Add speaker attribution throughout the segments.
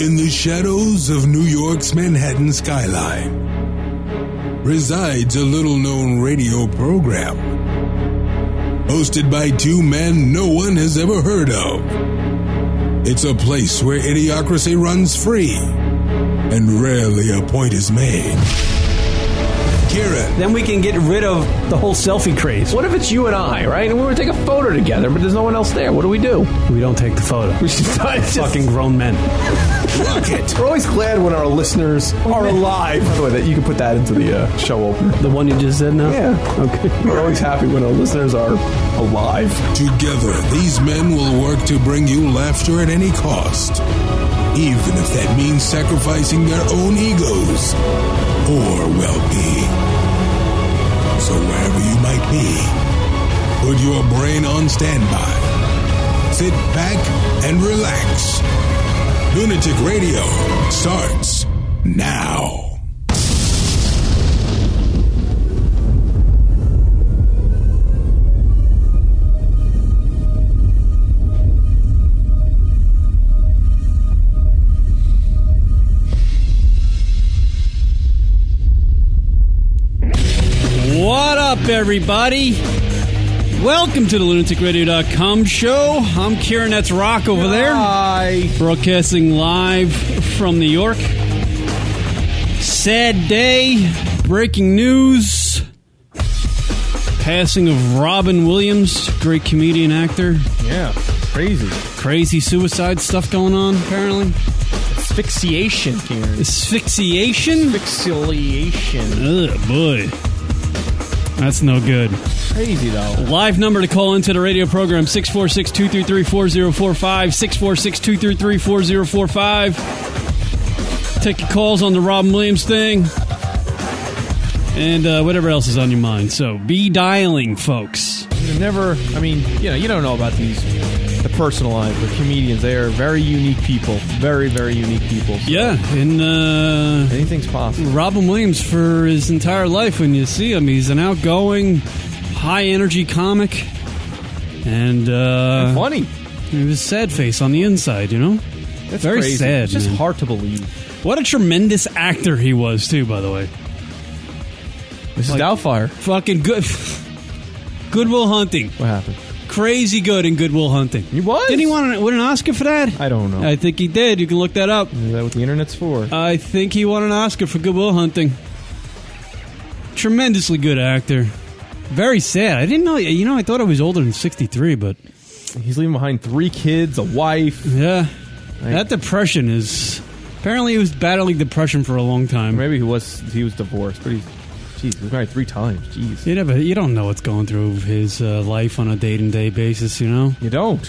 Speaker 1: in the shadows of New York's Manhattan skyline, resides a little known radio program hosted by two men no one has ever heard of. It's a place where idiocracy runs free and rarely a point is made. Kieran.
Speaker 2: Then we can get rid of the whole selfie craze.
Speaker 3: What if it's you and I, right? And we were to take a photo together, but there's no one else there. What do we do?
Speaker 2: We don't take the photo.
Speaker 3: We should start it's just-
Speaker 2: Fucking grown men.
Speaker 1: Rocket.
Speaker 3: We're always glad when our listeners are alive. By the way, that you can put that into the uh, show opener.
Speaker 2: The one you just said now?
Speaker 3: Yeah. Okay. We're always happy when our listeners are alive.
Speaker 1: Together, these men will work to bring you laughter at any cost, even if that means sacrificing their own egos or well being. So, wherever you might be, put your brain on standby. Sit back and relax. Lunatic Radio starts now.
Speaker 4: What up, everybody? Welcome to the lunaticradio.com show. I'm Kieran, that's Rock over there.
Speaker 3: Hi.
Speaker 4: Broadcasting live from New York. Sad day, breaking news. Passing of Robin Williams, great comedian actor.
Speaker 5: Yeah, crazy.
Speaker 4: Crazy suicide stuff going on, apparently.
Speaker 5: Asphyxiation, Kieran.
Speaker 4: Asphyxiation?
Speaker 5: Asphyxiation.
Speaker 4: Ugh, boy. That's no good.
Speaker 5: Crazy, though.
Speaker 4: Live number to call into the radio program 646 233 4045. 646 233 4045. Take your calls on the Robin Williams thing and uh, whatever else is on your mind. So be dialing, folks.
Speaker 5: You never, I mean, you know, you don't know about these, the personal lives of comedians. They are very unique people. Very, very unique people. So
Speaker 4: Yeah, and uh,
Speaker 5: Anything's possible.
Speaker 4: Robin Williams for his entire life, when you see him, he's an outgoing, high energy comic. And uh,
Speaker 5: Funny.
Speaker 4: he was sad face on the inside, you know?
Speaker 5: That's
Speaker 4: very
Speaker 5: crazy.
Speaker 4: sad,
Speaker 5: It's just
Speaker 4: man.
Speaker 5: hard to believe.
Speaker 4: What a tremendous actor he was, too, by the way.
Speaker 5: Mrs.
Speaker 4: Like-
Speaker 5: Doubtfire.
Speaker 4: Fucking good. Goodwill Hunting.
Speaker 5: What happened?
Speaker 4: Crazy good in Goodwill Hunting.
Speaker 5: He was?
Speaker 4: Did he want an, win an Oscar for that?
Speaker 5: I don't know.
Speaker 4: I think he did. You can look that up.
Speaker 5: Is that what the internet's for?
Speaker 4: I think he won an Oscar for Goodwill Hunting. Tremendously good actor. Very sad. I didn't know. You know, I thought I was older than 63, but
Speaker 5: He's leaving behind three kids, a wife.
Speaker 4: yeah. That depression is. Apparently, he was battling depression for a long time.
Speaker 5: Maybe he was he was divorced, but he's, jeez, he was married three times. Jeez.
Speaker 4: You, never, you don't know what's going through his uh, life on a day to day basis, you know?
Speaker 5: You don't.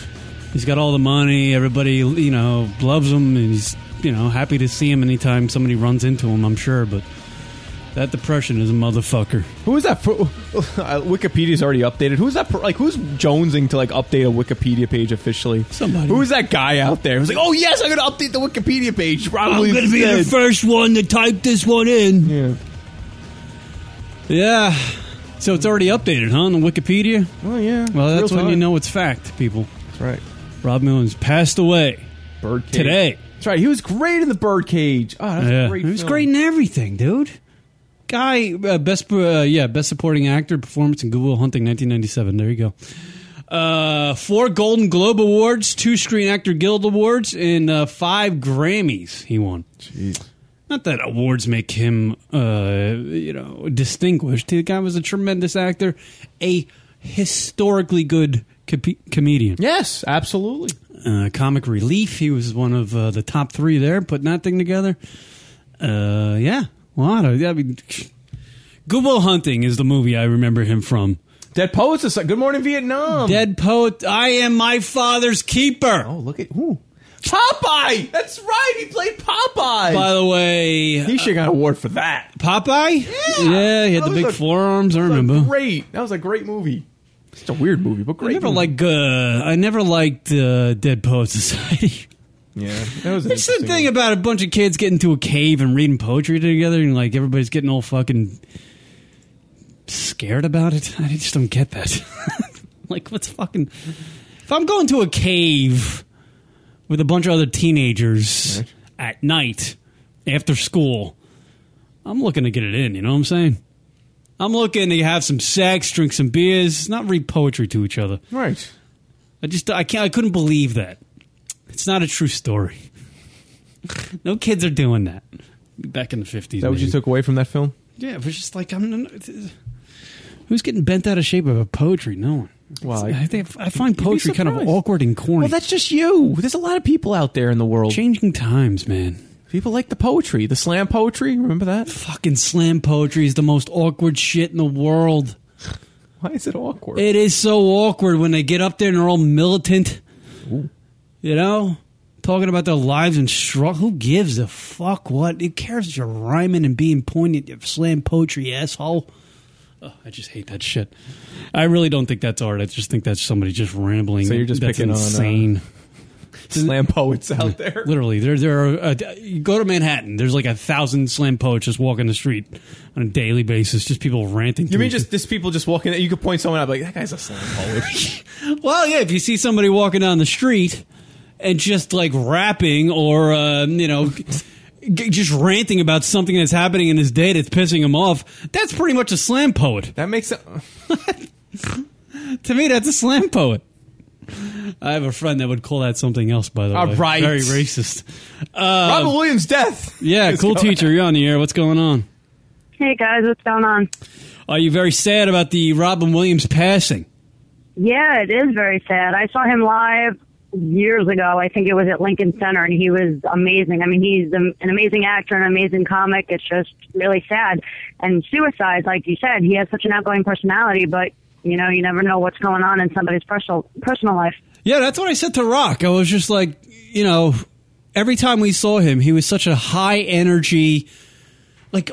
Speaker 4: He's got all the money. Everybody, you know, loves him, and he's you know happy to see him anytime somebody runs into him. I'm sure, but that depression is a motherfucker.
Speaker 5: Who is that? pro- Uh, Wikipedia's already updated. Who's that? pro- Like, who's jonesing to like update a Wikipedia page officially?
Speaker 4: Somebody.
Speaker 5: Who's that guy out there? Who's like, oh yes, I'm going to update the Wikipedia page. Probably
Speaker 4: I'm gonna be the
Speaker 5: dead."
Speaker 4: first one to type this one in.
Speaker 5: Yeah.
Speaker 4: Yeah. So it's already updated, huh? On Wikipedia.
Speaker 5: Well, Oh, yeah.
Speaker 4: Well,
Speaker 5: It's
Speaker 4: that's
Speaker 5: real
Speaker 4: when you
Speaker 5: time.
Speaker 4: know it's fact, people.
Speaker 5: That's right.
Speaker 4: Rob Williams passed away
Speaker 5: Birdcage
Speaker 4: today.
Speaker 5: That's right. He was great in the Birdcage. Oh, that's
Speaker 4: Yeah,
Speaker 5: a great.
Speaker 4: he was
Speaker 5: film.
Speaker 4: great in everything, dude. Guy, uh, best, uh, yeah, best supporting actor performance in Goodwill Hunting, 1997. There you go. Uh, four Golden Globe awards, two Screen Actor Guild awards, and uh, five Grammys. He won.
Speaker 5: Jeez.
Speaker 4: Not that awards make him, uh, you know, distinguished. The guy was a tremendous actor, a historically good com- comedian
Speaker 5: Yes, absolutely.
Speaker 4: uh, comic relief. He was one of uh, the top three there, putting that thing together. Uh, yeah, a lot of. I mean, Goodwill Hunting is the movie I remember him from.
Speaker 5: Dead Poets Society. Good Morning Vietnam.
Speaker 4: Dead poet. I am my father's keeper.
Speaker 5: Oh, look at ooh. Popeye. That's right. He played Popeye.
Speaker 4: By the way,
Speaker 5: he should have got an award for that.
Speaker 4: Popeye.
Speaker 5: Yeah.
Speaker 4: he had the
Speaker 5: That
Speaker 4: big
Speaker 5: was a-
Speaker 4: forearms. I
Speaker 5: That was
Speaker 4: remember.
Speaker 5: Great. That was a great movie. It's a weird movie, but
Speaker 4: I
Speaker 5: great.
Speaker 4: never
Speaker 5: movie.
Speaker 4: liked. Uh, I never liked uh, Dead Poet Society.
Speaker 5: Yeah, that was an
Speaker 4: It's the
Speaker 5: interesting
Speaker 4: thing
Speaker 5: one.
Speaker 4: about a bunch of kids getting to a cave and reading poetry together, and like everybody's getting all fucking scared about it. I just don't get that. like, what's fucking? If I'm going to a cave with a bunch of other teenagers at night after school, I'm looking to get it in. You know what I'm saying? I'm looking to have some sex, drink some beers, not read poetry to each other.
Speaker 5: Right.
Speaker 4: I just I can't I couldn't believe that. It's not a true story. no kids are doing that. Back in the fifties,
Speaker 5: Is that what you took away from that film?
Speaker 4: Yeah, it was just like I'm. Who's getting bent out of shape about poetry? No one.
Speaker 5: Well,
Speaker 4: I, think I find
Speaker 5: be
Speaker 4: poetry kind of
Speaker 5: surprised.
Speaker 4: awkward and corny.
Speaker 5: Well, that's just you. There's a lot of people out there in the world.
Speaker 4: changing times, man.
Speaker 5: People like the poetry, the slam poetry. Remember that?
Speaker 4: Fucking slam poetry is the most awkward shit in the world.
Speaker 5: Why is it awkward?
Speaker 4: It is so awkward when they get up there and they're all militant. You know? Talking about their lives and struggle. Who gives a fuck what? Who cares if you're rhyming and being poignant, you slam poetry asshole? Ugh, I just hate that shit. I really don't think that's art. I just think that's somebody just rambling.
Speaker 5: So you're just
Speaker 4: That's
Speaker 5: picking on, uh,
Speaker 4: insane.
Speaker 5: slam poets out there.
Speaker 4: Literally, there there are. Uh, you go to Manhattan. There's like a thousand slam poets just walking the street on a daily basis. Just people ranting. to
Speaker 5: You mean
Speaker 4: each-
Speaker 5: just this people just walking? You could point someone out like that guy's a slam poet.
Speaker 4: Well, yeah, if you see somebody walking down the street and just like rapping or, uh, you know, g- just ranting about something that's happening in his day that's pissing him off, that's pretty much a slam poet.
Speaker 5: that makes it.
Speaker 4: To me, that's a slam poet. I have a friend that would call that something else, by the
Speaker 5: All
Speaker 4: way.
Speaker 5: Uh, right.
Speaker 4: Very racist. Um,
Speaker 5: Robin Williams' death.
Speaker 4: Yeah, cool teacher. You're on the air. What's going on?
Speaker 6: Hey guys, what's going on?
Speaker 4: Are you very sad about the Robin Williams passing?
Speaker 6: Yeah, it is very sad. I saw him live years ago. I think it was at Lincoln Center, and he was amazing. I mean, he's am- an amazing actor, an amazing comic. It's just really sad. And suicide, like you said, he has such an outgoing personality, but you know, you never know what's going on in somebody's personal personal life.
Speaker 4: Yeah, that's what I said to Rock. I was just like, you know, every time we saw him, he was such a high energy. Like,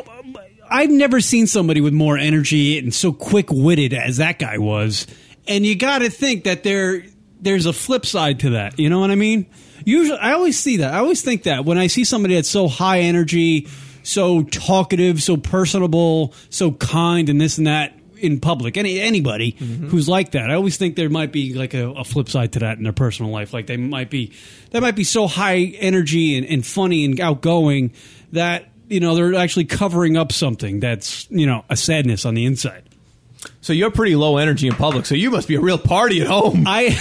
Speaker 4: I've never seen somebody with more energy and so quick witted as that guy was. And you got to think that there there's a flip side to that. You know what I mean? Usually, I always see that. I always think that when I see somebody that's so high energy, so talkative, so personable, so kind, and this and that in public, any anybody who's like that, I always think there might be like a, a flip side to that in their personal life. Like they might be, they might be so high energy and, and funny and outgoing that you know they're actually covering up something that's you know a sadness on the inside.
Speaker 5: So you're pretty low energy in public. So you must be a real party at home.
Speaker 4: I.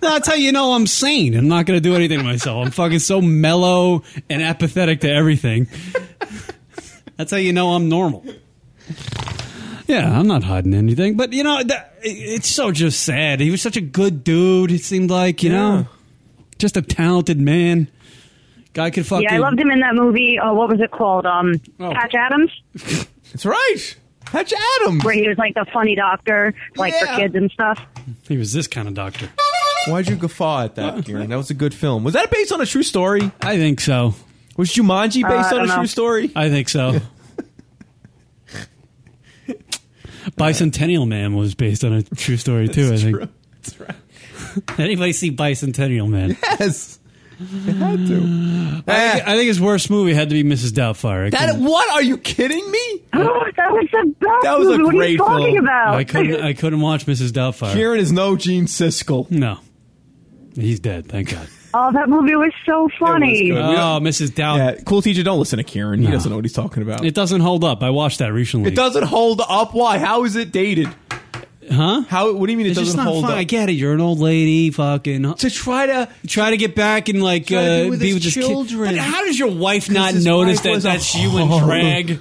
Speaker 4: That's how you know I'm sane. I'm not going to do anything to myself. I'm fucking so mellow and apathetic to everything. That's how you know I'm normal. Yeah, I'm not hiding anything. But, you know, that, it- it's so just sad. He was such a good dude, it seemed like, you know? Just a talented man. Guy could fucking.
Speaker 6: Yeah, I loved him in that movie. Oh, what was it called? Um,
Speaker 4: Oh.
Speaker 6: Patch Adams,
Speaker 5: That's right. Patch Adams.
Speaker 6: where he was like the funny doctor, like
Speaker 5: Yeah.
Speaker 6: for kids and stuff.
Speaker 4: He was this kind of doctor.
Speaker 5: Why'd you guffaw at that, Kieran? That was a good film. Was that based on a true story?
Speaker 4: I think so.
Speaker 5: Was Jumanji
Speaker 6: Uh,
Speaker 5: based on
Speaker 6: I
Speaker 5: a
Speaker 6: don't know.
Speaker 5: true story?
Speaker 4: I think so. Bicentennial Man was based on a true story too. I think.
Speaker 5: That's right.
Speaker 4: Anybody see Bicentennial Man?
Speaker 5: Yes. It had to. Eh,
Speaker 4: I think his worst movie had to be Mrs. Doubtfire. I
Speaker 5: that,
Speaker 4: couldn't-
Speaker 5: what? Are you kidding me?
Speaker 6: Oh, that was the best.
Speaker 5: That was a
Speaker 6: movie. what are
Speaker 5: great
Speaker 6: you talking
Speaker 5: film.
Speaker 6: about?
Speaker 4: I couldn't. I couldn't watch Mrs. Doubtfire.
Speaker 5: Kieran is no Gene Siskel.
Speaker 4: No, he's dead. Thank God.
Speaker 6: oh, that movie was so funny.
Speaker 5: good. We
Speaker 4: Oh,
Speaker 5: don't-
Speaker 4: Mrs. Doubt.
Speaker 5: Yeah, cool teacher, don't listen to Kieran. He doesn't know what he's talking about.
Speaker 4: It doesn't hold up. I watched that recently.
Speaker 5: It doesn't hold up. Why? How is it dated?
Speaker 4: Huh?
Speaker 5: How? What do you mean it
Speaker 4: It's just
Speaker 5: doesn't
Speaker 4: not
Speaker 5: hold
Speaker 4: fun.
Speaker 5: up?
Speaker 4: I get it. You're an old lady. Fucking
Speaker 5: to try to
Speaker 4: try to get back and like
Speaker 5: Try to
Speaker 4: uh,
Speaker 5: be with
Speaker 4: be
Speaker 5: his
Speaker 4: with his
Speaker 5: children.
Speaker 4: Kid. But how does your wife not
Speaker 5: his
Speaker 4: notice
Speaker 5: wife
Speaker 4: that
Speaker 5: was a
Speaker 4: that's you in
Speaker 5: whore.
Speaker 4: drag?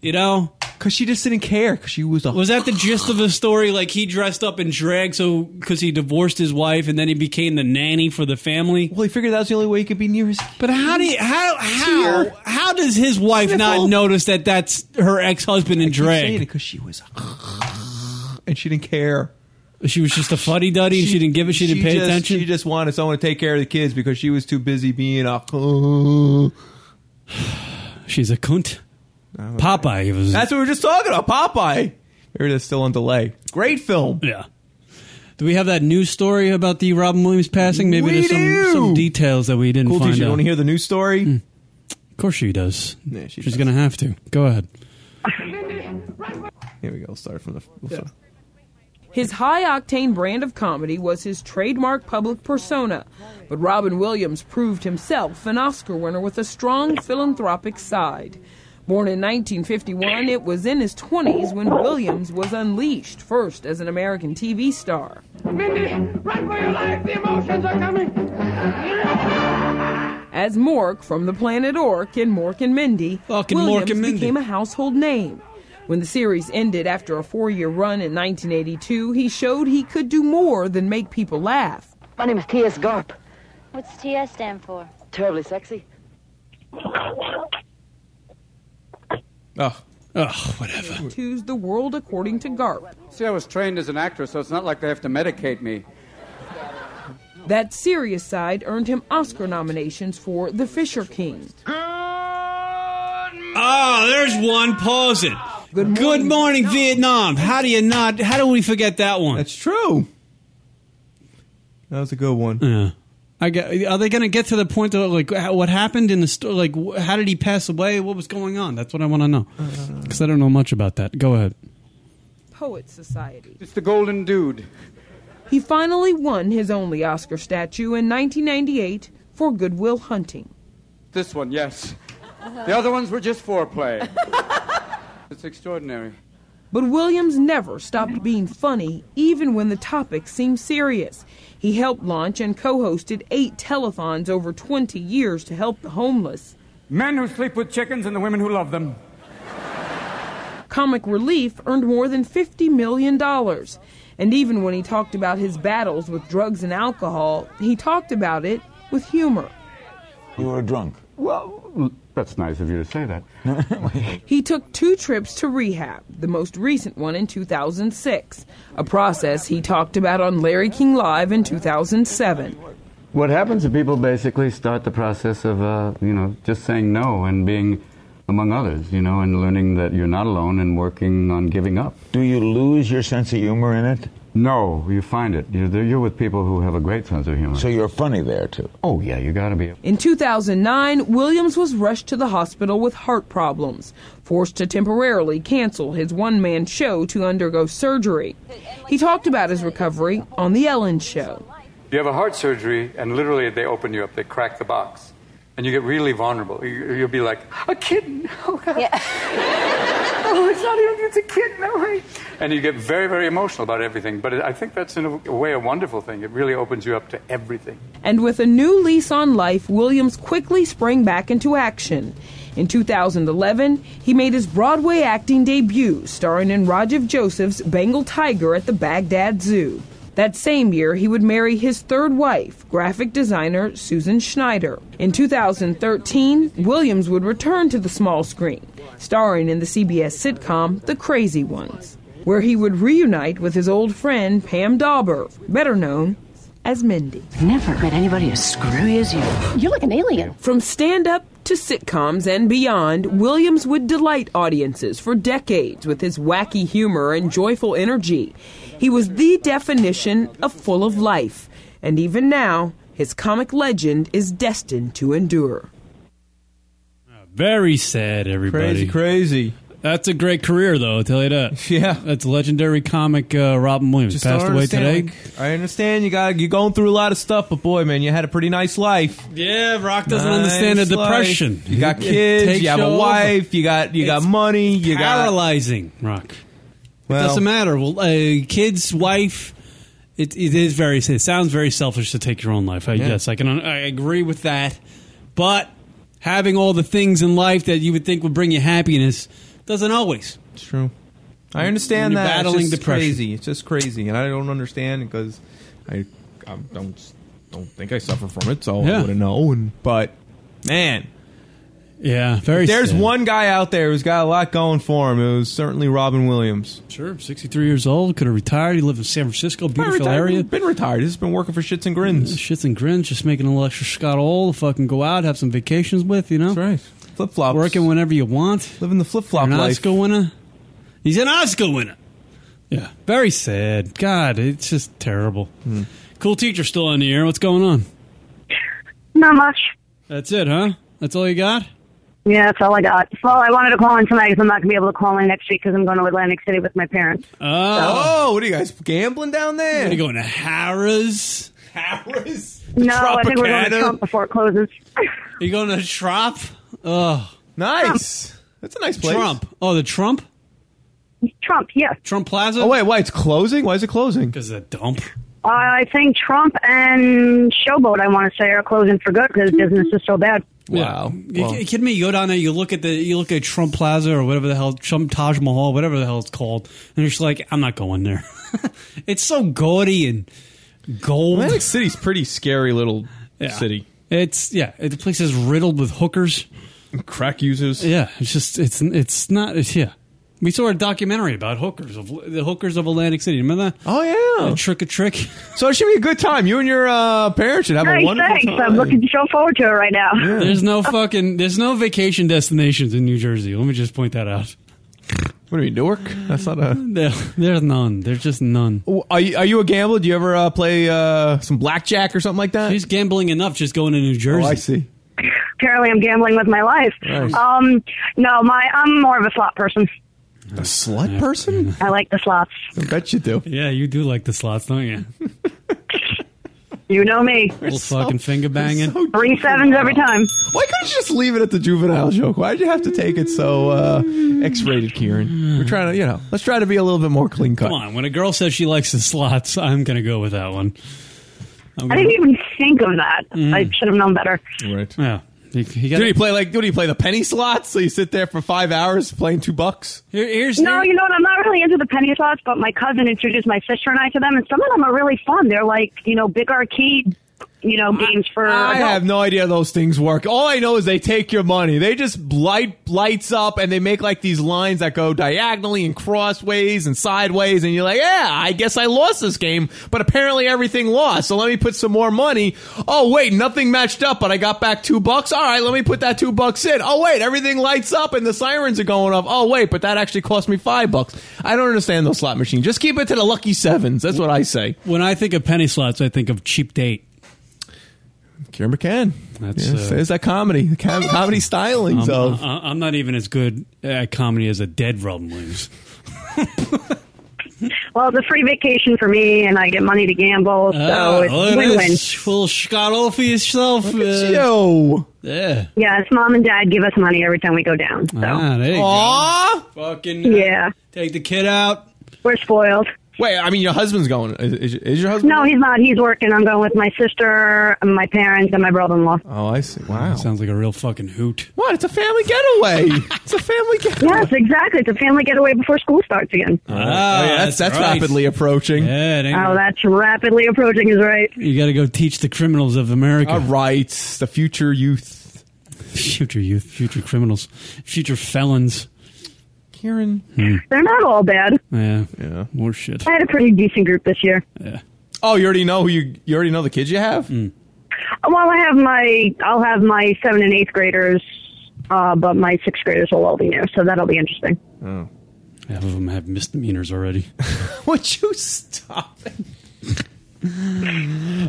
Speaker 4: You know,
Speaker 5: because she just didn't care because she was a
Speaker 4: was that the gist of the story? Like he dressed up in drag so because he divorced his wife and then he became the nanny for the family.
Speaker 5: well he figured that was the only way he could be near his
Speaker 4: But how do you, how how
Speaker 5: Tear.
Speaker 4: how does his wife
Speaker 5: Sniffle.
Speaker 4: not notice that that's her ex husband in drag?
Speaker 5: because she was a and she didn't care
Speaker 4: She was just a fuddy duddy and she didn't give a shit. She didn't pay
Speaker 5: just,
Speaker 4: attention.
Speaker 5: she just wanted someone to take care of the kids because she was too busy being a that's
Speaker 4: She's a cunt. Popeye was
Speaker 5: what we were just talking about Popeye maybe that's still on delay great film
Speaker 4: Yeah. Do we have that news story about the Robin Williams passing? Maybe
Speaker 5: We
Speaker 4: there's some,
Speaker 5: do.
Speaker 4: some details that we didn't
Speaker 5: cool
Speaker 4: find
Speaker 5: teacher you
Speaker 4: out. Mm.
Speaker 5: want to hear the news story
Speaker 4: of course she does.
Speaker 5: Yeah, she does.
Speaker 4: She's going to have to. Go ahead.
Speaker 5: here we go we'll start from the we'll start-
Speaker 7: His high octane brand of comedy was his trademark public persona, but Robin Williams proved himself an Oscar winner with a strong philanthropic side. Born in 1951, it was in his 20s when Williams was unleashed, first as an American TV star.
Speaker 8: Mindy, run for your life. The emotions are coming.
Speaker 7: As Mork from the planet Ork in Mork and Mindy,
Speaker 4: Fucking Mork
Speaker 7: Williams
Speaker 4: and Mindy.
Speaker 7: became a household name. When the series ended after a four year run in 1982, he showed he could do more than make people laugh.
Speaker 9: My name is T.S. Garp.
Speaker 10: What's TS stand for?
Speaker 9: Terribly sexy.
Speaker 4: Oh. Oh, whatever.
Speaker 7: Choose the world according to Garp.
Speaker 11: See, I was trained as an actor, so it's not like they have to medicate me.
Speaker 7: That serious side earned him Oscar nominations for The Fisher King,
Speaker 4: Oh, there's one. Pause it. Good morning, Vietnam. How do you not? How do we forget that one? That's
Speaker 5: true. That was a good one.
Speaker 4: Yeah. I got, are they going to get to the point of like how- what happened in the story? Like, wh- how did he pass away? What was going on? That's what I want to know
Speaker 5: Uh,
Speaker 4: because I don't know much about that. Go ahead.
Speaker 7: Poet Society.
Speaker 11: It's the Golden Dude.
Speaker 7: He finally won his only Oscar statue in 1998 for Goodwill Hunting.
Speaker 11: This one, yes. The other ones were just foreplay. it's extraordinary.
Speaker 7: But Williams never stopped being funny, even when the topic seemed serious. He helped launch and co hosted eight telethons over 20 years to help the homeless.
Speaker 12: Men who sleep with chickens and the women who love them.
Speaker 7: Comic Relief earned more than $50 million. And even when he talked about his battles with drugs and alcohol, he talked about it with humor.
Speaker 13: You were drunk.
Speaker 11: Well, that's nice of you to say that.
Speaker 7: He took two trips to rehab, the most recent one in 2006, a process he talked about on Larry King Live in 2007.
Speaker 11: What happens is people basically start the process of, uh, you know, just saying no and being among others, you know, and learning that you're not alone and working on giving up. Do you lose your sense of humor in it? No, you find it. You're, there- you're with people who have a great sense of humor. So you're funny there, too? Oh, yeah, you gotta be.
Speaker 7: In 2009, Williams was rushed to the hospital with heart problems, forced to temporarily cancel his one man show to undergo surgery. He talked about his recovery on The Ellen Show.
Speaker 11: You have a heart surgery, and literally they open you up, they crack the box, and you get really vulnerable. You, you'll be like, A kitten. Oh, God.
Speaker 8: oh, it's not even, it's a kitten. No, wait.
Speaker 11: and you get very, very emotional about everything. But I think that's, in a way, a wonderful thing. It really opens you up to everything.
Speaker 7: And with a new lease on life, Williams quickly sprang back into action. In 2011, he made his Broadway acting debut, starring in Rajiv Joseph's Bengal Tiger at the Baghdad Zoo. That same year, he would marry his third wife, graphic designer Susan Schneider. In 2013, Williams would return to the small screen, starring in the CBS sitcom The Crazy Ones, where he would reunite with his old friend Pam Dauber, better known as Mindy. Never met anybody as screwy as you. You're like an alien. From stand up to sitcoms and beyond, Williams would delight audiences for decades with his wacky humor and joyful energy. He was the definition of full of life, and even now, his comic legend is destined to endure.
Speaker 4: Very sad,
Speaker 5: Crazy,
Speaker 4: everybody.
Speaker 5: crazy.
Speaker 4: That's a great career, though. I'll tell you that.
Speaker 5: Yeah,
Speaker 4: that's legendary comic uh, Robin Williams
Speaker 5: Just
Speaker 4: passed
Speaker 5: don't
Speaker 4: away
Speaker 5: understand,
Speaker 4: today.
Speaker 5: like, I understand you got you're going through a lot of stuff, but boy, man, you had a pretty nice life.
Speaker 4: Yeah, Rock doesn't understand the depression.
Speaker 5: You got
Speaker 4: It
Speaker 5: kids.
Speaker 4: takes
Speaker 5: You have
Speaker 4: you
Speaker 5: a
Speaker 4: over.
Speaker 5: wife. You got you got money. You
Speaker 4: paralyzing, Rock.
Speaker 5: Well-
Speaker 4: it doesn't matter. Well, uh, kids, wife. It, it is very. It sounds very selfish to take your own life. I,
Speaker 5: Yeah.
Speaker 4: Yes, I can. I agree with that. But having all the things in life that you would think would bring you happiness doesn't always.
Speaker 5: It's true. got. I understand
Speaker 4: When you're
Speaker 5: that.
Speaker 4: battling
Speaker 5: it's just
Speaker 4: depression.
Speaker 5: crazy. It's just crazy, and I don't understand because I I don't don't think I suffer from it, so I
Speaker 4: Yeah.
Speaker 5: wouldn't know. And but man,
Speaker 4: yeah, very.
Speaker 5: if there's
Speaker 4: sad.
Speaker 5: one guy out there who's got a lot going for him. It was certainly Robin Williams.
Speaker 4: Sure, 63 years old, could have retired. He lived in San Francisco, beautiful
Speaker 5: retired,
Speaker 4: area.
Speaker 5: Been retired. He's been working for shits and grins.
Speaker 4: Shits and grins, just making a little extra scot all to fucking go out, have some vacations with, you know? That's
Speaker 5: right. Flip flops.
Speaker 4: Working whenever you want.
Speaker 5: Living the flip flop
Speaker 4: an
Speaker 5: life.
Speaker 4: Oscar winner. He's an Oscar winner. Yeah. Very sad. God, it's just terrible.
Speaker 5: Hmm.
Speaker 4: Cool teacher still on the air. What's going on?
Speaker 6: Not much.
Speaker 4: That's it, huh? That's all you got?
Speaker 6: Yeah, that's all I got. Well, I wanted to call in tonight because I'm not going to be able to call in next week because I'm going to Atlantic City with my parents.
Speaker 5: Oh. what are you guys gambling down there?
Speaker 4: What are you going to Harrah's?
Speaker 5: Harrah's?
Speaker 6: No, I think we're going to
Speaker 4: Tropicana?
Speaker 6: Trump before it closes.
Speaker 4: Are you going to Trop? Oh,
Speaker 5: nice. That's a nice place.
Speaker 4: Trump. Oh, the Trump.
Speaker 6: Trump, yeah.
Speaker 4: Trump Plaza.
Speaker 5: Oh wait, why it's closing? Why is it closing?
Speaker 4: Because the dump.
Speaker 6: Uh, I think Trump and Showboat, I want to say, are closing for good because business is so bad.
Speaker 5: Wow.
Speaker 4: You, you kidding me? You go down there, you look at the, you look at Trump Plaza or whatever the hell, Trump Taj Mahal, whatever the hell it's called, and you're just like, I'm not going there. it's so gaudy and gold.
Speaker 5: Atlantic City's pretty scary little
Speaker 4: Yeah.
Speaker 5: city.
Speaker 4: It's yeah, it- the place is riddled with hookers,
Speaker 5: crack users.
Speaker 4: Yeah, it's just it's it's not it's yeah. We saw a documentary about hookers of the hookers of Atlantic City. Remember that?
Speaker 5: Oh yeah,
Speaker 4: trick or trick.
Speaker 5: So it should be a good time. You and your uh, parents should have
Speaker 6: Nice,
Speaker 5: a wonderful
Speaker 6: thanks.
Speaker 5: time.
Speaker 6: I'm looking so forward to it right now.
Speaker 4: There's no fucking there's no vacation destinations in New Jersey. Let me just point that out.
Speaker 5: What are you, Newark? That's not a.
Speaker 4: There, there's none. There's just none.
Speaker 5: Are you, are you a gambler? Do you ever uh, play uh, some blackjack or something like that?
Speaker 4: She's gambling enough just going to New Jersey.
Speaker 5: Oh, I see.
Speaker 6: Apparently, I'm gambling with my life.
Speaker 5: Nice.
Speaker 6: Um, no, my I'm more of a slot person.
Speaker 5: A slut person?
Speaker 6: I like the slots.
Speaker 5: I bet you do.
Speaker 4: Yeah, you do like the slots, don't you?
Speaker 6: You know me.
Speaker 4: Little fucking finger banging.
Speaker 5: Oh,
Speaker 6: Three sevens every time.
Speaker 5: Why couldn't you just leave it at the juvenile joke? Why'd you have to take it so uh, X-rated, Kieran? We're trying to, you know, let's try to be a little bit more clean cut.
Speaker 4: Come on, when a girl says she likes the slots, I'm gonna go with that one. I'm
Speaker 6: I
Speaker 4: gonna-
Speaker 6: didn't even think of that.
Speaker 4: Mm.
Speaker 6: I should have known better.
Speaker 5: Right.
Speaker 4: Yeah. You, you
Speaker 5: do you play like? Do you play the penny slots? So you sit there for five hours playing two bucks.
Speaker 4: here's
Speaker 6: no, you know what? I'm not really into the penny slots, but my cousin introduced my sister and I to them, and some of them are really fun. They're like, you know, big arcade, you know, games for.
Speaker 4: Ah,
Speaker 5: I
Speaker 6: adults.
Speaker 5: have no idea how those things work. All I know is they take your money. They just light lights up and they make like these lines that go diagonally and crossways and sideways, and you're like, yeah, I guess I lost this game, but apparently everything lost. So let me put some more money. Oh wait, nothing matched up, but I got back two bucks. All right, let me put that two bucks in. Oh wait, everything lights up and the sirens are going off. Oh wait, but that actually cost me five bucks. I don't understand those slot machines. Just keep it to the lucky sevens. That's what I say.
Speaker 4: When I think of penny slots, I think of cheap date.
Speaker 5: Kieran McCann.
Speaker 4: That's uh, Um,
Speaker 5: Yes, there's that comedy, the com- comedy stylings
Speaker 4: I'm,
Speaker 5: of.
Speaker 4: I- I'm not even as good at comedy as a dead Robin Williams.
Speaker 6: Well, it's a free vacation for me, and I get money to gamble, so Oh,
Speaker 4: Ah,
Speaker 6: it's win-win.
Speaker 4: Full scuttle for yourself.
Speaker 5: Yo.
Speaker 4: Yeah.
Speaker 6: Yeah, it's mom and dad give us money every time we go down. So.
Speaker 4: Ah, there you
Speaker 5: Aw.
Speaker 4: go. Fucking
Speaker 6: Yeah,
Speaker 4: take the kid out.
Speaker 6: we're spoiled.
Speaker 5: Wait, I mean, your husband's going. Is, is- is your husband?
Speaker 6: No, he's not. He's working. I'm going with my sister, and my parents, and my brother-in-law.
Speaker 5: Oh, I see. Wow.
Speaker 4: Sounds like a real fucking hoot.
Speaker 5: What? It's a family getaway. it's a family getaway.
Speaker 6: Yes, exactly. It's a family getaway before school starts again.
Speaker 5: Oh, yeah, that's that's
Speaker 4: right.
Speaker 5: rapidly approaching.
Speaker 4: Yeah, it ain't-
Speaker 6: Oh, that's rapidly approaching. Is right.
Speaker 4: you got to go teach the criminals of America.
Speaker 5: All right, the future youth.
Speaker 4: Future youth, future criminals, future felons.
Speaker 5: Kieran.
Speaker 4: Hmm.
Speaker 6: They're not all bad.
Speaker 4: Yeah.
Speaker 5: Yeah.
Speaker 4: More shit.
Speaker 6: I had a pretty decent group this year.
Speaker 4: Yeah. Mm.
Speaker 5: Oh, you already know who you. You already know the kids you have.
Speaker 6: Well, I have my I'll have my seventh and eighth graders, uh, but my sixth graders will all be new, so that'll be interesting.
Speaker 5: Oh.
Speaker 4: Half of them have misdemeanors already.
Speaker 5: Would you stop it?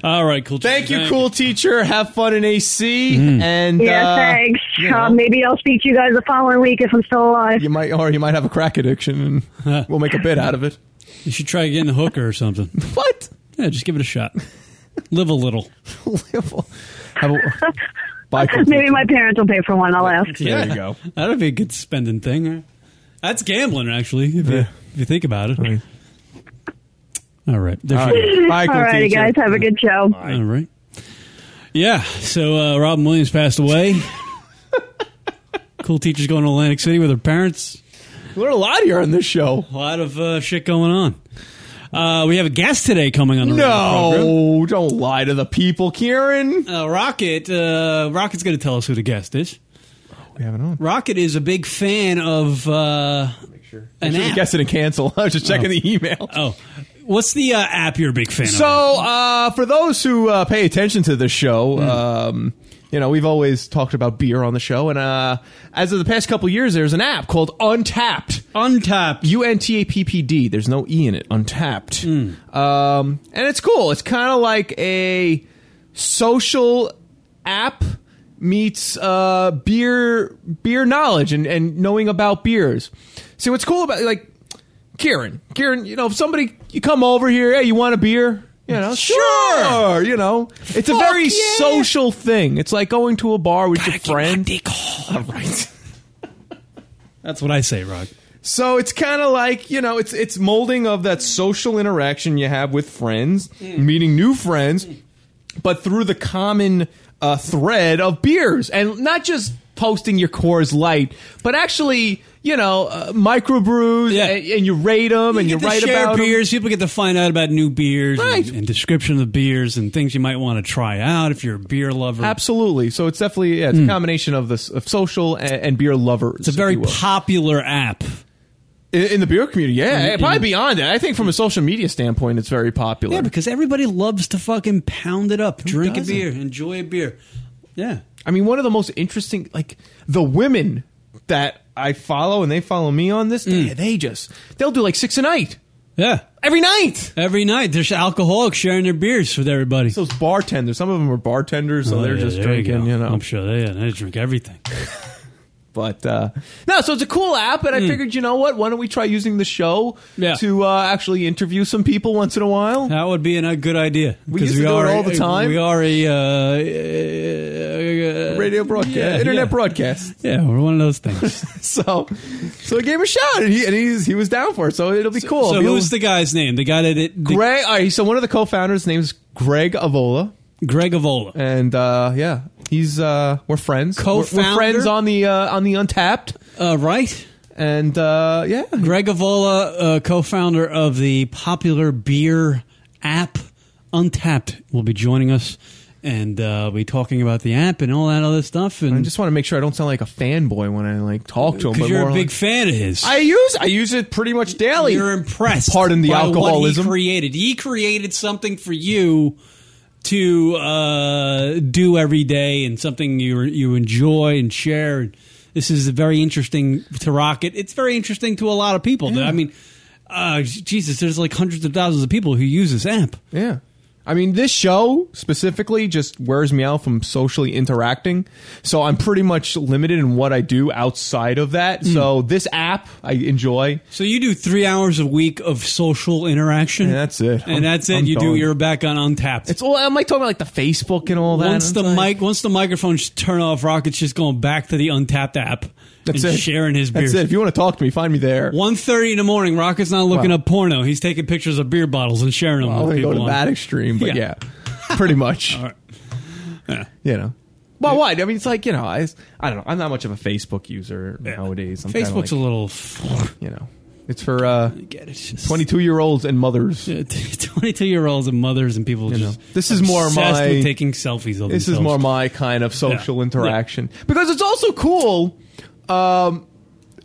Speaker 4: All right, cool.
Speaker 5: Thank you, cool teacher. Have fun in AC.
Speaker 4: Mm-hmm.
Speaker 5: And
Speaker 6: Yeah,
Speaker 5: uh,
Speaker 6: thanks.
Speaker 5: you know,
Speaker 6: Uh, maybe I'll speak to you guys the following week if I'm still alive.
Speaker 5: you might, or you might have a crack addiction, and we'll make a bit out of it.
Speaker 4: You should try getting a hooker or something.
Speaker 5: What?
Speaker 4: Yeah, just give it a shot. Live a little.
Speaker 5: Unbelievable. Have a, bye, cool
Speaker 6: Maybe
Speaker 5: teacher.
Speaker 6: my parents will pay for one. I'll ask.
Speaker 5: There you go.
Speaker 4: That'd be a good spending thing. That's gambling, actually, if, you, if you think about it. All right. There
Speaker 5: All
Speaker 4: she
Speaker 5: right.
Speaker 4: goes.
Speaker 5: Bye, cool
Speaker 6: All righty,
Speaker 5: teacher.
Speaker 6: guys. Have a good show.
Speaker 4: All right. Yeah. So uh, Robin Williams passed away. cool teacher's going to Atlantic City with her parents.
Speaker 5: We learn a lot here on this show.
Speaker 4: A lot of uh, shit going on. Uh, we have a guest today coming on the radio
Speaker 5: No, don't lie to the people, Kieran.
Speaker 4: program. Uh, Rocket. Uh, Rocket's going to tell us who the guest is.
Speaker 5: We have it on.
Speaker 4: Rocket is a big fan of uh, an
Speaker 5: Should have
Speaker 4: app.
Speaker 5: guessed it and cancel. I was just checking the email.
Speaker 4: Oh, what's the uh, app you're a big fan
Speaker 5: So,
Speaker 4: of?
Speaker 5: uh, for those who uh, pay attention to the show,
Speaker 4: Hmm.
Speaker 5: um, you know we've always talked about beer on the show, and uh, as of the past couple years, there's an app called Untapped.
Speaker 4: Untapped.
Speaker 5: U N T A P P D. There's no E in it. Untapped.
Speaker 4: Hmm.
Speaker 5: Um, and it's cool. It's kind of like a social app meets uh, beer beer knowledge and, and knowing about beers. See what's cool about like Kieran, Kieran, you know, if somebody you come over here, hey, you want a beer? You know, sure. You know, it's a
Speaker 8: Fuck
Speaker 5: very
Speaker 8: yeah.
Speaker 5: social thing. It's like going to a bar with your friend. All right.
Speaker 4: That's what I say, Rod.
Speaker 5: So it's kind of like you know, it's it's molding of that social interaction you have with friends, meeting new friends, but through the common uh, thread of beers, and not just posting your Coors Light, but actually. You know, uh, microbrews, and, and you rate them, and you
Speaker 4: You get to
Speaker 5: write
Speaker 4: share
Speaker 5: about 'em.
Speaker 4: beers. People get to find out about new beers and, and description of the beers and things you might want to try out if you're a beer lover. Hmm.
Speaker 5: Absolutely. So it's definitely yeah, it's a combination of this of social and, and beer lovers. It's a
Speaker 4: very popular app
Speaker 5: in, in the beer community. Yeah,
Speaker 4: In-
Speaker 5: yeah, probably
Speaker 4: in-
Speaker 5: beyond that. I think from a social media standpoint, it's very popular.
Speaker 4: Yeah, because everybody loves to fucking pound it up, drink
Speaker 5: doesn't?
Speaker 4: a beer, enjoy a beer. Yeah.
Speaker 5: I mean, one of the most interesting, like the women that I follow and they follow me on this, they, they just they'll do like six a night.
Speaker 4: Mm. Yeah.
Speaker 5: Every night.
Speaker 4: Every night. There's alcoholics sharing their beers with everybody.
Speaker 5: Those bartenders, some of them are bartenders, so
Speaker 4: Oh,
Speaker 5: they're
Speaker 4: yeah,
Speaker 5: just
Speaker 4: there you
Speaker 5: drinking,
Speaker 4: go.
Speaker 5: you, know.
Speaker 4: I'm sure they, they drink everything.
Speaker 5: but uh, No, so it's a cool app,
Speaker 4: Mm.
Speaker 5: and I figured, you know what? Why don't we try using the show to uh, actually interview some people once in a while?
Speaker 4: That would be an- a good idea.
Speaker 5: We
Speaker 4: 'Cause
Speaker 5: used to do it
Speaker 4: are
Speaker 5: all the
Speaker 4: a-
Speaker 5: time.
Speaker 4: We are a uh, uh,
Speaker 5: radio broadcast,
Speaker 4: yeah,
Speaker 5: internet
Speaker 4: yeah.
Speaker 5: broadcast.
Speaker 4: Yeah, we're one of those things.
Speaker 5: so, so I gave him a shot, and he and he's, he was down for it. So it'll be cool.
Speaker 4: So
Speaker 5: It'll be
Speaker 4: who's the guy's name? The guy that it the-
Speaker 5: Greg. All right, so one of the co-founders' name's Greg Avola.
Speaker 4: Greg Avola,
Speaker 5: and uh, yeah, he's uh, we're friends. We're- We're,
Speaker 4: Co-founder?
Speaker 5: friends on the uh, on the Untapped.
Speaker 4: Uh, right.
Speaker 5: And uh, yeah,
Speaker 4: Greg Avola, uh, co-founder of the popular beer app Untapped, will be joining us, and uh, we'll be talking about the app and all that other stuff. And
Speaker 5: I just want to make sure I don't sound like a fanboy when I like talk to him.
Speaker 4: because
Speaker 5: but
Speaker 4: you're
Speaker 5: more
Speaker 4: a big
Speaker 5: like-
Speaker 4: fan of his.
Speaker 5: I use I use it pretty much daily.
Speaker 4: You're impressed.
Speaker 5: Pardon the
Speaker 4: by what
Speaker 5: alcoholism.
Speaker 4: he created. He created something for you to uh, do every day, and something you you enjoy and share. This is very interesting to Rocket. It's very interesting to a lot of people. I mean, uh, Jesus, there's like hundreds of thousands of people who use this app.
Speaker 5: Yeah. I mean, this show specifically just wears me out from socially interacting. So I'm pretty much limited in what I do outside of that. So this app I enjoy.
Speaker 4: Hmm. So you do three hours a week of social interaction.
Speaker 5: And that's it.
Speaker 4: and that's it.
Speaker 5: I'm
Speaker 4: you do.
Speaker 5: done.
Speaker 4: You're back on Untapped.
Speaker 5: It's all. Am I talking about like the Facebook and all that?
Speaker 4: Once
Speaker 5: It's
Speaker 4: the
Speaker 5: like-
Speaker 4: mic, once the microphones turn off, Rocket's just going back to the Untapped app
Speaker 5: That's
Speaker 4: and
Speaker 5: it.
Speaker 4: sharing his beer.
Speaker 5: That's it. If you want to talk to me, find me there.
Speaker 4: 1.30 in the morning, Rocket's not looking
Speaker 5: Wow.
Speaker 4: up porno. He's taking pictures of beer bottles and sharing them
Speaker 5: I'm
Speaker 4: with
Speaker 5: gonna
Speaker 4: people.
Speaker 5: go to
Speaker 4: on-
Speaker 5: that extreme, but yeah, pretty much. You know. Well, what? I mean, it's like you know, I, I don't know. I'm not much of a Facebook user nowadays. I'm kinda
Speaker 4: Facebook's a
Speaker 5: like,
Speaker 4: little,
Speaker 5: you know, it's for uh,
Speaker 4: get it.
Speaker 5: 22 year olds and mothers.
Speaker 4: 22 year olds and mothers and people just.
Speaker 5: This is more
Speaker 4: obsessed
Speaker 5: my-
Speaker 4: with taking selfies of
Speaker 5: This is
Speaker 4: themselves.
Speaker 5: more my kind of social
Speaker 4: Yeah.
Speaker 5: interaction because it's also cool. Um,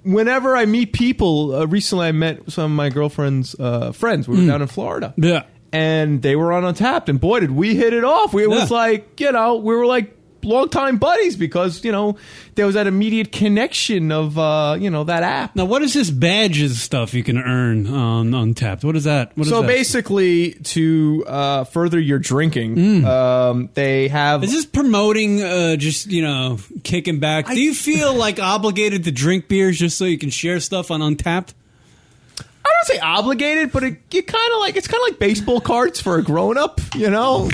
Speaker 5: whenever I meet people, uh, recently I met some of my girlfriend's uh, friends. We were down in Florida.
Speaker 4: Mm. Yeah.
Speaker 5: and they were on Untapped, and boy, did we hit it off. We, it was
Speaker 4: Yeah.
Speaker 5: like you know we were like longtime buddies because you know there was that immediate connection of uh, you know that app.
Speaker 4: Now, what is this badges stuff you can earn on Untapped? What is that? What is
Speaker 5: so
Speaker 4: that?
Speaker 5: basically, to uh, further your drinking, um, they have
Speaker 4: Mm. Is this promoting uh, just, you know, kicking back? Do you feel like obligated to drink beers just so you can share stuff on Untapped?
Speaker 5: I don't say obligated, but it, you kind of like it's kind of like baseball cards for a grown up. You know,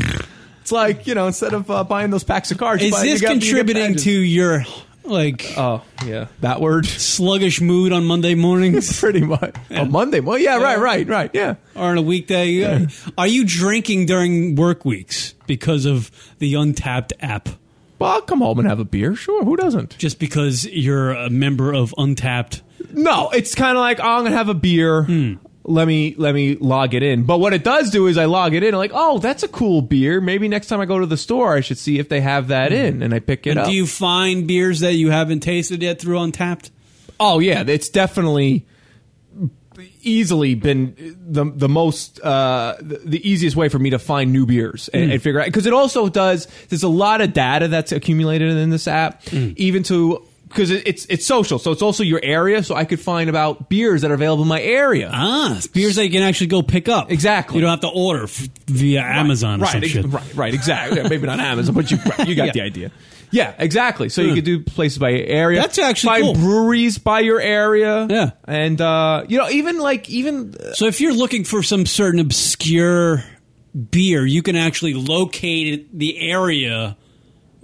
Speaker 5: it's like you know instead of uh, buying those packs of cards, you
Speaker 4: Is
Speaker 5: buy- you
Speaker 4: this
Speaker 5: get- you get
Speaker 4: contributing
Speaker 5: badges.
Speaker 4: to your like
Speaker 5: Oh yeah, that word
Speaker 4: sluggish mood on Monday mornings?
Speaker 5: Pretty much on Monday. Well, yeah, right, right, right, yeah.
Speaker 4: Or on a weekday? Are you drinking during work weeks because of the Untapped app?
Speaker 5: Well, I'll come home and have a beer. Sure, who doesn't?
Speaker 4: Just because you're a member of Untapped?
Speaker 5: No, it's kind of like oh, I'm gonna have a beer.
Speaker 4: Mm.
Speaker 5: Let me let me log it in. But what it does do is I log it in. I'm like, oh, that's a cool beer. Maybe next time I go to the store, I should see if they have that in, and I pick it
Speaker 4: Mm. And
Speaker 5: up.
Speaker 4: do you find beers that you haven't tasted yet through Untapped?
Speaker 5: Oh yeah, it's definitely easily been the the most uh, the, the easiest way for me to find new beers and,
Speaker 4: Mm.
Speaker 5: and
Speaker 4: Hmm.
Speaker 5: figure out because it also does. There's a lot of data that's accumulated in this app, even to because it, it's it's social, so it's also your area. So I could find about beers that are available in my area.
Speaker 4: Ah, beers that you can actually go pick up.
Speaker 5: Exactly.
Speaker 4: You don't have to order f- via Amazon or
Speaker 5: right,
Speaker 4: some
Speaker 5: ex-
Speaker 4: shit.
Speaker 5: right, right, exactly. Yeah, Maybe not Amazon, but you right, you got
Speaker 4: Yeah.
Speaker 5: the idea. Yeah, exactly. So you could do places by area.
Speaker 4: Hmm. That's actually
Speaker 5: find
Speaker 4: cool.
Speaker 5: breweries by your area.
Speaker 4: Yeah,
Speaker 5: and uh, you know, even like even uh,
Speaker 4: so, if you're looking for some certain obscure beer, you can actually locate it- the area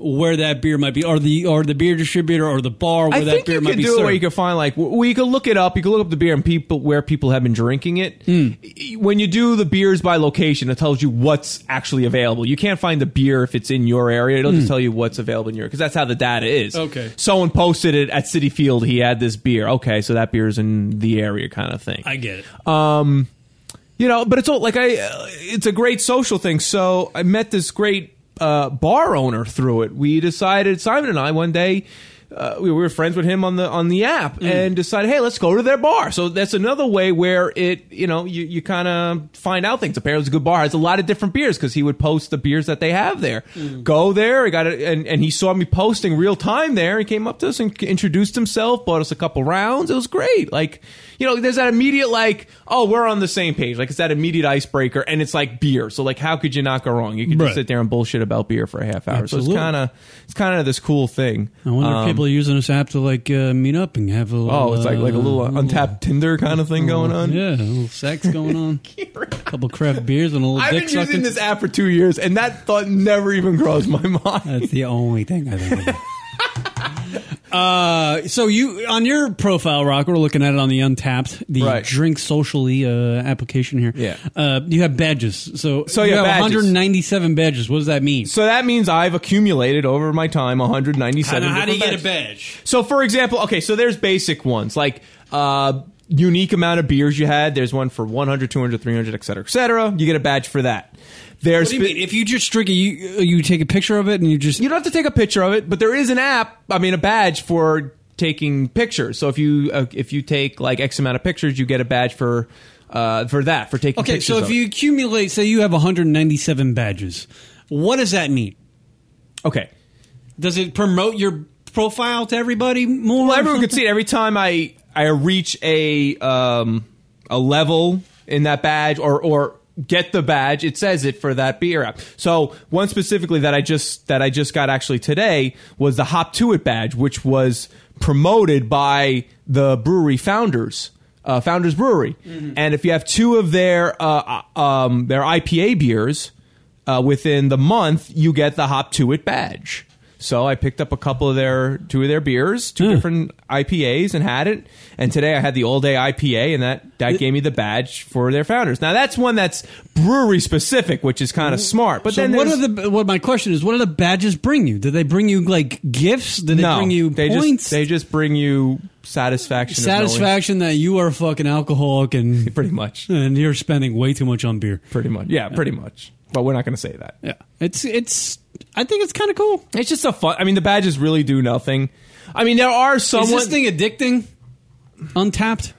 Speaker 4: where that beer might be, or the or the beer distributor, or the bar where
Speaker 5: I
Speaker 4: that
Speaker 5: think
Speaker 4: beer
Speaker 5: you
Speaker 4: might
Speaker 5: could
Speaker 4: be
Speaker 5: do it
Speaker 4: served.
Speaker 5: where you could find like w- well, you could look it up. You could look up the beer and people where people have been drinking it.
Speaker 4: Hmm.
Speaker 5: Y- When you do the beers by location, it tells you what's actually available. You can't find the beer if it's in your area. It'll
Speaker 4: Mm.
Speaker 5: just tell you what's available in your because that's how the data is.
Speaker 4: Okay.
Speaker 5: Someone posted it at City Field. He had this beer. Okay, so that beer's in the area, kind of thing.
Speaker 4: I get it.
Speaker 5: Um, you know, but it's all like I. Uh, it's a great social thing. So I met this great uh, bar owner through it. We decided Simon and I one day. Uh, we were friends with him on the on the app and decided, hey, let's go to their bar. So that's another way where it, you know, you, you kind of find out things. Apparently, it's a good bar. It's a lot of different beers because he would post the beers that they have there. Go there, I got it, and and he saw me posting real time there. He came up to us and c- introduced himself, bought us a couple rounds. It was great. Like, you know, there's that immediate like, oh, we're on the same page. Like it's that immediate icebreaker, and it's like beer. So like, how could you not go wrong? You could
Speaker 4: Right.
Speaker 5: just sit there and bullshit about beer for a half hour. So
Speaker 4: Absolutely.
Speaker 5: it's kind of it's kind of this cool thing.
Speaker 4: I wonder
Speaker 5: Um,
Speaker 4: if people are using this app to like uh, meet up and have a little,
Speaker 5: Oh, it's like like a little
Speaker 4: uh,
Speaker 5: untapped Tinder kind of thing going on.
Speaker 4: Yeah, a little sex going on, a couple craft beers and a little
Speaker 5: I've been
Speaker 4: dick
Speaker 5: using
Speaker 4: sucking.
Speaker 5: this app for two years, and that thought never even crossed my mind.
Speaker 4: That's the only thing I think. Uh, so you on your profile, Rock, we're looking at it on the Untapped, the
Speaker 5: Right.
Speaker 4: drink socially uh, application here.
Speaker 5: Yeah.
Speaker 4: uh, you have badges. So
Speaker 5: So
Speaker 4: you
Speaker 5: yeah,
Speaker 4: have
Speaker 5: badges.
Speaker 4: 197 badges. What does that mean?
Speaker 5: So that means I've accumulated over my time 197.
Speaker 4: Now, how do you
Speaker 5: different
Speaker 4: get a
Speaker 5: badges.
Speaker 4: badge?
Speaker 5: So, for example, okay, so there's basic ones like uh, unique amount of beers you had. There's one for 100, 200, 300, et cetera, et cetera. You get a badge for that. There's
Speaker 4: What do you mean? If you just drink it, you uh, you take a picture of it and you just
Speaker 5: you don't have to take a picture of it, but there is an app. I mean, a badge for taking pictures. So if you uh, if you take like X amount of pictures, you get a badge for uh, for that for taking.
Speaker 4: Okay,
Speaker 5: pictures
Speaker 4: so
Speaker 5: of
Speaker 4: if
Speaker 5: it.
Speaker 4: you accumulate, say you have 197 badges, what does that mean?
Speaker 5: Okay.
Speaker 4: Does it promote your profile to everybody more?
Speaker 5: Well, everyone could see it. Every time I I reach a um a level in that badge or or get the badge, it says it for that beer app. So one specifically that I just that I just got actually today was the Hop To It badge, which was promoted by the brewery founders. Uh, Founders Brewery,
Speaker 4: Mm-hmm.
Speaker 5: and if you have two of their uh, uh, um, their IPA beers uh, within the month, you get the Hop To It badge. So I picked up a couple of their two of their beers,
Speaker 4: Hmm.
Speaker 5: two different IPAs, and had it. And today I had the all day IPA, and that that gave me the badge for their founders. Now that's one that's brewery specific, which is kind of smart. But
Speaker 4: Mm. so
Speaker 5: then
Speaker 4: what
Speaker 5: there's-
Speaker 4: are the what? My question is, what do the badges bring you? Do they bring you like gifts? Do they
Speaker 5: no,
Speaker 4: bring you
Speaker 5: they
Speaker 4: points?
Speaker 5: Just, they just bring you satisfaction. of knowing-
Speaker 4: Satisfaction that you are a fucking alcoholic and
Speaker 5: pretty much,
Speaker 4: and you're spending way too much on beer.
Speaker 5: Pretty much, yeah, pretty much. But we're not going to say that.
Speaker 4: Yeah, it's it's. I think it's kind of cool.
Speaker 5: It's just a fun. I mean, the badges really do nothing. I mean, there are someone.
Speaker 4: Is this thing addicting? Untapped?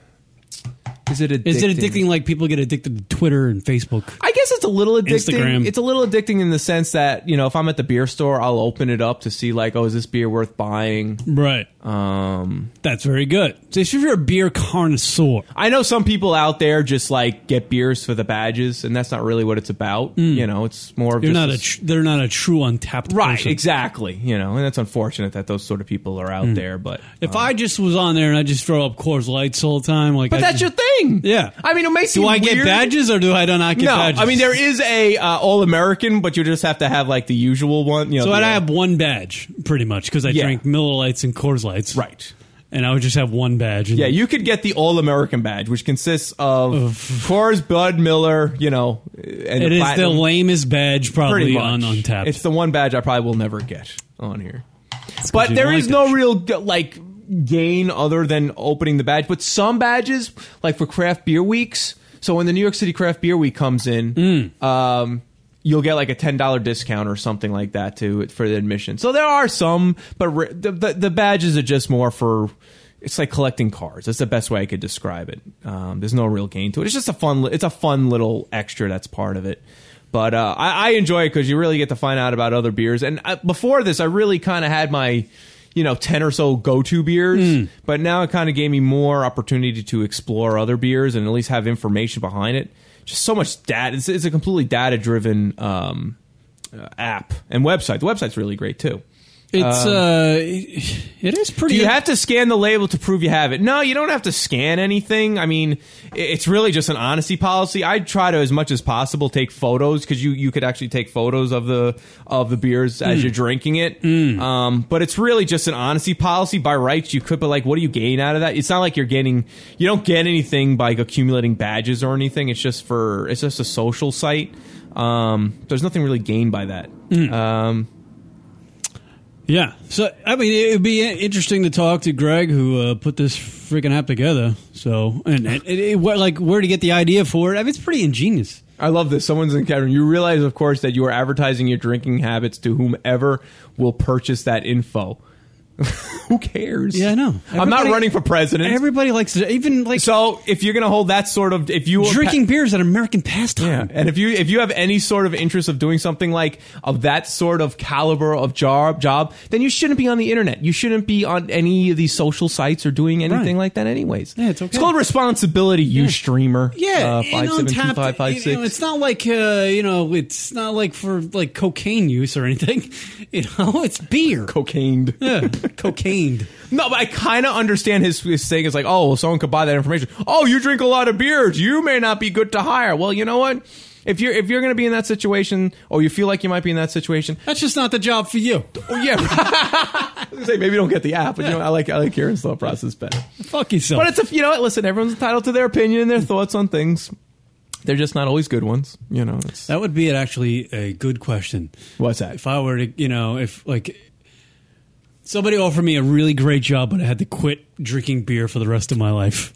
Speaker 5: Is it addicting?
Speaker 4: Is it addicting like people get addicted to Twitter and Facebook?
Speaker 5: I guess it's a little addicting.
Speaker 4: Instagram.
Speaker 5: It's a little addicting in the sense that you know, if I'm at the beer store, I'll open it up to see like, oh, is this beer worth buying?
Speaker 4: Right.
Speaker 5: Um,
Speaker 4: That's very good. So if you're a beer connoisseur,
Speaker 5: I know some people out there just like get beers for the badges, and that's not really what it's about. You know, it's more of
Speaker 4: Mm. you're
Speaker 5: just
Speaker 4: not a tr- they're not a true untapped
Speaker 5: right,
Speaker 4: person.
Speaker 5: exactly. You know, and that's unfortunate that those sort of people are out there. But
Speaker 4: Hmm.
Speaker 5: um,
Speaker 4: If I just was on there and I just throw up Coors Lights all the time, like
Speaker 5: but
Speaker 4: I
Speaker 5: that's your
Speaker 4: just,
Speaker 5: thing.
Speaker 4: yeah.
Speaker 5: I mean, it may seem
Speaker 4: do I get
Speaker 5: weird.
Speaker 4: badges or do I not get
Speaker 5: no,
Speaker 4: badges?
Speaker 5: I mean there is a uh, all American, but you just have to have like the usual one. You know,
Speaker 4: so
Speaker 5: the, uh,
Speaker 4: I'd have one badge pretty much because I
Speaker 5: Yeah.
Speaker 4: drank Miller Lights and Coors Lights,
Speaker 5: right.
Speaker 4: And I would just have one badge. And
Speaker 5: Yeah, you could get the All American badge, which consists of Coors, Bud, Miller, you know, and
Speaker 4: it
Speaker 5: the
Speaker 4: is the
Speaker 5: platinum.
Speaker 4: lamest badge
Speaker 5: pretty
Speaker 4: probably
Speaker 5: much.
Speaker 4: on untapped.
Speaker 5: It's the one badge I probably will never get on here.
Speaker 4: 'cause
Speaker 5: But
Speaker 4: you
Speaker 5: there
Speaker 4: don't
Speaker 5: is
Speaker 4: like
Speaker 5: no real g- like gain other than opening the badge. But some badges, like for craft beer weeks, so when the New York City Craft Beer Week comes in, um, you'll get like a ten dollar discount or something like that to for the admission. So there are some, but re- the, the the badges are just more for. It's like collecting cards. That's the best way I could describe it. Um, there's no real gain to it. It's just a fun. li- It's a fun little extra that's part of it. But uh, I, I enjoy it because you really get to find out about other beers. And I, before this, I really kind of had my you know, 10 or so go to beers.
Speaker 4: Hmm.
Speaker 5: But now it kind of gave me more opportunity to explore other beers and at least have information behind it. Just so much data. It's, it's a completely data driven um, uh, app and website. The website's really great too.
Speaker 4: It's
Speaker 5: Um,
Speaker 4: uh, it is pretty.
Speaker 5: do you have to scan the label to prove you have it? No, you don't have to scan anything. I mean, i- it's really just an honesty policy. I try to, as much as possible, take photos because you, you could actually take photos of the of the beers as
Speaker 4: Mm.
Speaker 5: you're drinking it.
Speaker 4: Hmm.
Speaker 5: Um, but it's really just an honesty policy. By rights, you could, but like, what do you gain out of that? It's not like you're getting you don't get anything by accumulating badges or anything. It's just for it's just a social site. Um, there's nothing really gained by that.
Speaker 4: Hmm.
Speaker 5: Um,
Speaker 4: Yeah. So I mean, it would be interesting to talk to Greg, who uh, put this freaking app together. So and, and it, it, what, like where to get the idea for it? I mean, it's pretty ingenious.
Speaker 5: I love this. Someone's in Kevin. You realize, of course, that you are advertising your drinking habits to whomever will purchase that info. Who cares?
Speaker 4: Yeah, I know.
Speaker 5: I'm not
Speaker 4: Everybody-
Speaker 5: running for president.
Speaker 4: Everybody likes to, even like
Speaker 5: so. If you're going to hold that sort of, if you
Speaker 4: Drinking beers at American
Speaker 5: yeah,
Speaker 4: pastime.
Speaker 5: and if you if you have any sort of interest of doing something like of that sort of caliber of job job, then you shouldn't be on the internet. You shouldn't be on any of these social sites or doing anything like that. Anyways, yeah, it's okay. It's called responsibility, you streamer.
Speaker 4: Yeah,
Speaker 5: uh,
Speaker 4: and
Speaker 5: five seven
Speaker 4: on
Speaker 5: two
Speaker 4: top,
Speaker 5: five five
Speaker 4: you
Speaker 5: six.
Speaker 4: know, it's not like uh, you know, it's not like for like cocaine use or anything. You know, it's beer.
Speaker 5: Cocained.
Speaker 4: Yeah, cocained.
Speaker 5: No, but I kind of understand his, his thing. It's like, oh, well, someone could buy that information. Oh, you drink a lot of beers. You may not be good to hire. Well, you know what? If you're if you're going to be in that situation, or you feel like you might be in that situation,
Speaker 4: that's just not the job for you.
Speaker 5: Oh, yeah. I was gonna say maybe don't get the app, but you know, I like I like Karen's thought process better.
Speaker 4: Fuck yourself.
Speaker 5: But it's a you know what? Listen, everyone's entitled to their opinion and their thoughts on things. They're just not always good ones, you know. It's,
Speaker 4: That would be an actually a good question.
Speaker 5: What's that?
Speaker 4: If I were to, you know, if like somebody offered me a really great job, but I had to quit drinking beer for the rest of my life,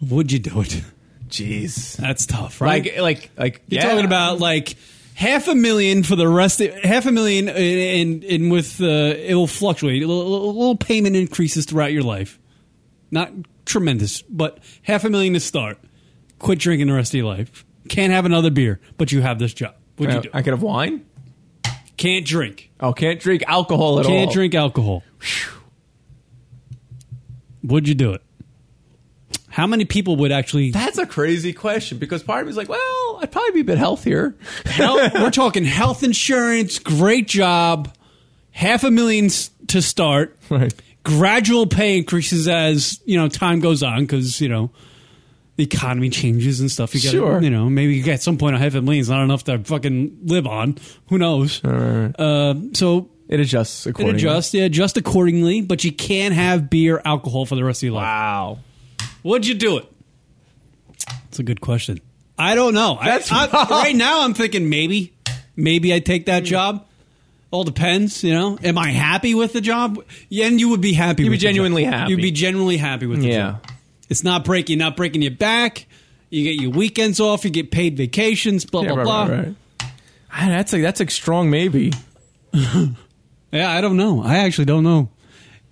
Speaker 4: would you do it?
Speaker 5: Jeez,
Speaker 4: that's tough, right?
Speaker 5: Like- like- like,
Speaker 4: you're
Speaker 5: yeah.
Speaker 4: talking about like half a million for the rest, of, half a million, uh, and and, and with uh, it will fluctuate. A little, little payment increases throughout your life, not tremendous, but half a million to start. Quit drinking the rest of your life. Can't have another beer, but you have this job. Would
Speaker 5: Uh,
Speaker 4: you do?
Speaker 5: I could have wine.
Speaker 4: Can't drink.
Speaker 5: Oh, can't drink alcohol at all.
Speaker 4: Can't drink alcohol. Would you do it? How many people would actually?
Speaker 5: That's a crazy question because part of me's like, well, I'd probably be a bit healthier.
Speaker 4: Health- we're talking health insurance. Great job. Half a million s- to start.
Speaker 5: Right.
Speaker 4: Gradual pay increases as you know time goes on because you know the economy changes and stuff. You got
Speaker 5: Sure.
Speaker 4: you know maybe at some point a half a million is not enough to fucking live on. Who knows? Uh, so
Speaker 5: it adjusts
Speaker 4: It
Speaker 5: accordingly.
Speaker 4: adjusts, yeah, adjust accordingly. But you can't have beer, alcohol for the rest of your life.
Speaker 5: Wow.
Speaker 4: Would you do it? That's a good question. I don't know. I-
Speaker 5: That's
Speaker 4: I,
Speaker 5: wild. Hmm.
Speaker 4: right now. I'm thinking maybe, maybe I take that job. All depends, you know. Am I happy with the job? Yeah, and you would be happy.
Speaker 5: You'd be
Speaker 4: with the
Speaker 5: genuinely
Speaker 4: job.
Speaker 5: happy.
Speaker 4: You'd be genuinely happy with the
Speaker 5: Yeah.
Speaker 4: job. It's not breaking, not breaking your back. You get your weekends off. You get paid vacations. Blah
Speaker 5: Yeah,
Speaker 4: blah
Speaker 5: right,
Speaker 4: blah.
Speaker 5: right, right. Ah, that's a that's a strong maybe.
Speaker 4: Yeah, I don't know. I actually don't know.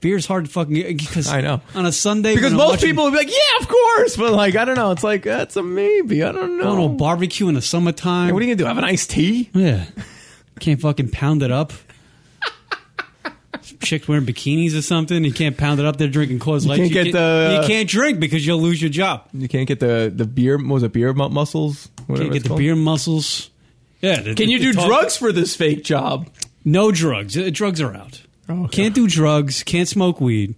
Speaker 4: Beer's hard to fucking get because
Speaker 5: I know.
Speaker 4: on a Sunday
Speaker 5: Because
Speaker 4: when I'm
Speaker 5: most
Speaker 4: watching-
Speaker 5: people would be like, yeah, of course, but like I don't know. It's like that's a maybe. I don't know.
Speaker 4: Going to a barbecue in the summertime.
Speaker 5: Hey, what are you gonna do? Have an iced tea?
Speaker 4: Yeah. Can't fucking pound it up. Some Chicks wearing bikinis or something. You can't pound it up. They're drinking Coors
Speaker 5: You
Speaker 4: Light.
Speaker 5: can't get the- uh,
Speaker 4: You can't drink because you'll lose your job.
Speaker 5: You can't get the the beer. What was it beer mu- muscles? Whatever
Speaker 4: Can't get
Speaker 5: it's
Speaker 4: the
Speaker 5: called.
Speaker 4: beer muscles. Yeah.
Speaker 5: Can you do drugs for this fake job? Oh,
Speaker 4: No drugs. Uh, Drugs are out. Can't do drugs. Can't smoke weed.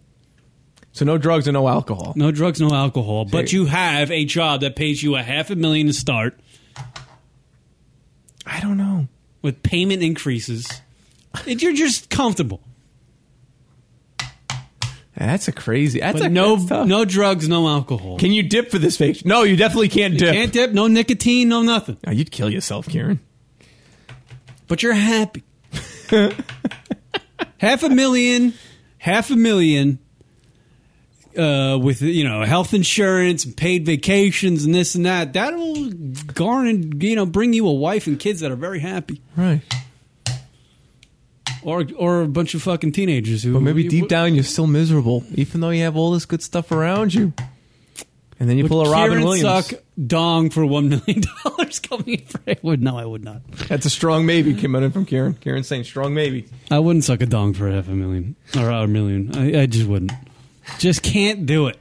Speaker 5: So no drugs and no alcohol.
Speaker 4: No drugs. No alcohol. But you have a job that pays you a half a million to start
Speaker 5: I don't know.
Speaker 4: with payment increases. It- You're just comfortable.
Speaker 5: That's a crazy. That's
Speaker 4: But
Speaker 5: a
Speaker 4: no
Speaker 5: that's tough.
Speaker 4: no drugs. No alcohol.
Speaker 5: Can you dip for this fake? No, you definitely can't dip.
Speaker 4: Can't dip. No nicotine. No nothing.
Speaker 5: Oh, you'd kill yourself, Karen.
Speaker 4: but you're happy. half a million, half a million, uh, with you know health insurance, paid vacations, and this and that. That'll garner you know bring you a wife and kids that are very happy,
Speaker 5: Right.
Speaker 4: or or a bunch of fucking teenagers who
Speaker 5: But maybe
Speaker 4: you-
Speaker 5: deep down you're still miserable, even though you have all this good stuff around you. And then you
Speaker 4: would
Speaker 5: pull a
Speaker 4: Kieran
Speaker 5: Robin Williams.
Speaker 4: Suck dong for one million dollars coming in for Haywood. No, I would not.
Speaker 5: That's a strong maybe coming in from Karen. Karen's saying strong maybe.
Speaker 4: I wouldn't suck a dong for half a million or a million. I, I just wouldn't. Just can't do it.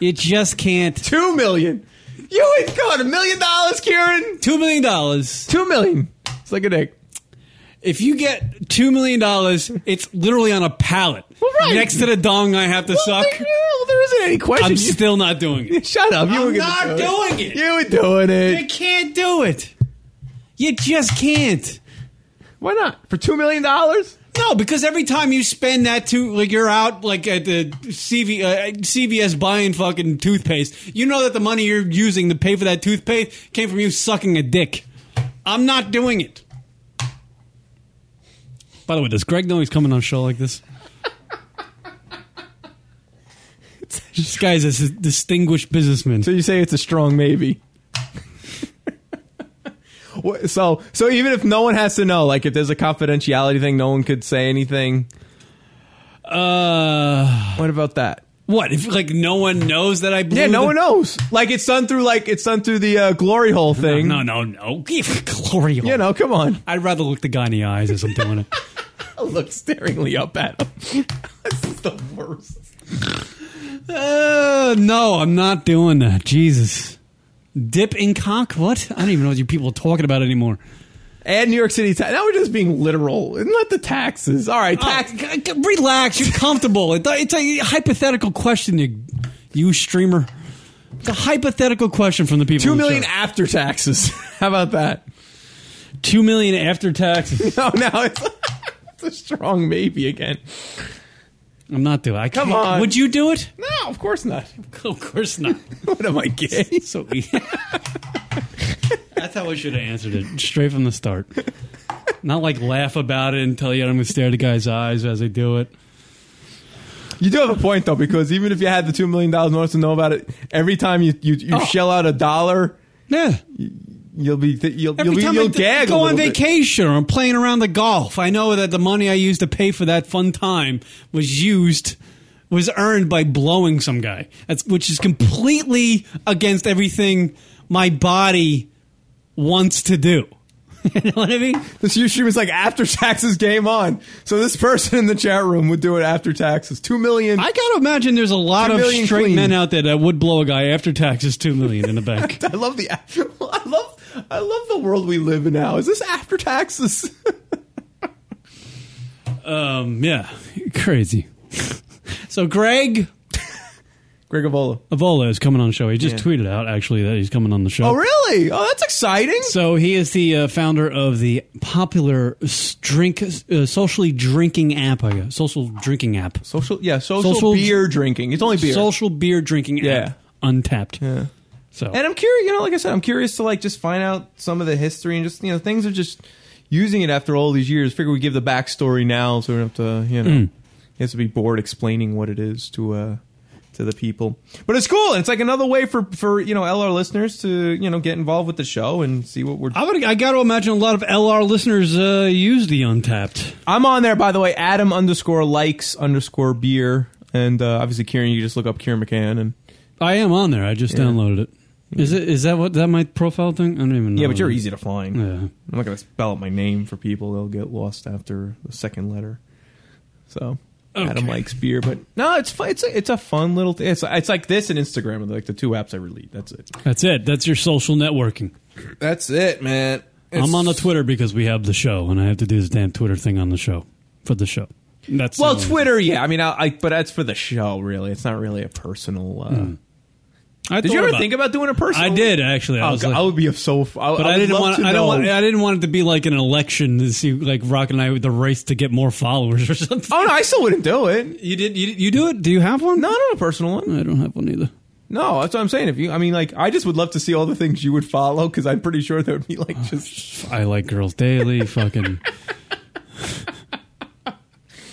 Speaker 4: You just can't.
Speaker 5: Two million. You ain't got a million dollars, Karen.
Speaker 4: Two million dollars.
Speaker 5: Two million. It's like a dick.
Speaker 4: If you get two million dollars, it's literally on a pallet
Speaker 5: right.
Speaker 4: next to the dong I have to
Speaker 5: Well,
Speaker 4: suck.
Speaker 5: there, well, there isn't any question.
Speaker 4: I'm
Speaker 5: You-
Speaker 4: still not doing it.
Speaker 5: Shut up. You
Speaker 4: I'm
Speaker 5: were gonna
Speaker 4: not
Speaker 5: do it.
Speaker 4: doing it.
Speaker 5: You were doing it.
Speaker 4: You can't do it. You just can't.
Speaker 5: Why not? For two million dollars?
Speaker 4: No, because every time you spend that to like you're out like at the CV, uh, CVS buying fucking toothpaste, you know that the money you're using to pay for that toothpaste came from you sucking a dick. I'm not doing it. By the way, does Greg know he's coming on a show like this? this guy's a s- distinguished businessman.
Speaker 5: So you say it's a strong maybe. What- so so even if no one has to know, like if there's a confidentiality thing, no one could say anything.
Speaker 4: Uh,
Speaker 5: what about that?
Speaker 4: What if like no one knows that I blew
Speaker 5: Yeah, no
Speaker 4: the-
Speaker 5: one knows. Like it's done through like it's done through the uh, glory hole thing.
Speaker 4: No, no, no. Glory hole.
Speaker 5: You know, come on.
Speaker 4: I'd rather look the guy in the eyes as I'm doing it.
Speaker 5: Look staringly up at him. this is the worst.
Speaker 4: Uh, no, I'm not doing that. Jesus. Dip in cock? What? I don't even know what you people are talking about anymore.
Speaker 5: Add New York City tax. Now we're just being literal. And let the taxes. All right, tax.
Speaker 4: Oh, g- g- relax. You're comfortable. It- It's a hypothetical question, you, you streamer. It's a hypothetical question from the people.
Speaker 5: Two
Speaker 4: in the
Speaker 5: million
Speaker 4: chat.
Speaker 5: after taxes. How about that?
Speaker 4: Two million after taxes.
Speaker 5: No, no, it's, it's a strong maybe again.
Speaker 4: I'm not doing. I
Speaker 5: Come
Speaker 4: can't-
Speaker 5: on.
Speaker 4: Would you do it?
Speaker 5: No, of course not.
Speaker 4: Of course not.
Speaker 5: What am I gay?
Speaker 4: So easy. That's how I should have answered it straight from the start. Not like laugh about it and tell you I'm going to stare at a guy's eyes as I do it.
Speaker 5: You do have a point though, because even if you had the two million dollars, no one to know about it. Every time you you, you
Speaker 4: Oh.
Speaker 5: shell out a dollar,
Speaker 4: Yeah.
Speaker 5: you'll be th- you'll
Speaker 4: Every
Speaker 5: you'll, be,
Speaker 4: time
Speaker 5: you'll
Speaker 4: I d-
Speaker 5: gag.
Speaker 4: go
Speaker 5: a
Speaker 4: on
Speaker 5: little bit.
Speaker 4: vacation or I'm playing around the golf, I know that the money I used to pay for that fun time was used was earned by blowing some guy. That's which is completely against everything my body wants to do. you know what I mean?
Speaker 5: This YouTube is like after taxes game on. So this person in the chat room would do it after taxes. Two million.
Speaker 4: I gotta imagine there's a lot
Speaker 5: Two
Speaker 4: of
Speaker 5: million
Speaker 4: straight
Speaker 5: clean.
Speaker 4: men out there that would blow a guy after taxes two million in the bank.
Speaker 5: I love the. I love. I love the world we live in now. Is this after taxes?
Speaker 4: um, yeah, crazy. so Greg
Speaker 5: Greg Avola.
Speaker 4: Avola is coming on the show. He just
Speaker 5: Yeah.
Speaker 4: tweeted out actually that he's coming on the show.
Speaker 5: Oh really? Oh, that's exciting.
Speaker 4: So he is the uh, founder of the popular s- drink, uh, socially drinking app. I guess social drinking app,
Speaker 5: Social, yeah, social,
Speaker 4: Social-
Speaker 5: beer drinking. It's only beer.
Speaker 4: social beer drinking
Speaker 5: Yeah.
Speaker 4: app, Untapped. Yeah. So
Speaker 5: And I'm curious, you know, like I said, I'm curious to like just find out some of the history and just you know things of just using it after all these years. Figure we give the backstory now, so we don't have to you
Speaker 4: Mm.
Speaker 5: know it has to be bored explaining what it is to uh to the people. But it's cool, and it's like another way for for you know LR listeners to you know get involved with the show and see what we're.
Speaker 4: I would, I got to imagine a lot of LR listeners uh, use the Untapped.
Speaker 5: I'm on there by the way, Adam underscore likes underscore beer, and uh, obviously Kieran, you just look up Kieran McCann and.
Speaker 4: I am on there. I just
Speaker 5: Yeah.
Speaker 4: downloaded it. Is it is that what that my profile thing? I don't even know.
Speaker 5: Yeah, but you're easy to find.
Speaker 4: Um, Yeah.
Speaker 5: I'm not going to spell out my name for people. They'll get lost after the second letter. So, Adam
Speaker 4: Okay.
Speaker 5: likes beer, but no, it's fun. It's a, it's a fun little thing. It's, it's like this and Instagram are like the two apps I really. That's it.
Speaker 4: That's it. That's your social networking.
Speaker 5: That's it, man.
Speaker 4: I'm on the Twitter because we have the show, and I have to do this damn Twitter thing on the show for the show. That's uh, the
Speaker 5: Well,
Speaker 4: only-
Speaker 5: Twitter, yeah. I mean, I, I but that's for the show, really. It's not really a personal. Uh,
Speaker 4: Hmm. I
Speaker 5: Did
Speaker 4: thought
Speaker 5: you ever think about doing a personal?
Speaker 4: I did actually. I
Speaker 5: Oh,
Speaker 4: was
Speaker 5: God,
Speaker 4: like,
Speaker 5: I would be so. f- I,
Speaker 4: but I,
Speaker 5: would
Speaker 4: didn't
Speaker 5: love
Speaker 4: want.
Speaker 5: to
Speaker 4: I
Speaker 5: know.
Speaker 4: don't want. I didn't want it to be like an election to see like Rock and I with the race to get more followers or something.
Speaker 5: Oh no, I still wouldn't do it.
Speaker 4: You did. You, you do it. Do you have one?
Speaker 5: No, I don't have a personal one.
Speaker 4: I don't have one either.
Speaker 5: No, that's what I'm saying. If you, I mean, like, I just would love to see all the things you would follow because I'm pretty sure there would be like just
Speaker 4: I like Girls Daily. fucking.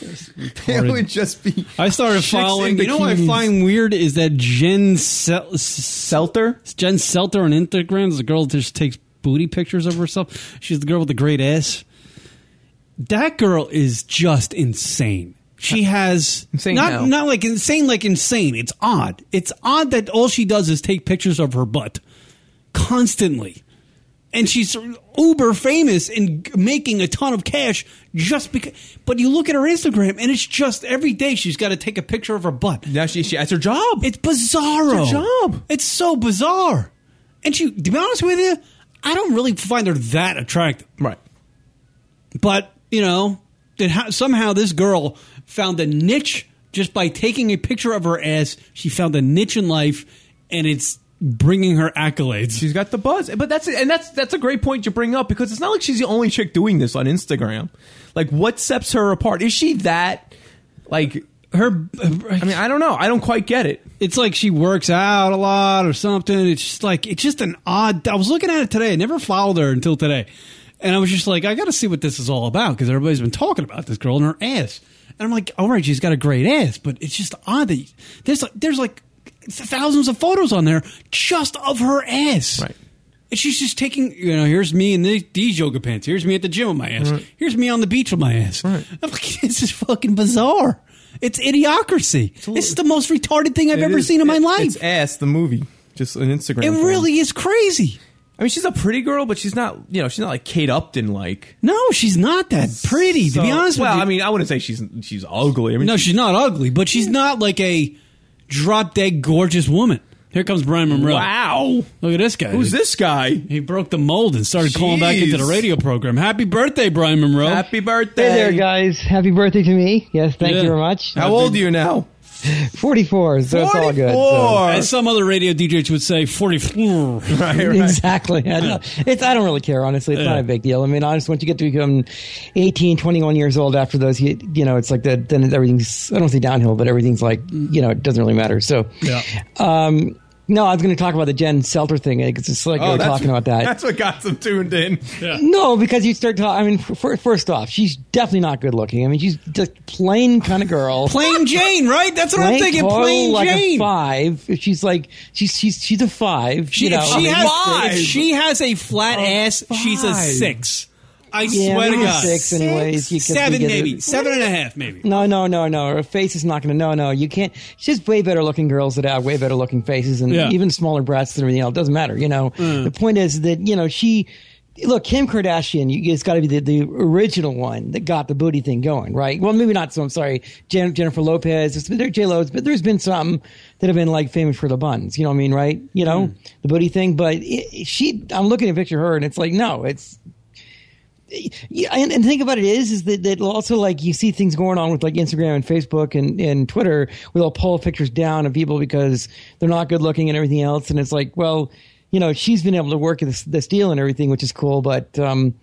Speaker 5: it would just be.
Speaker 4: I started
Speaker 5: Chicks in
Speaker 4: following. You know what I
Speaker 5: bikinis.
Speaker 4: find weird is that Jen Sel- Selter, Jen Selter on Instagram is the girl that just takes booty pictures of herself. She's the girl with the great ass. That girl is just insane. she
Speaker 5: Uh,
Speaker 4: has not
Speaker 10: how?
Speaker 4: not like insane, like insane. It's odd. It's odd that all she does is take pictures of her butt constantly, and she's uber famous and g- making a ton of cash just because. But you look at her Instagram, and it's just every day she's got to take a picture of her butt.
Speaker 5: Now she, she that's her job.
Speaker 4: It's bizarro.
Speaker 5: It's her
Speaker 4: job. It's so bizarre. And she, to be honest with you, I don't really find her that attractive.
Speaker 5: Right.
Speaker 4: But you know, that how, somehow this girl found a niche just by taking a picture of her ass. She found a niche in life, and it's bringing her accolades.
Speaker 5: She's got the buzz, but that's and that's that's a great point you bring up because it's not like she's the only chick doing this on Instagram. Like, what sets her apart? Is she that like
Speaker 4: her?
Speaker 5: I mean, I don't know. I don't quite get it.
Speaker 4: It's like she works out a lot or something. It's just like it's just an odd. I was looking at it today. I never followed her until today, and I was just like, I got to see what this is all about because everybody's been talking about this girl and her ass. And I'm like, all right, she's got a great ass, but it's just odd that you- there's like there's like thousands of photos on there just of her ass. Right. And she's just taking, you know, here's me in the, these yoga pants. Here's me at the gym with my ass. Here's me on the beach with my ass. I'm like, this is fucking bizarre. It's idiocracy. This is the most retarded thing I've
Speaker 5: It
Speaker 4: ever
Speaker 5: is-
Speaker 4: seen in my
Speaker 5: it-
Speaker 4: life.
Speaker 5: It's ass the movie, just an Instagram.
Speaker 4: It really is crazy.
Speaker 5: I mean, she's a pretty girl, but she's not. You know, she's not like Kate Upton. Like,
Speaker 4: no, she's not that pretty. to be honest with
Speaker 5: well,
Speaker 4: you,
Speaker 5: I mean, I wouldn't say she's she's ugly. I mean,
Speaker 4: no, she's not ugly, but she's not like a drop dead gorgeous woman. Here comes Brian Monroe.
Speaker 5: Wow,
Speaker 4: look at this guy.
Speaker 5: Who's this guy?
Speaker 4: He broke the mold and started calling back into the
Speaker 14: Jeez.
Speaker 4: radio program. Happy birthday, Brian Monroe.
Speaker 5: Happy birthday.
Speaker 14: Hey there, guys. Happy birthday to me. Yes, thank
Speaker 4: Yeah.
Speaker 14: you very much.
Speaker 4: How old are you
Speaker 5: now?
Speaker 14: 44, so it's all good. so-
Speaker 4: As some other radio DJs would say, 44.
Speaker 14: Exactly. I don't, it's, I don't really care, honestly. It's not
Speaker 4: Yeah.
Speaker 14: a big deal. I mean, honestly, once you get to become 18, 21 years old after those, you, you know, it's like the, then everything's, I don't say downhill, but everything's like, you know, it doesn't really matter. So,
Speaker 4: Yeah.
Speaker 14: um, no, I was going to talk about the Jen Selter thing. eh, It's just
Speaker 4: Oh,
Speaker 14: like we were
Speaker 5: Oh, that's-
Speaker 14: talking about that.
Speaker 5: That's what got them tuned in.
Speaker 14: No, because you start talking. I mean, f- f- first off, she's definitely not good looking. I mean, she's just plain kind of girl.
Speaker 4: Plain Jane, right? That's what I'm
Speaker 14: Plain
Speaker 4: thinking,
Speaker 14: total,
Speaker 4: plain
Speaker 14: like
Speaker 4: Jane.
Speaker 14: A five. If She's like she's she's she's a five.
Speaker 4: She,
Speaker 14: you know,
Speaker 4: if, she
Speaker 14: I mean,
Speaker 4: has,
Speaker 14: six.
Speaker 4: if she has a
Speaker 5: Oh,
Speaker 4: flat ass, she's a
Speaker 14: five.
Speaker 4: six. I
Speaker 14: Yeah,
Speaker 4: swear to
Speaker 14: maybe
Speaker 4: God.
Speaker 14: six anyways. You could-
Speaker 4: Seven,
Speaker 14: you could-
Speaker 4: maybe. Seven and a half, maybe.
Speaker 14: No, no, no, no. Her face is not going to. No, no. You can't. She's just way better looking girls that have way better looking faces and
Speaker 4: Yeah. Mm.
Speaker 14: even smaller breasts and everything else. Doesn't matter. You know. The point is that you know she. Look, Kim Kardashian, you, it's got to be the, the original one that got the booty thing going, right? Well, maybe not. So I'm sorry, Jen, Jennifer Lopez, J Lo's, but there's been some that have been like famous for the buns. You know what I mean, right? You
Speaker 4: Mm.
Speaker 14: know the booty thing. But it, she, I'm looking at a picture of her, and it's like, no, it's yeah, and, and the thing about it is, is that, that also like you see things going on with like Instagram and Facebook and, and Twitter, where they'll pull pictures down of people because they're not good looking and everything else, and it's like, well, you know, she's been able to work this this deal and everything, which is cool, but um,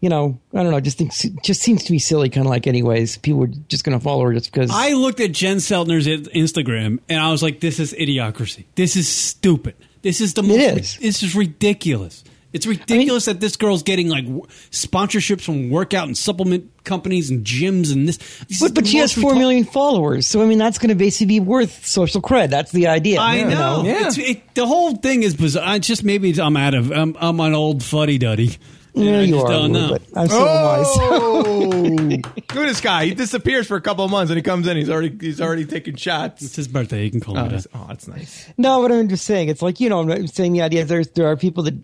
Speaker 14: you know, I don't know, just think, just seems to be silly, kind of like anyways, people are just going to follow her just because.
Speaker 4: I looked at Jen Seltner's in- Instagram and I was like, this is idiocracy. This is stupid. This is the most. This is ridiculous. It's ridiculous that this girl's getting like w- sponsorships from workout and supplement companies and gyms and this. this
Speaker 14: but, but she has four million followers, so I mean that's going to basically be worth social cred. That's the idea.
Speaker 4: I
Speaker 14: you
Speaker 4: know. It's, it, the whole thing is bizarre. I just maybe I'm out of. I'm, I'm an old fuddy duddy.
Speaker 14: Yeah,
Speaker 4: I
Speaker 14: you
Speaker 4: just
Speaker 14: are a
Speaker 4: don't
Speaker 14: little
Speaker 4: know.
Speaker 14: bit. I'm so am
Speaker 5: Look at this guy. Oh! He disappears for a couple of months, and he comes in. He's already he's already taking shots. It's
Speaker 4: his birthday. He can call
Speaker 5: oh, me. Oh, that's nice.
Speaker 14: No, but I'm just saying, it's like you know, I'm saying the idea is there's there are people that,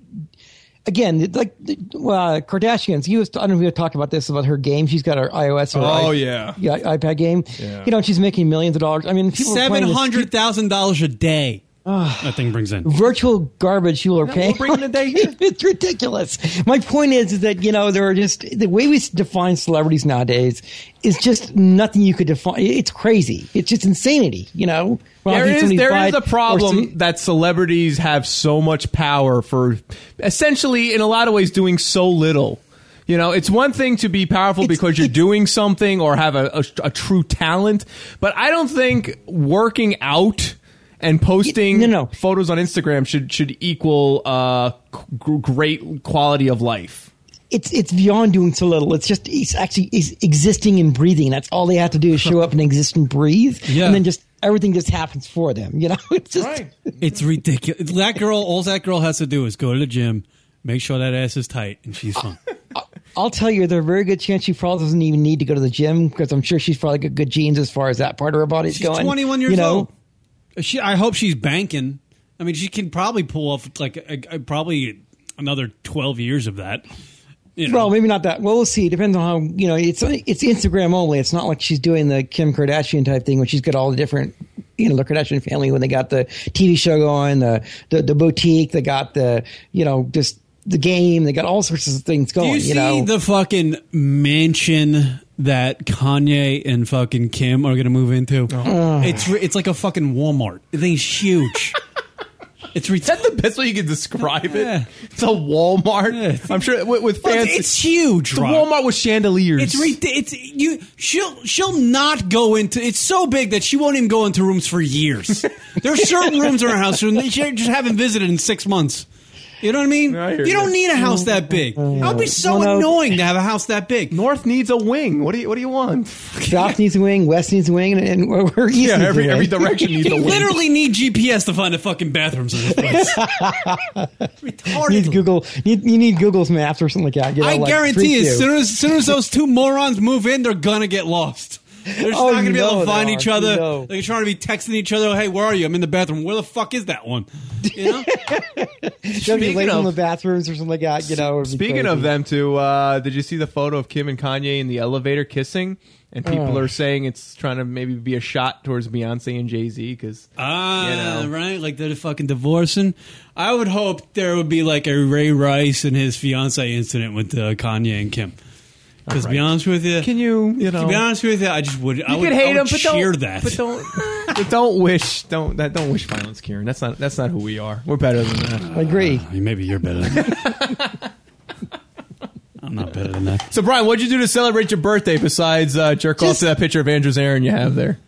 Speaker 14: again, like well, Kardashians. You, was, I don't know if we talked about this about her game. She's got her iOS. Her
Speaker 5: Oh,
Speaker 14: i-
Speaker 5: yeah.
Speaker 14: yeah, iPad game.
Speaker 4: Yeah.
Speaker 14: You know, she's making millions of dollars. I mean, people are playing
Speaker 4: Oh, Seven
Speaker 14: this
Speaker 4: hundred thousand dollars a day. that thing brings in.
Speaker 14: virtual garbage you are paying. it's ridiculous. My point is, is that you know there are just the way we define celebrities nowadays is just nothing you could define. It's crazy. It's just insanity. You know, Well, I
Speaker 5: there
Speaker 14: think
Speaker 5: is
Speaker 14: somebody's
Speaker 5: there
Speaker 14: five
Speaker 5: is a
Speaker 14: or
Speaker 5: problem
Speaker 14: six-
Speaker 5: that celebrities have so much power for essentially in a lot of ways doing so little. You know, it's one thing to be powerful because you're doing something or have a, a, a true talent, but I don't think working out and posting photos on Instagram should should equal uh, g- great quality of life.
Speaker 14: it's it's beyond doing so little. It's just it's actually it's existing and breathing. That's all they have to do is show up and exist and breathe,
Speaker 4: Yeah.
Speaker 14: and then just everything just happens for them. You know, it's just
Speaker 4: It's ridiculous. That girl, all that girl has to do is go to the gym, make sure that ass is tight, and she's fine.
Speaker 14: I'll tell you, there's a very good chance she probably doesn't even need to go to the gym because I'm sure she's probably got good genes as far as that part of her body's
Speaker 4: She's
Speaker 14: going.
Speaker 4: 21 years
Speaker 14: you know?
Speaker 4: old. She, I hope she's banking. I mean, she can probably pull off like a, a, probably another 12 years of that. You know,
Speaker 14: Well, maybe not that. Well, we'll see. It depends on how you know. It's it's Instagram only. It's not like she's doing the Kim Kardashian type thing, where she's got all the different, you know, the Kardashian family when they got the TV show going, the the, the boutique, they got the you know just the game, they got all sorts of things
Speaker 4: do
Speaker 5: Oh,
Speaker 14: going.
Speaker 4: you,
Speaker 14: You,
Speaker 4: see
Speaker 14: know,
Speaker 4: the fucking mansion that Kanye and fucking Kim are going to move into?
Speaker 5: Oh.
Speaker 14: Ugh.
Speaker 4: It's re- it's like a fucking Walmart. The thing's huge. it's re-
Speaker 5: That's the best way you can describe it. It's a Walmart. I'm sure with, with
Speaker 4: Well,
Speaker 5: fans.
Speaker 4: it's huge,
Speaker 5: It's a
Speaker 4: Rob.
Speaker 5: Walmart with chandeliers.
Speaker 4: It's re- it's you. She'll she'll not go into. It's so big that she won't even go into rooms for years. there are certain rooms in her house room that she just haven't visited in six months. You know what I mean?
Speaker 5: hear
Speaker 4: you don't
Speaker 5: you.
Speaker 4: need a house that big.
Speaker 14: Mm.
Speaker 4: That would be so
Speaker 5: Well, no.
Speaker 4: annoying to have a house that big.
Speaker 5: North needs a wing. What do you What do you want?
Speaker 14: South needs a wing, West needs a wing, and, and we're, we're East needs a wing.
Speaker 4: You literally need GPS to find the fucking bathrooms in this place.
Speaker 14: Need Google. Need, you need Google's Maps or something like that. You know,
Speaker 4: I
Speaker 14: like,
Speaker 4: guarantee
Speaker 14: freak
Speaker 4: as
Speaker 14: you.
Speaker 4: soon as, soon as those two morons move in, they're gonna get lost. They're just
Speaker 14: Oh,
Speaker 4: not gonna
Speaker 14: you
Speaker 4: be able
Speaker 14: know
Speaker 4: to
Speaker 14: they
Speaker 4: find
Speaker 14: are.
Speaker 4: each
Speaker 14: You
Speaker 4: other.
Speaker 14: know.
Speaker 4: They're trying to be texting each other. Hey, where are you? I'm in the bathroom. Where the fuck is that one? You know.
Speaker 14: They'll be
Speaker 5: Speaking
Speaker 14: late in
Speaker 5: of-
Speaker 14: the bathrooms or something like that. You know. it'd be
Speaker 5: Speaking
Speaker 14: crazy.
Speaker 5: of them, too, uh, did you see the photo of Kim and Kanye in the elevator kissing? And people
Speaker 14: Oh.
Speaker 5: are saying it's trying to maybe be a shot towards Beyonce and Jay Z because
Speaker 4: Ah, right. Like they're fucking divorcing. I would hope there would be like a Ray Rice and his fiance incident with uh, Kanye and Kim. Because to be honest with you,
Speaker 5: can you you
Speaker 4: to
Speaker 5: know-
Speaker 4: be honest with you, I just would. I
Speaker 5: You
Speaker 4: would,
Speaker 5: can
Speaker 4: I
Speaker 5: hate
Speaker 4: would
Speaker 5: him, but don't-
Speaker 4: cheer that.
Speaker 5: but don't. But don't wish don't that don't wish violence, Kieran. That's not that's not who we are. We're better than that.
Speaker 14: I agree.
Speaker 4: Uh, maybe you're better. than I'm not better than that.
Speaker 5: So Brian, what'd you do to celebrate your birthday besides uh, jerk off to that picture of Andrews Aaron you have there?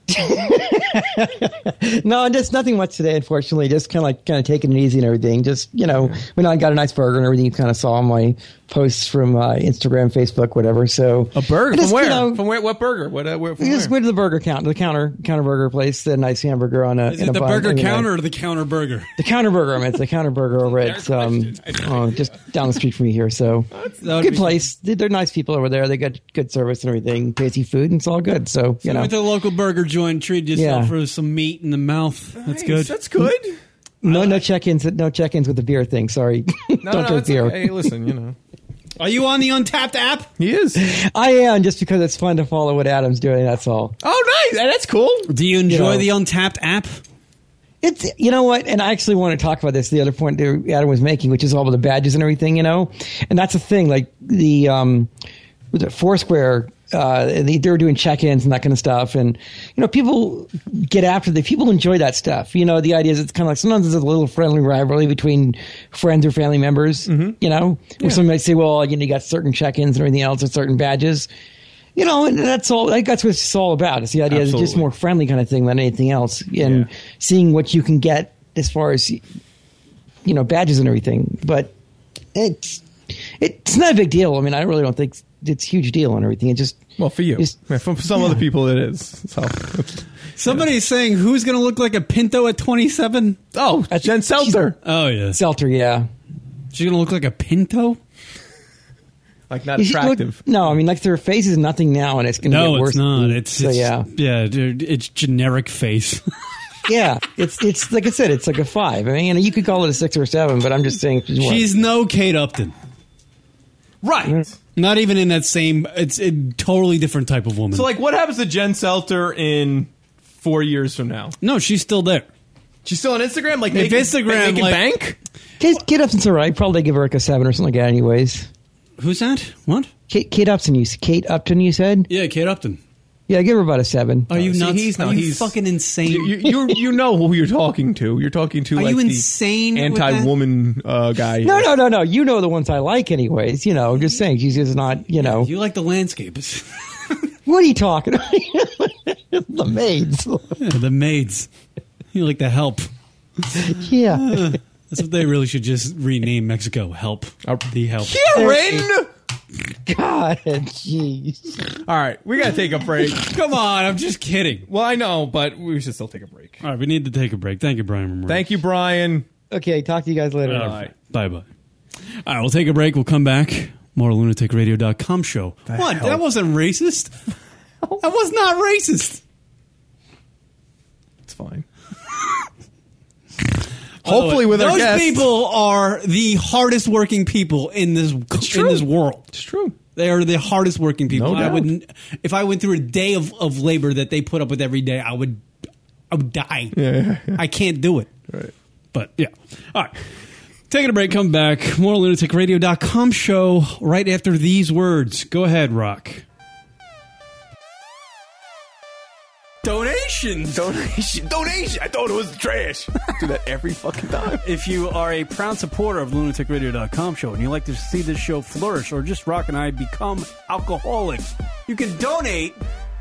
Speaker 14: no, just nothing much today, unfortunately. Just kind of like kind of taking it easy and everything. Just you know, we I got a nice burger and everything. You kind of saw my posts from uh, Instagram, Facebook, whatever. So a
Speaker 5: Burger from where? from where? What burger? What? Uh, where, from
Speaker 14: we just
Speaker 5: where?
Speaker 14: went to the burger counter, the counter counter burger place, the nice hamburger on a.
Speaker 4: Is
Speaker 14: in
Speaker 4: it
Speaker 14: a
Speaker 4: the
Speaker 14: bun.
Speaker 4: burger
Speaker 14: Anyway,
Speaker 4: counter or the counter burger?
Speaker 14: The counter burger. I mean, it's the counter burger over at um, oh, just down the street from me here. So
Speaker 4: That would
Speaker 14: good
Speaker 4: be-
Speaker 14: place. They- They're nice people over there. They got good service and everything, tasty food, and it's all good. So
Speaker 4: You
Speaker 14: you know,
Speaker 4: went to the local burger joint, treated yourself
Speaker 14: Yeah.
Speaker 4: for some meat in the mouth. That's good.
Speaker 5: That's good.
Speaker 14: no no check ins, no check ins with the beer thing. Sorry,
Speaker 5: No,
Speaker 14: don't
Speaker 5: no,
Speaker 14: drink
Speaker 5: it's
Speaker 14: beer.
Speaker 5: okay. Hey, listen, you know.
Speaker 4: Are you on the Untapped app?
Speaker 5: He is.
Speaker 14: I am just because it's fun to follow what Adam's doing. That's all.
Speaker 5: Oh, nice. That's cool.
Speaker 4: Do you enjoy
Speaker 14: Yeah.
Speaker 4: the Untapped app?
Speaker 14: It's you know what, and I actually want to talk about this. The other point that Adam was making, which is all about the badges and everything, you know, and that's the thing. Like the um, was it Foursquare? Uh, they, they were doing check-ins and that kind of stuff, and you know, people get after the people enjoy that stuff. You know, the idea is it's kind of like sometimes it's a little friendly rivalry between friends or family members. You know, where some might say, well, you know, you got certain check-ins and everything else, and certain badges. You know, and that's all. Like, that's what it's all about. It's the idea. It's just
Speaker 5: Absolutely.
Speaker 14: more friendly kind of thing than anything else, and seeing what you can get as far as you know badges and everything. But it's it's not a big deal. I mean, I really don't think it's a huge deal and everything. It just
Speaker 5: well for you, Yeah, from some other people it is. So.
Speaker 4: Somebody's saying who's going to look like a pinto at 27?
Speaker 5: Oh, Jen Seltzer.
Speaker 4: Oh, yeah.
Speaker 14: Seltzer, yeah.
Speaker 4: She's going to look like a pinto?
Speaker 5: Like not
Speaker 14: You should look- no, I mean, like their face is nothing now, and it's going to
Speaker 4: No,
Speaker 14: get worse.
Speaker 4: it's not. It's,
Speaker 14: so,
Speaker 4: it's-
Speaker 14: yeah,
Speaker 4: yeah, dude, it's generic face.
Speaker 14: yeah. It's it's like I said, it's like a five. I mean, you, know, you could call it a six or a seven, but I'm just saying
Speaker 4: She's no Kate Upton.
Speaker 14: Mm.
Speaker 5: Right.
Speaker 4: Not even in that same. It's a totally different type of woman.
Speaker 5: So like, what happens to Jen Seltzer in four years from now?
Speaker 4: no, she's still there.
Speaker 5: She's still on Instagram. Like
Speaker 4: If
Speaker 5: making,
Speaker 4: Instagram,
Speaker 5: making
Speaker 4: like-
Speaker 5: bank.
Speaker 14: Kate, Kate Upton's all right. Probably give her like a seven or something like that, anyways.
Speaker 4: Who's that? What?
Speaker 14: Kate, Kate Upton. You s- Kate Upton. You said.
Speaker 4: Yeah, Kate Upton.
Speaker 14: Yeah, give her about a seven.
Speaker 4: Are you
Speaker 5: See,
Speaker 4: nuts?
Speaker 5: he's
Speaker 4: Are
Speaker 5: not-
Speaker 4: you
Speaker 5: he's-
Speaker 4: fucking insane?
Speaker 5: You, you you know who you're talking to. You're talking to
Speaker 4: Are
Speaker 5: like
Speaker 4: you
Speaker 5: the
Speaker 4: insane with that?
Speaker 5: anti-woman uh, guy.
Speaker 14: No, no, no, no. You know the ones I like, anyways. You know, I'm just saying she's just not. You know,
Speaker 4: you like the landscapes,
Speaker 14: what are you talking about? the maids.
Speaker 4: Yeah, the maids. You like the help.
Speaker 14: yeah.
Speaker 4: Uh, that's what they really should just rename Mexico. Help. The help.
Speaker 5: Karen.
Speaker 14: God, jeez.
Speaker 5: All right, we gotta take a break.
Speaker 4: Come on, I'm just kidding.
Speaker 5: Well, I know, but we should still take a break.
Speaker 4: All right, we need to take a break. Thank you, Brian. Romero.
Speaker 5: Thank you, Brian.
Speaker 14: Okay, talk to you guys later.
Speaker 4: Bye bye. All right, we'll take a break. We'll come back. morelunaticradio.com show. what?
Speaker 15: hell?
Speaker 4: That wasn't racist. That was not racist.
Speaker 16: It's fine.
Speaker 4: By
Speaker 16: Hopefully,
Speaker 4: the way,
Speaker 16: with
Speaker 4: those
Speaker 16: our guest.
Speaker 4: people are the hardest working people in this in this world. It's
Speaker 16: true.
Speaker 4: They are the hardest working people.
Speaker 16: No
Speaker 4: I
Speaker 16: doubt.
Speaker 4: would if I went through a day of, of labor that they put up with every day, I would I would die.
Speaker 17: yeah,
Speaker 4: I can't do it.
Speaker 16: Right.
Speaker 4: But yeah. All right. Taking a break, come back. More lunaticradio.com show right after these words. Go ahead, Rock. Donations.
Speaker 16: Donation. Donation. I thought it was trash. Do that every fucking time.
Speaker 18: If you are a proud supporter of lunaticradio.com show and you like to see this show flourish or just Rock and I become alcoholics, you can donate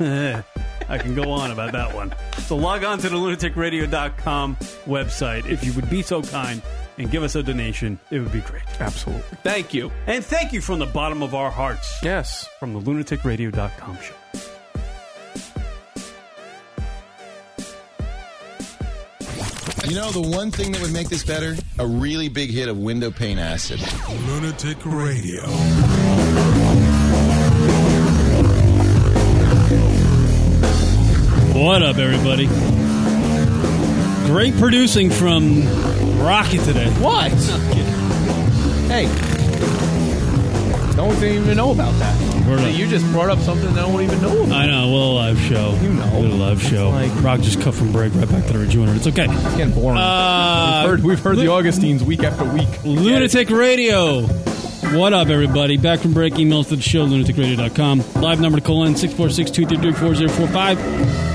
Speaker 18: I can go on about that one. So log on to the lunaticradio.com website if you would be so kind and give us a donation. It would be great.
Speaker 5: Absolutely. Thank you.
Speaker 18: And thank you from the bottom of our hearts.
Speaker 5: Yes.
Speaker 18: From the lunaticradio.com show.
Speaker 1: You know, the one thing that would make this better? A really big hit of window paint acid.
Speaker 19: Lunatic Radio.
Speaker 17: What up, everybody? Great producing from Rocket today.
Speaker 5: What? Hey. No one didn't even know about that. You just brought up something that I don't even know about.
Speaker 17: I know. We'll live show. You know. We'll live show. Rock just cut from break right back to the rejoiner. It's okay. It's
Speaker 5: getting boring.
Speaker 17: Uh,
Speaker 5: we've heard, we've heard the Augustines week after week.
Speaker 17: Lunatic Radio. What up, everybody? Back from break. Emails to the show, lunaticradio.com. Live number to call in, 646-233-4045.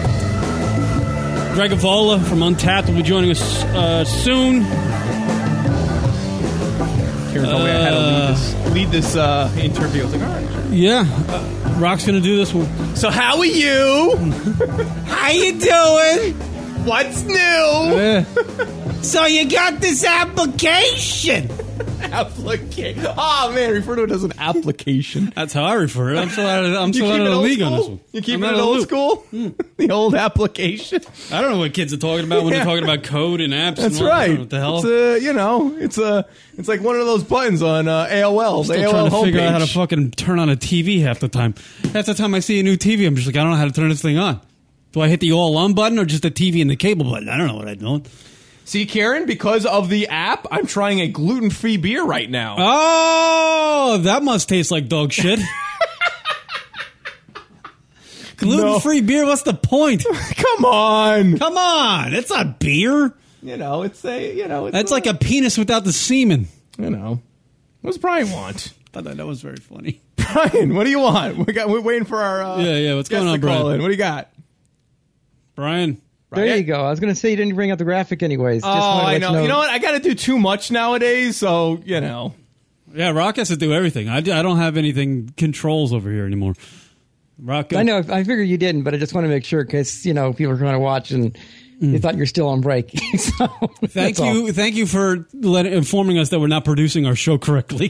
Speaker 17: Greg Avola from Untapped will be joining us uh, soon.
Speaker 5: Karen told me I had to lead this, lead this uh, interview. I was like, all right.
Speaker 17: Uh, Yeah. Uh, Rock's going to do this one.
Speaker 5: So how are you?
Speaker 15: How you doing? What's new? Oh. so you got this application?
Speaker 5: application. Oh man, refer to it as an application.
Speaker 4: That's how I refer to it. I'm still out of, I'm
Speaker 5: You
Speaker 4: still
Speaker 5: keep
Speaker 4: out of
Speaker 5: it
Speaker 4: the
Speaker 5: old
Speaker 4: league on
Speaker 5: school?
Speaker 4: this one.
Speaker 5: You keep
Speaker 4: I'm
Speaker 5: it
Speaker 4: out of the
Speaker 5: old
Speaker 4: loop. Hmm.
Speaker 5: school? the old application.
Speaker 4: I don't know what kids are talking about when
Speaker 5: Yeah.
Speaker 4: they're talking about code and apps.
Speaker 5: That's
Speaker 4: and all- I don't
Speaker 5: right.
Speaker 4: know What the hell?
Speaker 5: It's a, you know, it's a, it's like one of those buttons on uh, AOL's
Speaker 4: Still
Speaker 5: AOL
Speaker 4: trying to
Speaker 5: homepage.
Speaker 4: figure out how to fucking turn on a TV half the time. Half the time I see a new TV, I'm just like, I don't know how to turn this thing on. Do I hit the all on button or just the TV and the cable button? I don't know what I'm doing.
Speaker 5: See, Karen, because of the app, I'm trying a gluten-free beer right now.
Speaker 4: Oh, that must taste like dog shit. Gluten free beer, what's the point?
Speaker 5: Come on.
Speaker 4: Come on. It's not beer.
Speaker 5: You know, it's a, you know, it's
Speaker 4: That's like a penis without the semen.
Speaker 5: You know. What does Brian want?
Speaker 4: Thought that was very funny.
Speaker 5: Brian, what do you want? We got, we're waiting for our uh,
Speaker 4: Yeah, yeah, what's
Speaker 5: guest
Speaker 4: going on,
Speaker 5: to call
Speaker 4: Brian?
Speaker 5: in. What do you got?
Speaker 4: Brian.
Speaker 14: There you go. I was going to say you didn't bring up the graphic anyways. Just
Speaker 5: oh,
Speaker 14: wanted to
Speaker 5: I
Speaker 14: let
Speaker 5: know. You know what? I got to do too much nowadays, so you know.
Speaker 4: Yeah, Rock has to do everything. I, I don't have anything controls over here anymore. Rock,
Speaker 14: I know. I figured you didn't, but I just want to make sure because you know people are going to watch and
Speaker 5: Mm.
Speaker 14: they thought you're still on break. so,
Speaker 4: Thank
Speaker 14: that's all.
Speaker 4: you, thank you for let, informing us that we're not producing our show correctly.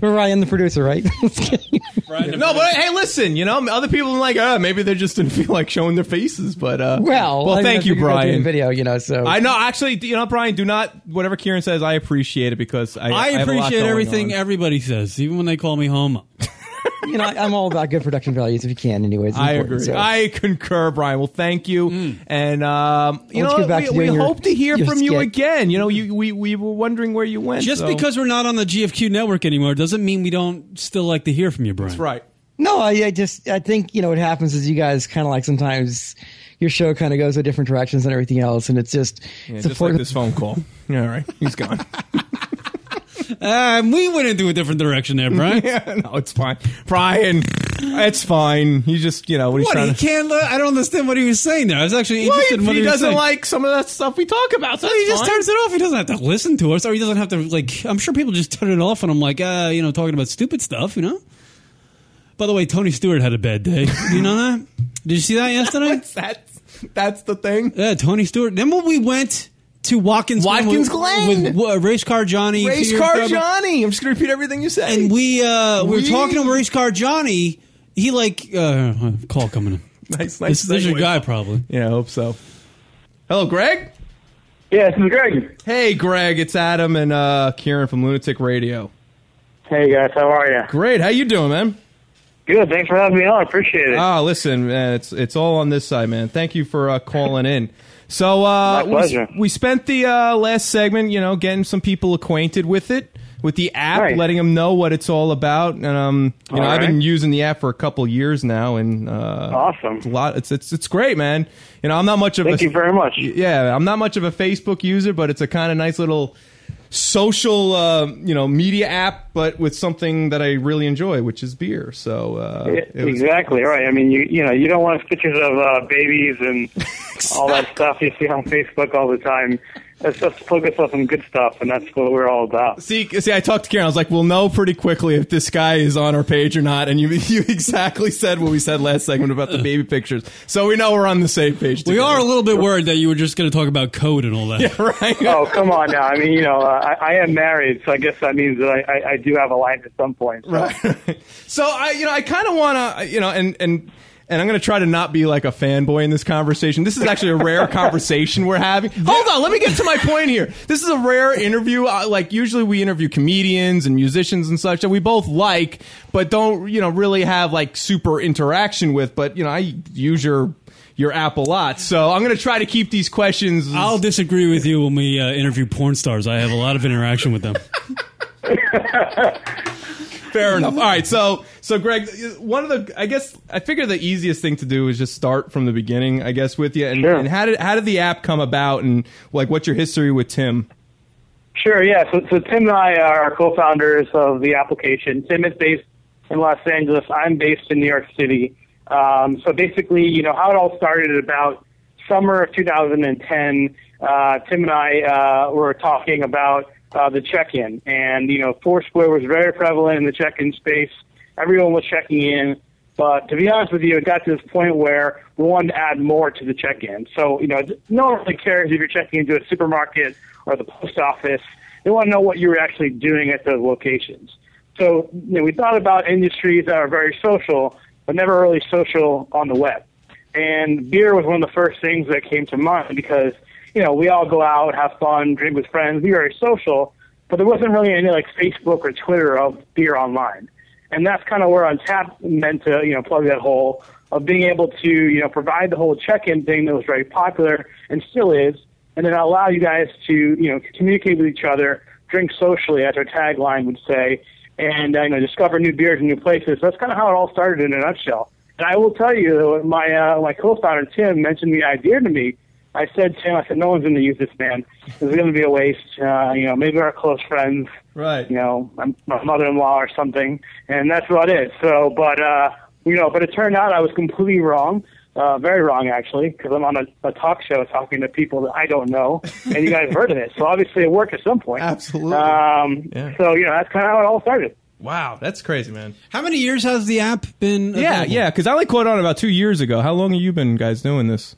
Speaker 14: We're Ryan, the producer, right?
Speaker 5: no, but hey, listen. You know, other people are like, oh, maybe they just didn't feel like showing their faces. But uh,
Speaker 14: well,
Speaker 5: well,
Speaker 14: I mean,
Speaker 5: thank
Speaker 14: I
Speaker 5: you,
Speaker 14: figured I'd do the
Speaker 5: Brian.
Speaker 14: Video, you know. So
Speaker 5: I know. Actually, you know, Brian, do not. Whatever Kieran says, I appreciate it because I,
Speaker 4: I
Speaker 5: have a lot
Speaker 4: appreciate
Speaker 5: going
Speaker 4: everything
Speaker 5: on.
Speaker 4: everybody says, even when they call me homo.
Speaker 14: you know, I'm all about good production values if you can, anyways. It's
Speaker 5: I
Speaker 14: important,
Speaker 5: agree.
Speaker 14: so.
Speaker 5: I concur, Brian. Well, thank you,
Speaker 4: Mm.
Speaker 5: and um, you
Speaker 14: Let's
Speaker 5: know,
Speaker 14: get back
Speaker 5: we,
Speaker 14: to
Speaker 5: we
Speaker 14: doing your-
Speaker 5: hope to hear
Speaker 14: your
Speaker 5: from you
Speaker 14: skit.
Speaker 5: again. You know, you, we we were wondering where you went.
Speaker 4: Just
Speaker 5: so-
Speaker 4: because we're not on the GFQ network anymore doesn't mean we don't still like to hear from you, Brian. That's
Speaker 5: right.
Speaker 14: No, I, I just I think you know what happens is you guys kind of like sometimes your show kind of goes in different directions and everything else, and it's just
Speaker 5: Yeah,
Speaker 14: it's
Speaker 5: just like
Speaker 14: important-
Speaker 5: this phone call. Yeah, all right, he's gone.
Speaker 4: Um, we went into a different direction there, Brian.
Speaker 5: yeah, no, it's fine, Brian. It's fine. He just, you know, what he's
Speaker 4: What
Speaker 5: trying
Speaker 4: he
Speaker 5: to.
Speaker 4: can't? le- I don't understand what he was saying there. I was actually
Speaker 5: Well,
Speaker 4: interested
Speaker 5: he,
Speaker 4: in what
Speaker 5: he
Speaker 4: he, was
Speaker 5: doesn't
Speaker 4: saying.
Speaker 5: like some of that stuff we talk about. So
Speaker 4: He
Speaker 5: that's
Speaker 4: just
Speaker 5: fine.
Speaker 4: turns it off. He doesn't have to listen to us, or he doesn't have to like. I'm sure people just turn it off, and I'm like, uh, you know, talking about stupid stuff, you know.
Speaker 20: By the way, Tony Stewart had a bad day. You know that? Did you see that yesterday?
Speaker 5: that's that's the thing.
Speaker 20: Yeah, Tony Stewart. Then when we went to Watkins,
Speaker 5: Watkins
Speaker 20: Glen
Speaker 5: Glen.
Speaker 20: with, with, uh, race car Johnny,
Speaker 5: Race
Speaker 20: Peter
Speaker 5: car
Speaker 20: Trevor.
Speaker 5: Johnny. I'm just gonna repeat everything you said.
Speaker 20: and we uh, we were
Speaker 5: We-
Speaker 20: talking to race car Johnny. He like uh, call coming in.
Speaker 5: nice,
Speaker 20: This,
Speaker 5: nice.
Speaker 20: this is your
Speaker 5: segue.
Speaker 20: guy probably.
Speaker 5: Yeah, I hope so. Hello, Greg.
Speaker 21: Yeah, this is Greg.
Speaker 5: Hey, Greg. It's Adam and uh, Kieran from Lunatic Radio.
Speaker 21: Hey guys, how are you?
Speaker 5: Great. How you doing, man?
Speaker 21: Good. Thanks for having me on. Appreciate it.
Speaker 5: Ah, listen, man, it's it's all on this side, man. Thank you for uh, calling in. So uh,
Speaker 21: My
Speaker 5: we-
Speaker 21: pleasure.
Speaker 5: We, spent the uh, last segment, you know, getting some people acquainted with it, with the app,
Speaker 21: Right.
Speaker 5: letting them know what it's all about. And um, you
Speaker 21: All
Speaker 5: know, I've
Speaker 21: right.
Speaker 5: been using the app for a couple years now, and uh, awesome. It's a lot. It's it's it's great, man. You know, I'm not much of
Speaker 21: Thank
Speaker 5: a,
Speaker 21: you very much.
Speaker 5: Yeah, I'm not much of a Facebook user, but it's a kind of nice little social uh, you know media app but with something that i really enjoy which is beer so uh
Speaker 21: Yeah,
Speaker 5: it was-
Speaker 21: exactly right. I mean, you you know, you don't want pictures of uh, babies and all that stuff you see on Facebook all the time. Let's just focus on some good stuff, and that's what we're all about.
Speaker 5: See, see, I talked to Karen. I was like, "We'll know pretty quickly if this guy is on our page or not." And you, you exactly said what we said last segment about the baby pictures. So we know we're on the same page.
Speaker 20: We are a little bit worried that you were just going to talk about code and all that.
Speaker 5: Yeah, right.
Speaker 21: oh, come on now. I mean, you know, uh, I, I am married, so I guess that means that I, I, I do have a life at some point. So. Right.
Speaker 5: So I, you know, I kind of want to, you know, and and and I'm going to try to not be like a fanboy in this conversation. This is actually a rare conversation we're having. Hold on, let me get to my point here. This is a rare interview. Uh, like usually we interview comedians and musicians and such that we both like, but don't you know really have like super interaction with. But you know, I use your your app a lot, so I'm going to try to keep these questions.
Speaker 20: I'll disagree with you when we uh, interview porn stars. I have a lot of interaction with them.
Speaker 5: Fair enough. All right, so so Greg, one of the I guess I figure the easiest thing to do is just start from the beginning, I guess, with you. And, and how did how did the app come about, and like what's your history with Tim?
Speaker 21: Sure, yeah. So, so Tim and I are co-founders of the application. Tim is based in Los Angeles. I'm based in New York City. Um, so basically, you know, how it all started about summer of 2010, uh, Tim and I uh, were talking about uh, the check-in. And, you know, Foursquare was very prevalent in the check-in space. Everyone was checking in. But to be honest with you, it got to this point where we wanted to add more to the check-in. So, you know, no one really cares if you're checking into a supermarket or the post office. They want to know what you were actually doing at those locations. So, you know, we thought about industries that are very social, but never really social on the web. And beer was one of the first things that came to mind because, you know, we all go out, have fun, drink with friends, be very social, but there wasn't really any like Facebook or Twitter of beer online. And that's kind of where Untapped meant to, you know, plug that hole of being able to, you know, provide the whole check-in thing that was very popular and still is, and then allow you guys to, you know, communicate with each other, drink socially, as our tagline would say, and uh, you know, discover new beers and new places. That's kind of how it all started in a nutshell. And I will tell you, my uh, my co-founder Tim mentioned the idea to me. I said, Tim, I said, no one's going to use this, man. This is going to be a waste. Uh, you know, maybe our close friends,
Speaker 5: right?
Speaker 21: You know, my my mother-in-law or something, and that's about it. So, but uh, you know, but it turned out I was completely wrong. Uh, very wrong, actually, because I'm on a, a talk show talking to people that I don't know, and you guys heard of it. So obviously, it worked at some point. Absolutely. Um, So you know, that's kind of how it all started.
Speaker 5: Wow, that's crazy, man.
Speaker 20: How many years has the app been?
Speaker 5: Yeah,
Speaker 20: available?
Speaker 5: yeah, because I only caught on about two years ago. How long have you been guys doing this?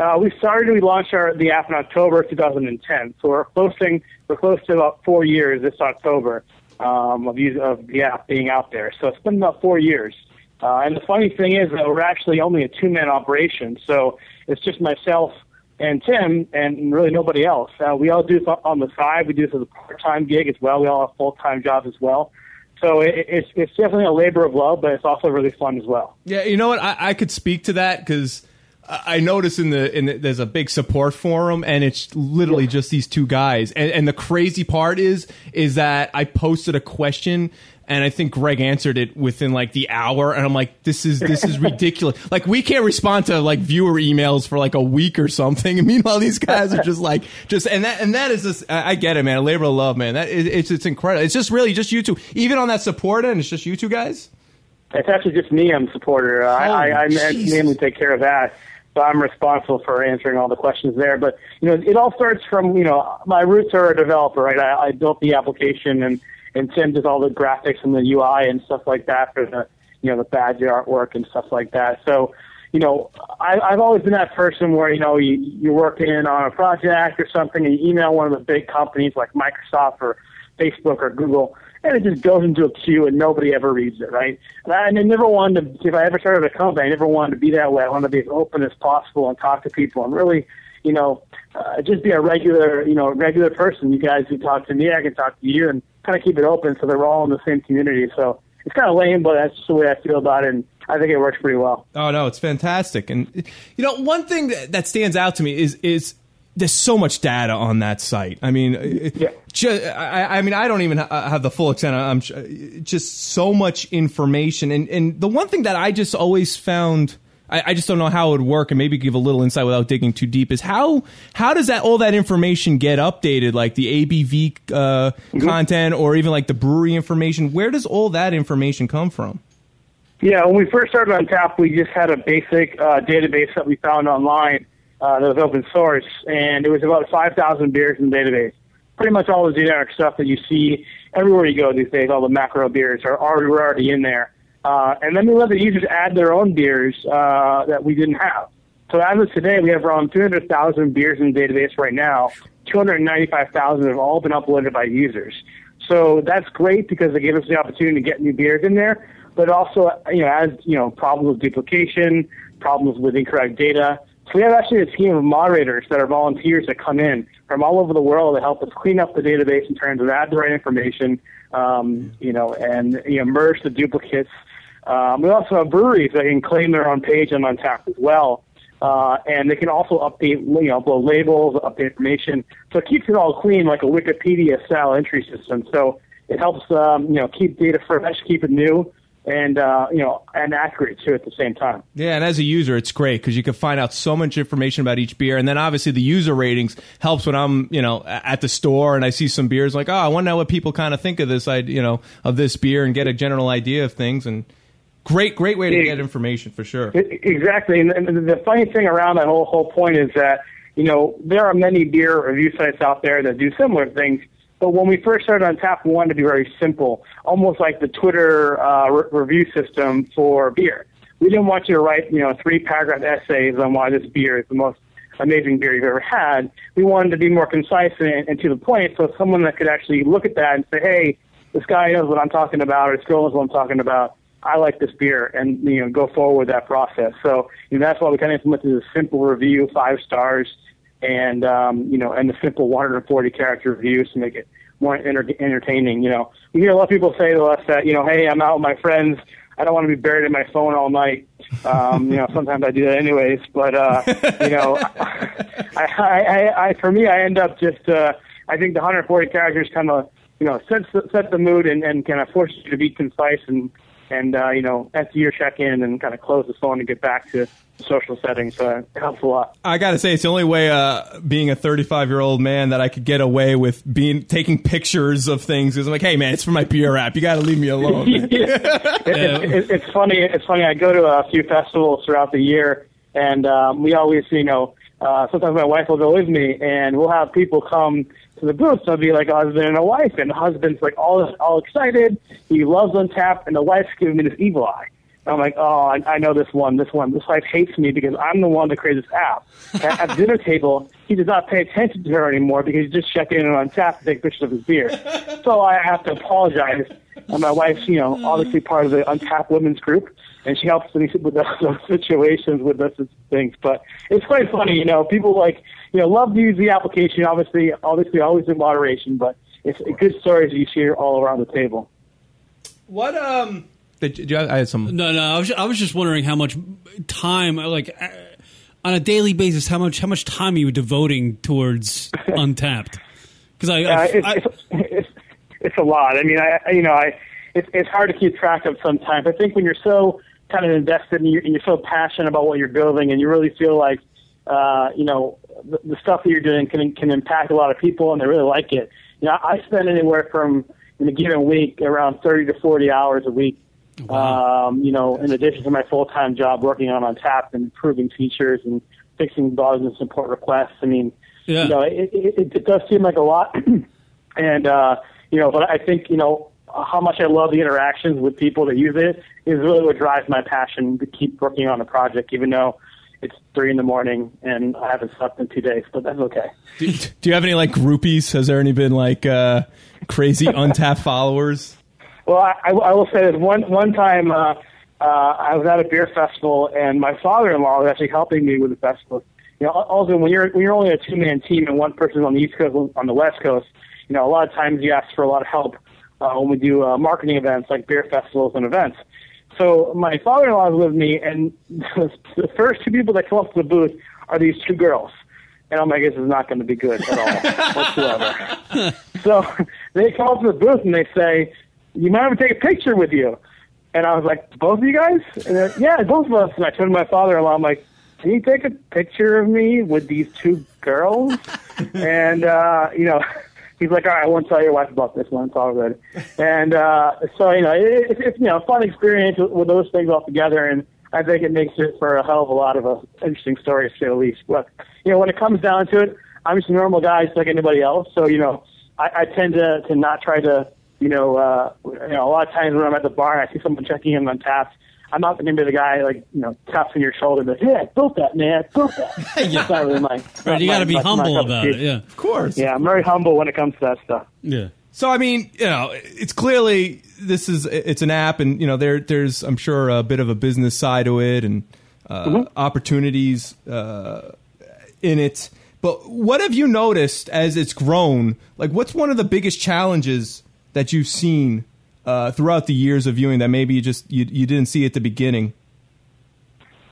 Speaker 21: Uh, we started. We launched our the app in October 2010. So we're closing. We're close to about four years this October um, of, use, of the app being out there. So it's been about four years. Uh, and the funny thing is that we're actually only a two man operation. So it's just myself and Tim and really nobody else. Uh, we all do this on the side. We do this as a part time gig as well. We all have full time jobs as well. So it, it's it's definitely a labor of love, but it's also really fun as well.
Speaker 5: Yeah, you know what? I, I could speak to that because I I notice in the in the, there's a big support forum, and it's literally just these two guys. And, and the crazy part is is that I posted a question. And I think Greg answered it within like the hour, and I'm like, "This is this is ridiculous! Like, we can't respond to like viewer emails for like a week or something." And meanwhile, these guys are just like, just and that and that is just, I I get it, man. A labor of love, man. That is, it's it's incredible. It's just really just you two, even on that support end, it's just you two guys.
Speaker 21: It's actually just me. I'm a supporter. I, I, I
Speaker 5: Jesus.
Speaker 21: mainly take care of that, so I'm responsible for answering all the questions there. But you know, it all starts from you know my roots are a developer, right? I, I built the application, and and Tim does all the graphics and the UI and stuff like that for the you know the badge artwork and stuff like that. So, you know, I, I've always been that person where you know you, you're working on a project or something, and you email one of the big companies like Microsoft or Facebook or Google, and it just goes into a queue and nobody ever reads it, right? And I, and I never wanted to, if I ever started a company, I never wanted to be that way. I wanted to be as open as possible and talk to people and really, you know, uh, just be a regular, you know, regular person. You guys who talk to me, I can talk to you and kind of keep it open so they're all in the same community. So it's kind of lame, but that's just the way I feel about it. And I think it works pretty well.
Speaker 5: Oh no, it's fantastic. And you know, one thing that, that stands out to me is is there's so much data on that site. I mean, it, ju- I, I mean, I don't even ha- have the full extent. I'm sh- just so much information. And and the one thing that I just always found. I, I just don't know how it would work, and maybe give a little insight without digging too deep. Is how how does that all that information get updated, like the ABV uh, content, or even like the brewery information? Where does all that information come from?
Speaker 21: Yeah, when we first started on tap, we just had a basic uh, database that we found online uh, that was open source, and it was about 5,000 beers in the database. Pretty much all the generic stuff that you see everywhere you go these days, all the macro beers are already were already in there. Uh, and then we let the users add their own beers uh, that we didn't have. So as of today, we have around 300,000 beers in the database right now. 295,000 have all been uploaded by users. So that's great because they gave us the opportunity to get new beers in there. But also, you know, as you know, problems with duplication, problems with incorrect data. So we have actually a team of moderators that are volunteers that come in from all over the world to help us clean up the database in terms of add the right information, um, you know, and you know, merge the duplicates. Um, we also have breweries that can claim their own page on Untapped as well, uh, and they can also update, you know, upload labels, update information. So it keeps it all clean, like a Wikipedia-style entry system. So it helps, um, you know, keep data fresh, keep it new, and uh, you know, and accurate too at the same time.
Speaker 5: Yeah, and as a user, it's great because you can find out so much information about each beer, and then obviously the user ratings helps when I'm, you know, a- at the store and I see some beers like, oh, I want to know what people kind of think of this, I, you know, of this beer, and get a general idea of things. And great, great way to
Speaker 21: Yeah.
Speaker 5: get information for sure.
Speaker 21: E- Exactly, and and the funny thing around that whole whole point is that you know there are many beer review sites out there that do similar things. But when we first started on tap, we wanted to be very simple, almost like the Twitter uh, re- review system for beer. We didn't want you to write you know three paragraph essays on why this beer is the most amazing beer you've ever had. We wanted to be more concise and, and to the point, so someone that could actually look at that and say, hey, this guy knows what I'm talking about, or this girl knows what I'm talking about. I like this beer, and you know, go forward with that process. So you know, that's why we kind of implemented a simple review, five stars, and um, you know, and the simple 140 character reviews to make it more enter- entertaining. You know, we hear a lot of people say to us that you know, hey, I'm out with my friends. I don't want to be buried in my phone all night. Um, you know, sometimes I do that anyways, but uh, you know, I, I, I, I, for me, I end up just, uh, I think the 140 characters kind of, you know, sets the, set the mood and, and kind of forces you to be concise and, and uh, you know, empty your check in and kind of close the phone and get back to social settings. So it helps a lot.
Speaker 5: I gotta say, it's the only way, uh, being a 35 year old man, that I could get away with being taking pictures of things. Because I'm like, hey man, it's for my beer app. You gotta leave me alone.
Speaker 21: Yeah. it, it, it, it's funny. It's funny. I go to a few festivals throughout the year, and um, we always, you know, uh, sometimes my wife will go with me, and we'll have people come to the booth. They'll be like a husband and a wife, and the husband's like all all excited. He loves Untapped, and the wife's giving me this evil eye. And I'm like, oh, I, I know this one. This one. This wife hates me because I'm the one that created this app. At, at the dinner table, he does not pay attention to her anymore because he's just checking in on tap to take pictures of his beer. So I have to apologize. And my wife's, you know, obviously part of the Untapped Women's Group, and she helps me with those, those situations with those sorts of things. But it's quite funny, you know. People like, you know, love to use the application. Obviously, obviously, always in moderation. But it's good stories you hear all around the table.
Speaker 5: What um? Did you- I had some.
Speaker 20: No, no. I was, I was just wondering how much time, like uh, on a daily basis, how much how much time are you devoting towards Untapped? Because I,
Speaker 21: Yeah,
Speaker 20: I,
Speaker 21: it's,
Speaker 20: I-
Speaker 21: it's, it's, it's a lot. I mean, I I- you know, I it's it's hard to keep track of sometimes. I think when you're so kind of invested and you're, and you're so passionate about what you're building, and you really feel like uh, you know the, the stuff that you're doing can can impact a lot of people, and they really like it. You know, I spend anywhere from in a given week around 30 to 40 hours a week. Um, you know, in addition to my full time job working on on tap and improving features and fixing bugs and support requests. I mean, you know, it, it, it does seem like a lot, and uh, you know, but I think you know, how much I love the interactions with people that use it is really what drives my passion to keep working on the project, even though it's three in the morning and I haven't slept in two days. But that's okay.
Speaker 5: Do you have any like groupies? Has there any been like uh, crazy untapped followers?
Speaker 21: Well, I, I I will say this one one time uh, uh, I was at a beer festival and my father-in-law was actually helping me with the festival. You know, also when you're when you're only a two-man team and one person's on the East Coast on the West Coast, you know, a lot of times you ask for a lot of help uh, when we do uh, marketing events like beer festivals and events. So my father-in-law is with me, and the first two people that come up to the booth are these two girls. And I'm like, this is not going to be good at all whatsoever. so they come up to the booth and they say, you might have to take a picture with you. And I was like, both of you guys? And they're, yeah, both of us. And I turned to my father-in-law, I'm like, can you take a picture of me with these two girls? and, uh, you know, he's like, all right, I won't tell your wife about this one. It's all good. And uh, so, you know, it, it's it's, you know, a fun experience with, with those things all together. And I think it makes it for a hell of a lot of uh, interesting stories, to say the least. But, you know, when it comes down to it, I'm just a normal guy just like anybody else. So, you know, I, I tend to, to not try to, you know, uh, you know, a lot of times when I'm at the bar and I see someone checking in on taps, I'm not going to be the guy, like, you know, taps on your shoulder and goes, yeah, I built that, man. I built that. yeah. It's not really my.
Speaker 4: Right, you
Speaker 21: got
Speaker 4: gotta be humble about it, yeah. Of
Speaker 5: course.
Speaker 21: Yeah, I'm very humble when it comes to that stuff.
Speaker 4: Yeah.
Speaker 5: So I mean, you know, it's clearly this is it's an app, and you know there there's I'm sure a bit of a business side to it and uh,
Speaker 21: Mhm.
Speaker 5: opportunities uh, in it. But what have you noticed as it's grown? Like, what's one of the biggest challenges that you've seen uh, throughout the years of viewing that maybe you just you, you didn't see at the beginning?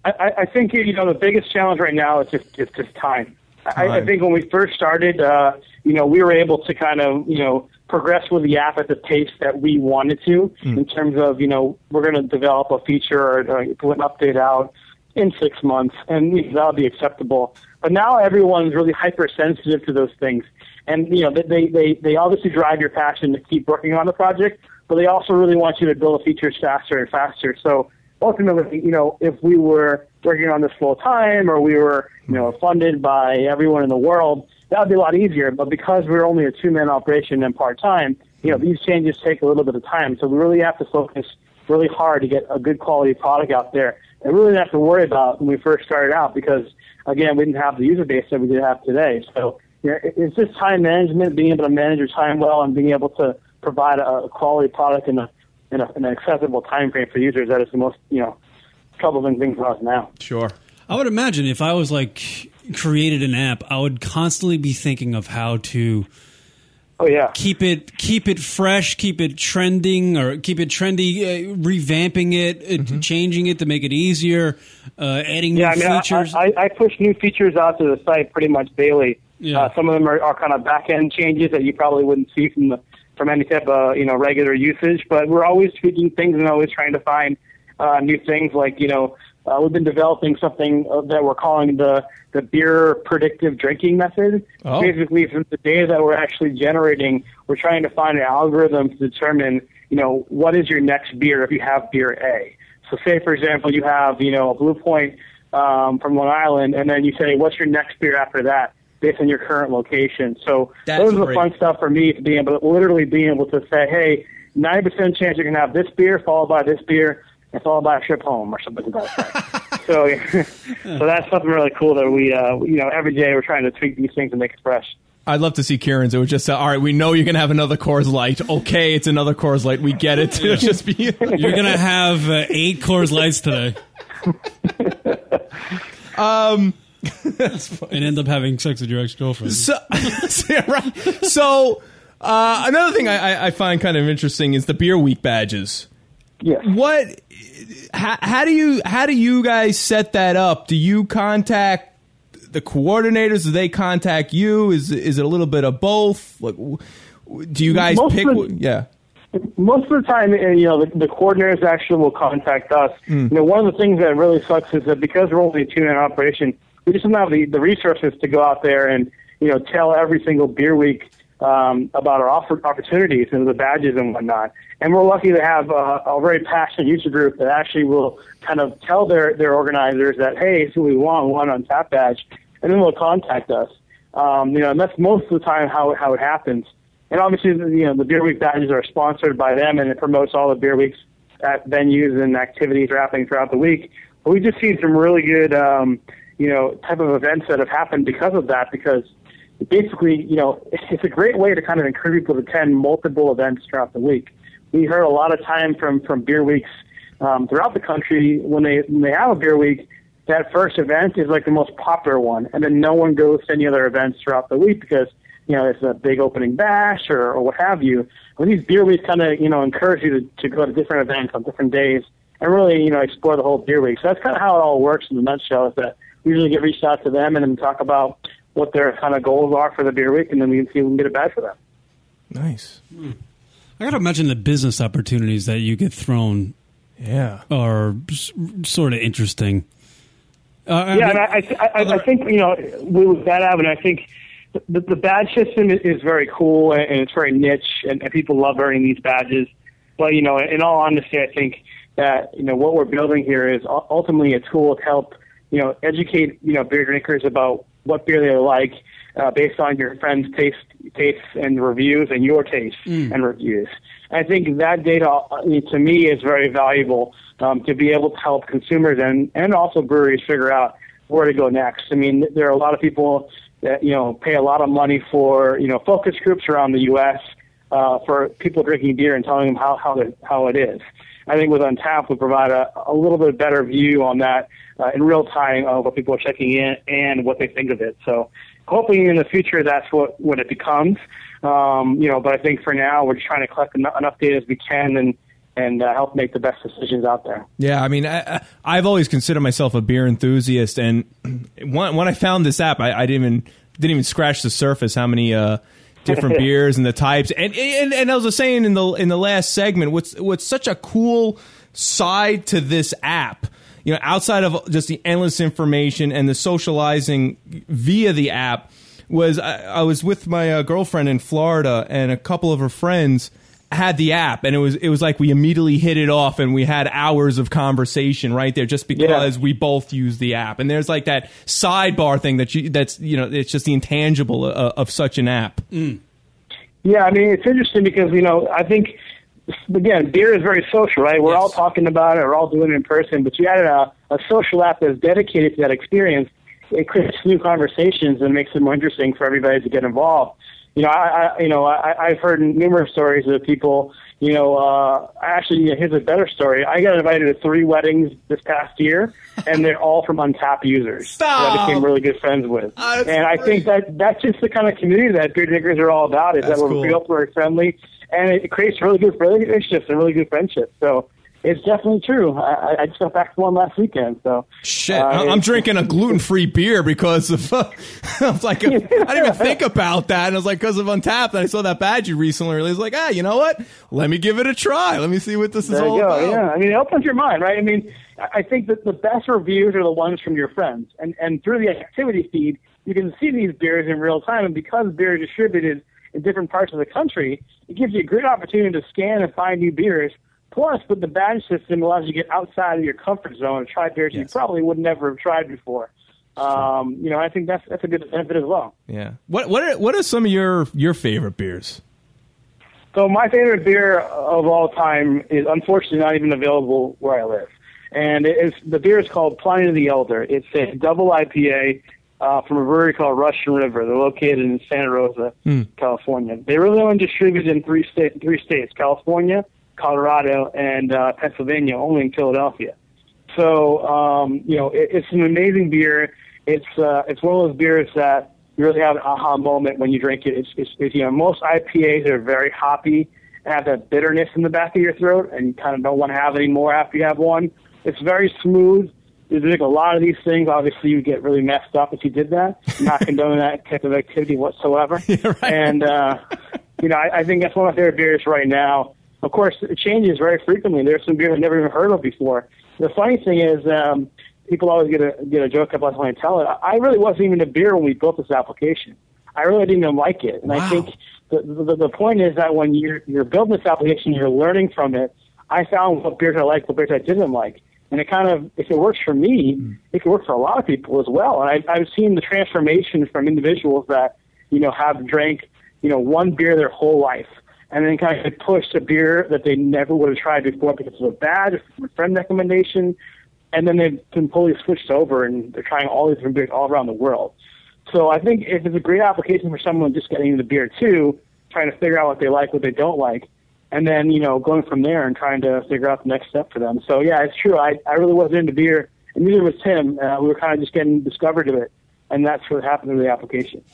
Speaker 21: I- I, I think you know the biggest challenge right now is just is just time. I, I
Speaker 5: Time.
Speaker 21: think when we first started, uh, you know, we were able to kind of you know progress with the app at the pace that we wanted to
Speaker 22: Mm.
Speaker 21: in terms of you know we're going to develop a feature or, or put an update out in six months, and you know, that'll be acceptable. But now everyone's really hypersensitive to those things, and you know they- they they they obviously drive your passion to keep working on the project, but they also really want you to build features faster and faster. So ultimately, you know, if we were working on this full time or we were, you know, funded by everyone in the world, that would be a lot easier. But because we're only a two man operation and part time, you know, these changes take a little bit of time. So we really have to focus really hard to get a good quality product out there. And really didn't have to worry about when we first started out because again, we didn't have the user base that we do have today. So you know, it- it's just time management, being able to manage your time well and being able to provide a a quality product in a in, a, in an accessible time frame for users. That is the most you know troubling thing for us now.
Speaker 5: Sure.
Speaker 4: I would imagine if I was like created an app, I would constantly be thinking of how to
Speaker 21: Oh yeah.
Speaker 4: Keep it keep it fresh, keep it trending or keep it trendy, uh, revamping it, uh, changing it to make it easier, uh, adding
Speaker 21: Mm-hmm. Yeah, I
Speaker 4: new
Speaker 21: mean, I-
Speaker 4: features.
Speaker 21: I, I, I push new features out to the site pretty much daily. Uh, some of them are, are kind of back end changes that you probably wouldn't see from the from any type of you know regular usage. But we're always tweaking things and always trying to find uh, new things. Like you know, uh, we've been developing something uh, that we're calling the the beer predictive drinking method.
Speaker 22: Oh.
Speaker 21: Basically, from the data that we're actually generating, we're trying to find an algorithm to determine you know what is your next beer if you have beer A. So say for example you have you know a Blue Point um, from Long Island, and then you say what's your next beer after that based on your current location. So
Speaker 5: That's
Speaker 21: those are the
Speaker 5: great.
Speaker 21: fun stuff for me to be able to literally being able to say hey. 90% chance you're going to have this beer followed by this beer and followed by a trip home or something like that. so, so that's something really cool that we, uh, you know, every day we're trying to tweak these things and make it fresh.
Speaker 5: I'd love to see Kieran's. It would just say, "All right, we know you're gonna have another Coors Light. Okay, it's another Coors Light. We get it. It'll just be
Speaker 4: You're gonna have uh, eight Coors Lights today.
Speaker 5: um,
Speaker 4: and end up having sex with your ex girlfriend.
Speaker 5: So, yeah, right. So, uh, another thing I, I- I find kind of interesting is the beer week badges.
Speaker 21: Yeah.
Speaker 5: What? How, how do you how do you guys set that up? Do you contact the coordinators? Do they contact you? Is is it a little bit of both? Like, w- do you guys
Speaker 21: Most
Speaker 5: pick?
Speaker 21: of-
Speaker 5: w- yeah.
Speaker 21: most of the time, and, you know, the, the coordinators actually will contact us.
Speaker 5: Hmm.
Speaker 21: You know, one of the things that really sucks is that because we're only a two-man operation, we just don't have the, the resources to go out there and you know tell every single beer week um, about our offer, opportunities and the badges and whatnot. And we're lucky to have a, a very passionate user group that actually will kind of tell their their organizers that hey, it's what we want, we want on tap badge, and then they'll contact us. Um, you know, and that's most of the time how how it happens And obviously, you know, the Beer Week badges are sponsored by them, and it promotes all the Beer Weeks at venues and activities are happening throughout the week. But we've just seen some really good, um, you know, type of events that have happened because of that. Because basically, you know, it's a great way to kind of encourage people to attend multiple events throughout the week. We heard a lot of time from from Beer Weeks um, throughout the country when they when they have a Beer Week. That first event is like the most popular one, and then no one goes to any other events throughout the week because you know, it's a big opening bash or, or what have you. Well, these beer weeks kind of, you know, encourage you to, to go to different events on different days and really, you know, explore the whole beer week. So that's kind of how it all works in a nutshell is that we usually get reached out to them and then talk about what their kind of goals are for the beer week and then we can see if we can get a badge for them.
Speaker 4: Nice. I got to imagine the business opportunities that you get thrown.
Speaker 5: Yeah.
Speaker 4: Are s- sort of interesting. Uh, I
Speaker 21: yeah,
Speaker 4: mean-
Speaker 21: and I, I, th- I, I- I think you know with that avenue, I think the, the badge system is, is very cool and, and it's very niche, and, and people love earning these badges. But you know, in all honesty, I think that you know what we're building here is u- ultimately a tool to help you know educate you know beer drinkers about what beer they like uh, based on your friends' taste, tastes and reviews, and your taste
Speaker 22: Mm.
Speaker 21: and reviews. I think that data, uh, to me, is very valuable um, to be able to help consumers and, and also breweries figure out where to go next. I mean, there are a lot of people that, you know, pay a lot of money for, you know, focus groups around the U.S. Uh, for people drinking beer and telling them how, how, the, how it is. I think with Untap, we provide a, a little bit better view on that uh, in real time of what people are checking in and what they think of it. So hoping in the future that's what, what it becomes. Um, you know, but I think for now we're just trying to collect enough, enough data as we can and and uh, help make the best decisions out there.
Speaker 5: Yeah, I mean, I, I- I've always considered myself a beer enthusiast, and when, when I found this app, I, I didn't even didn't even scratch the surface how many uh, different beers and the types. And, and and as I was saying in the in the last segment, what's what's such a cool side to this app, you know, outside of just the endless information and the socializing via the app, was I, I was with my uh, girlfriend in Florida, and a couple of her friends had the app and it was it was like we immediately hit it off and we had hours of conversation right there just because we both use the app and there's like that sidebar thing that you that's you know it's just the intangible uh, of, of such an app
Speaker 21: Yeah, I mean it's interesting because you know I think again beer is very social, right? We're all talking about it, we're all doing it in person, but you added a, a social app that's dedicated to that experience. It creates new conversations and makes it more interesting for everybody to get involved. You know, I, I you know I, I've heard numerous stories of people. You know, uh, actually, here's a better story. I got invited to three weddings this past year, and they're all from Untapped users that I
Speaker 22: Stop.
Speaker 21: became really good friends with. and I think that that's just the kind of community that beer drinkers are all about. Is
Speaker 22: That's
Speaker 21: that we're
Speaker 22: cool.
Speaker 21: real, we're friendly, and it creates really good relationships and really good friendships. So. It's definitely true. I, I- I just got back from one last weekend, so
Speaker 5: shit
Speaker 21: Uh,
Speaker 5: I- i'm drinking a gluten-free beer because of i was like i didn't even think about that and i was like because of untapped and i saw that badge you recently released like ah you know what let me give it a try let me see what this is
Speaker 21: there
Speaker 5: all
Speaker 21: you go.
Speaker 5: about
Speaker 21: Yeah, I mean, it opens your mind, right? I mean, I I think that the best reviews are the ones from your friends, and and through the activity feed, you can see these beers in real time. And because beer is distributed in different parts of the country, it gives you a great opportunity to scan and find new beers. Plus, with the badge system, allows you to get outside of your comfort zone and try beers you probably would never have tried before. Um, you know, I think that's that's a good benefit as well.
Speaker 5: yeah what what are, what are some of your your favorite beers
Speaker 21: So my favorite beer of all time is unfortunately not even available where I live, and it's the beer is called Pliny the Elder. It's a double IPA uh, from a brewery called Russian River. They're located in Santa Rosa,
Speaker 4: Hmm.
Speaker 21: California. They really only distribute in three state three states: California, Colorado, and uh, Pennsylvania. Only in Philadelphia. So um, you know, it, it's an amazing beer. It's uh, it's one of those beers that you really have an aha moment when you drink it. It's, it's, it's you know most IPAs are very hoppy and have that bitterness in the back of your throat, and you kind of don't want to have any more after you have one. It's very smooth. You drink a lot of these things. Obviously, you get really messed up if you did that. Not condoning that type of activity whatsoever. And uh, you know, I, I think that's one of my favorite beers right now. Of course, it changes very frequently. There's some beers I've never even heard of before. The funny thing is, um, people always get a get a joke about when I tell it. I I really wasn't even a beer when we built this application. I really didn't even like it, and I think the, the the point is that when you're you're building this application, you're learning from it. I found what beers I liked, what beers I didn't like, and it kind of if it works for me, it can work for a lot of people as well. And I, I've seen the transformation from individuals that you know have drank you know, one beer their whole life. And then kind of pushed a beer that they never would have tried before because of a bad friend recommendation. And then they've completely switched over and they're trying all these different beers all around the world. So I think if it's a great application for someone just getting into beer too, trying to figure out what they like, what they don't like, and then, you know, going from there and trying to figure out the next step for them. So yeah, it's true. I, I really wasn't into beer and neither was Tim. Uh, we were kind of just getting discovered of it. And that's what happened to the application.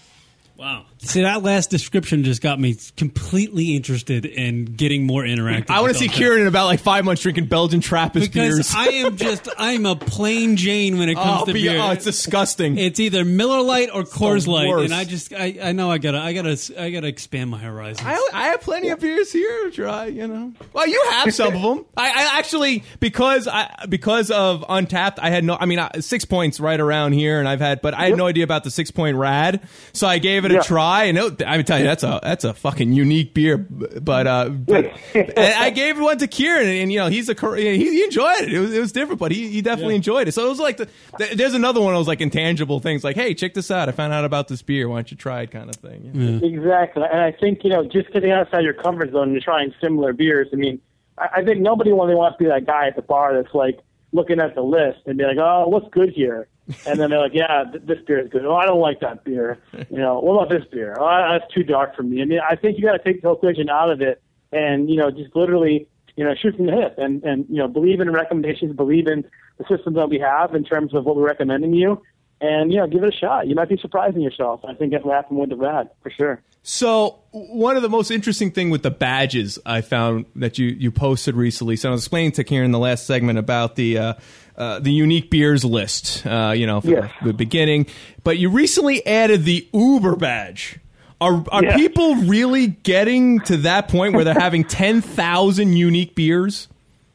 Speaker 4: Wow. See, that last description just got me completely interested in getting more interactive.
Speaker 5: I want to see Kieran in about like five months drinking Belgian Trappist
Speaker 4: Because
Speaker 5: beers.
Speaker 4: I am just, I'm a plain Jane when it comes
Speaker 5: Oh,
Speaker 4: to
Speaker 5: be-
Speaker 4: beer.
Speaker 5: oh, it's disgusting.
Speaker 4: It's either Miller Lite or Coors
Speaker 5: the
Speaker 4: Light,
Speaker 5: worst.
Speaker 4: and I just, I, I know I gotta, I gotta, I gotta expand my horizons.
Speaker 5: I, I have plenty of beers here to try, you know. Well, you have some of them. I, I actually because I because of Untapped, I had no. I mean, I, six points right around here, and I've had, but I had no idea about the six point rad, so I gave it
Speaker 3: Yeah.
Speaker 5: a try, and it, I would tell you that's a that's a fucking unique beer. But uh, but and I gave one to Kieran, and, you know he's a Kor- he, he enjoyed it. It was, it was different, but he, he definitely enjoyed it. So it was like the, th- there's another one of those like intangible things, like hey, check this out, I found out about this beer. Why don't you try it, kind of thing.
Speaker 21: Exactly. And I think, you know, just getting outside your comfort zone and trying similar beers, I mean, I, I think nobody really wants to be that guy at the bar that's like looking at the list and be like, oh, what's good here? And then they're like, yeah, th- this beer is good. Oh, I don't like that beer. You know, what about this beer? Oh, that's too dark for me. I mean, I think you got to take the whole equation out of it and, you know, just literally, you know, shoot from the hip and, and, you know, believe in recommendations, believe in the system that we have in terms of what we're recommending you. And, you know, give it a shot. You might be surprising yourself. I think that's what happened with the rad, for sure.
Speaker 5: So w- one of the most interesting thing with the badges I found that you you posted recently. So I was explaining to Karen in the last segment about the. Uh, uh, the unique beers list, uh, you know, from
Speaker 3: Yes.
Speaker 5: the beginning. But you recently added the Uber badge. Are are
Speaker 3: Yes.
Speaker 5: people really getting to that point where they're having ten thousand unique beers?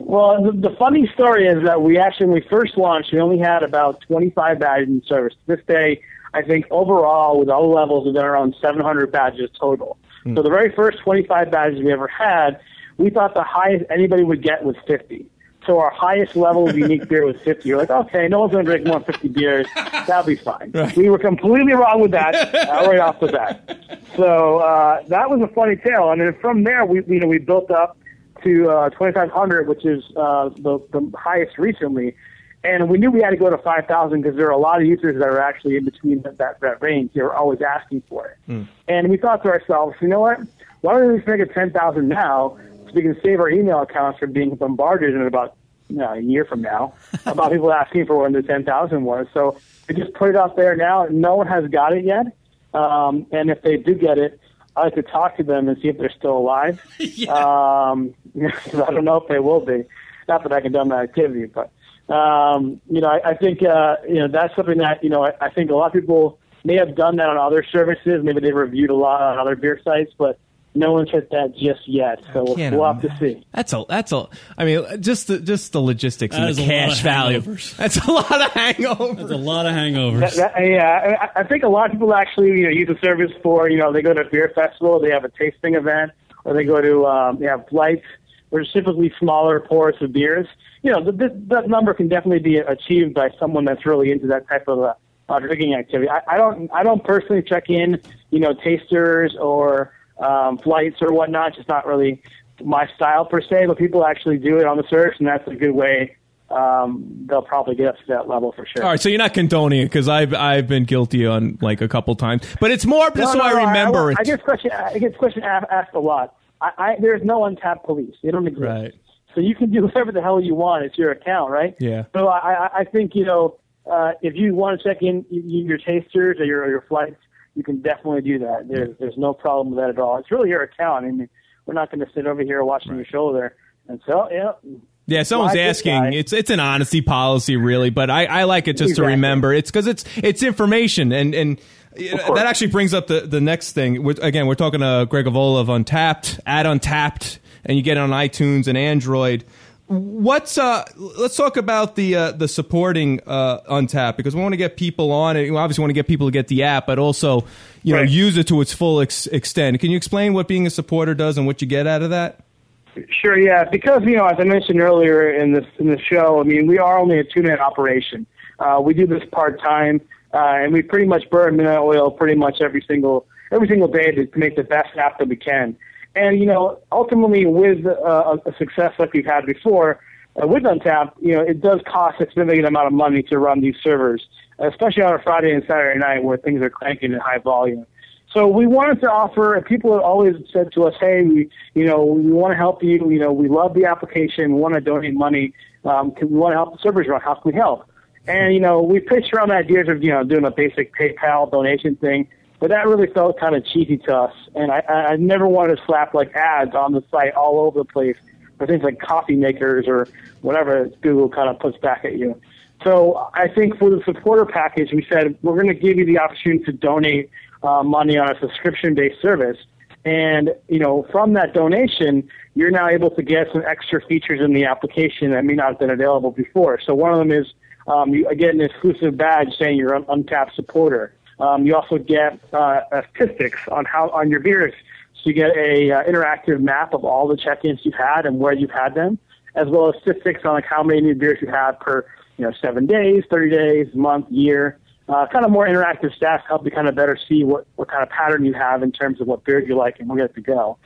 Speaker 21: Well, the, the funny story is that we actually, when we first launched, we only had about 25 badges in service. To this day, I think overall, with all the levels, we've done around 700 badges total. So the very first 25 badges we ever had, we thought the highest anybody would get was 50. So our highest level of unique beer was 50. You're like, okay, no one's going to drink more than 50 beers. That'll be fine. We were completely wrong with that uh, right off the bat. So uh, that was a funny tale. And then from there, we you know we built up to uh, 2,500, which is uh, the, the highest recently. And we knew we had to go to 5,000 because there are a lot of users that are actually in between that, that, that range. They were always asking for it.
Speaker 5: Hmm.
Speaker 21: And we thought to ourselves, you know what? Why don't we just make it 10,000 now so we can save our email accounts from being bombarded in about you know, a year from now about people asking for when the 10,000 was. So we just put it out there now. No one has got it yet. Um, and if they do get it, I like to talk to them and see if they're still alive. um, 'cause I don't know if they will be. Not that I condone that activity, but um, you know, I, I think uh, you know that's something that you know I, I think a lot of people may have done that on other services. Maybe they've reviewed a lot on other beer sites, but no one's hit that just yet. So we'll,
Speaker 5: can't
Speaker 21: we'll have to see.
Speaker 5: That's a that's a. I mean, just the just the logistics
Speaker 4: That
Speaker 5: and
Speaker 4: is a
Speaker 5: the
Speaker 4: lot
Speaker 5: cash
Speaker 4: of
Speaker 5: value.
Speaker 4: hangovers.
Speaker 5: That's a lot of hangovers.
Speaker 4: That's a lot of hangovers.
Speaker 21: That- that- yeah, I, I think a lot of people actually you know use the service for you know they go to a beer festival, they have a tasting event, or they go to um, they have lights, which are typically smaller pours of beers. You know, th th that number can definitely be achieved by someone that's really into that type of uh, uh, drinking activity. I, I don't I don't personally check in you know tasters or um, flights or whatnot. It's just not really my style per se, but people actually do it on the search, and that's a good way. Um, they'll probably get up to that level for sure.
Speaker 5: All right, so you're not condoning it because I've I've been guilty on like a couple times, but it's more just
Speaker 21: No,
Speaker 5: so
Speaker 21: no, no,
Speaker 5: I remember
Speaker 21: I,
Speaker 5: it.
Speaker 21: I get this question. I get this question a- asked a lot. I, I there's no untapped police. They don't exist.
Speaker 5: Right.
Speaker 21: So you can do whatever the hell you want. It's your account, right?
Speaker 5: Yeah.
Speaker 21: So I, I- I think you know uh, if you want to check in y- y- your tasters or your or your flights, you can definitely do that. There's there's no problem with that at all. It's really your account. I mean, we're not going to sit over here watching your shoulder and so yeah.
Speaker 5: Yeah, someone's
Speaker 21: Why this guy?
Speaker 5: asking. It's it's an honesty policy, really, but I, I like it just
Speaker 21: Exactly.
Speaker 5: to remember. It's because it's it's information, and and uh,
Speaker 3: course.
Speaker 5: that actually brings up the, the next thing. We're, again, we're talking to Greg Avola of Untapped, at Untapped, and you get it on iTunes and Android. What's uh? Let's talk about the uh, the supporting uh, Untapped because we want to get people on it. We obviously want to get people to get the app, but also you know use it to its full ex- extent. Can you explain what being a supporter does and what you get out of that?
Speaker 21: Sure, yeah, because you know, as I mentioned earlier in this in the show, I mean, we are only a two man operation. Uh, we do this part time. uh, and we pretty much burn midnight oil pretty much every single every single day to, to make the best app that we can. And you know, ultimately, with uh, a success like we've had before uh, with Untap, you know, it does cost a significant amount of money to run these servers, especially on a Friday and Saturday night where things are cranking at high volume. So we wanted to offer. and People have always said to us, "Hey, we, you know, we want to help you. You know, we love the application. We want to donate money. Um, can, we want to help the servers run. How can we help?" And you know, we pitched around ideas of you know doing a basic PayPal donation thing, but that really felt kind of cheesy to us. And I, I I never wanted to slap like ads on the site all over the place for things like coffee makers or whatever Google kind of puts back at you. So I think for the supporter package, we said we're going to give you the opportunity to donate uh, money on a subscription-based service, and you know from that donation, you're now able to get some extra features in the application that may not have been available before. So one of them is um, you get an exclusive badge saying you're an Untapped supporter. Um, you also get uh, statistics on how on your beers. So you get a uh, interactive map of all the check-ins you've had and where you've had them, as well as statistics on like how many new beers you have per you know seven days, thirty days, month, year. Uh, kind of more interactive stats to help you kind of better see what, what kind of pattern you have in terms of what beer you like and where you have to go.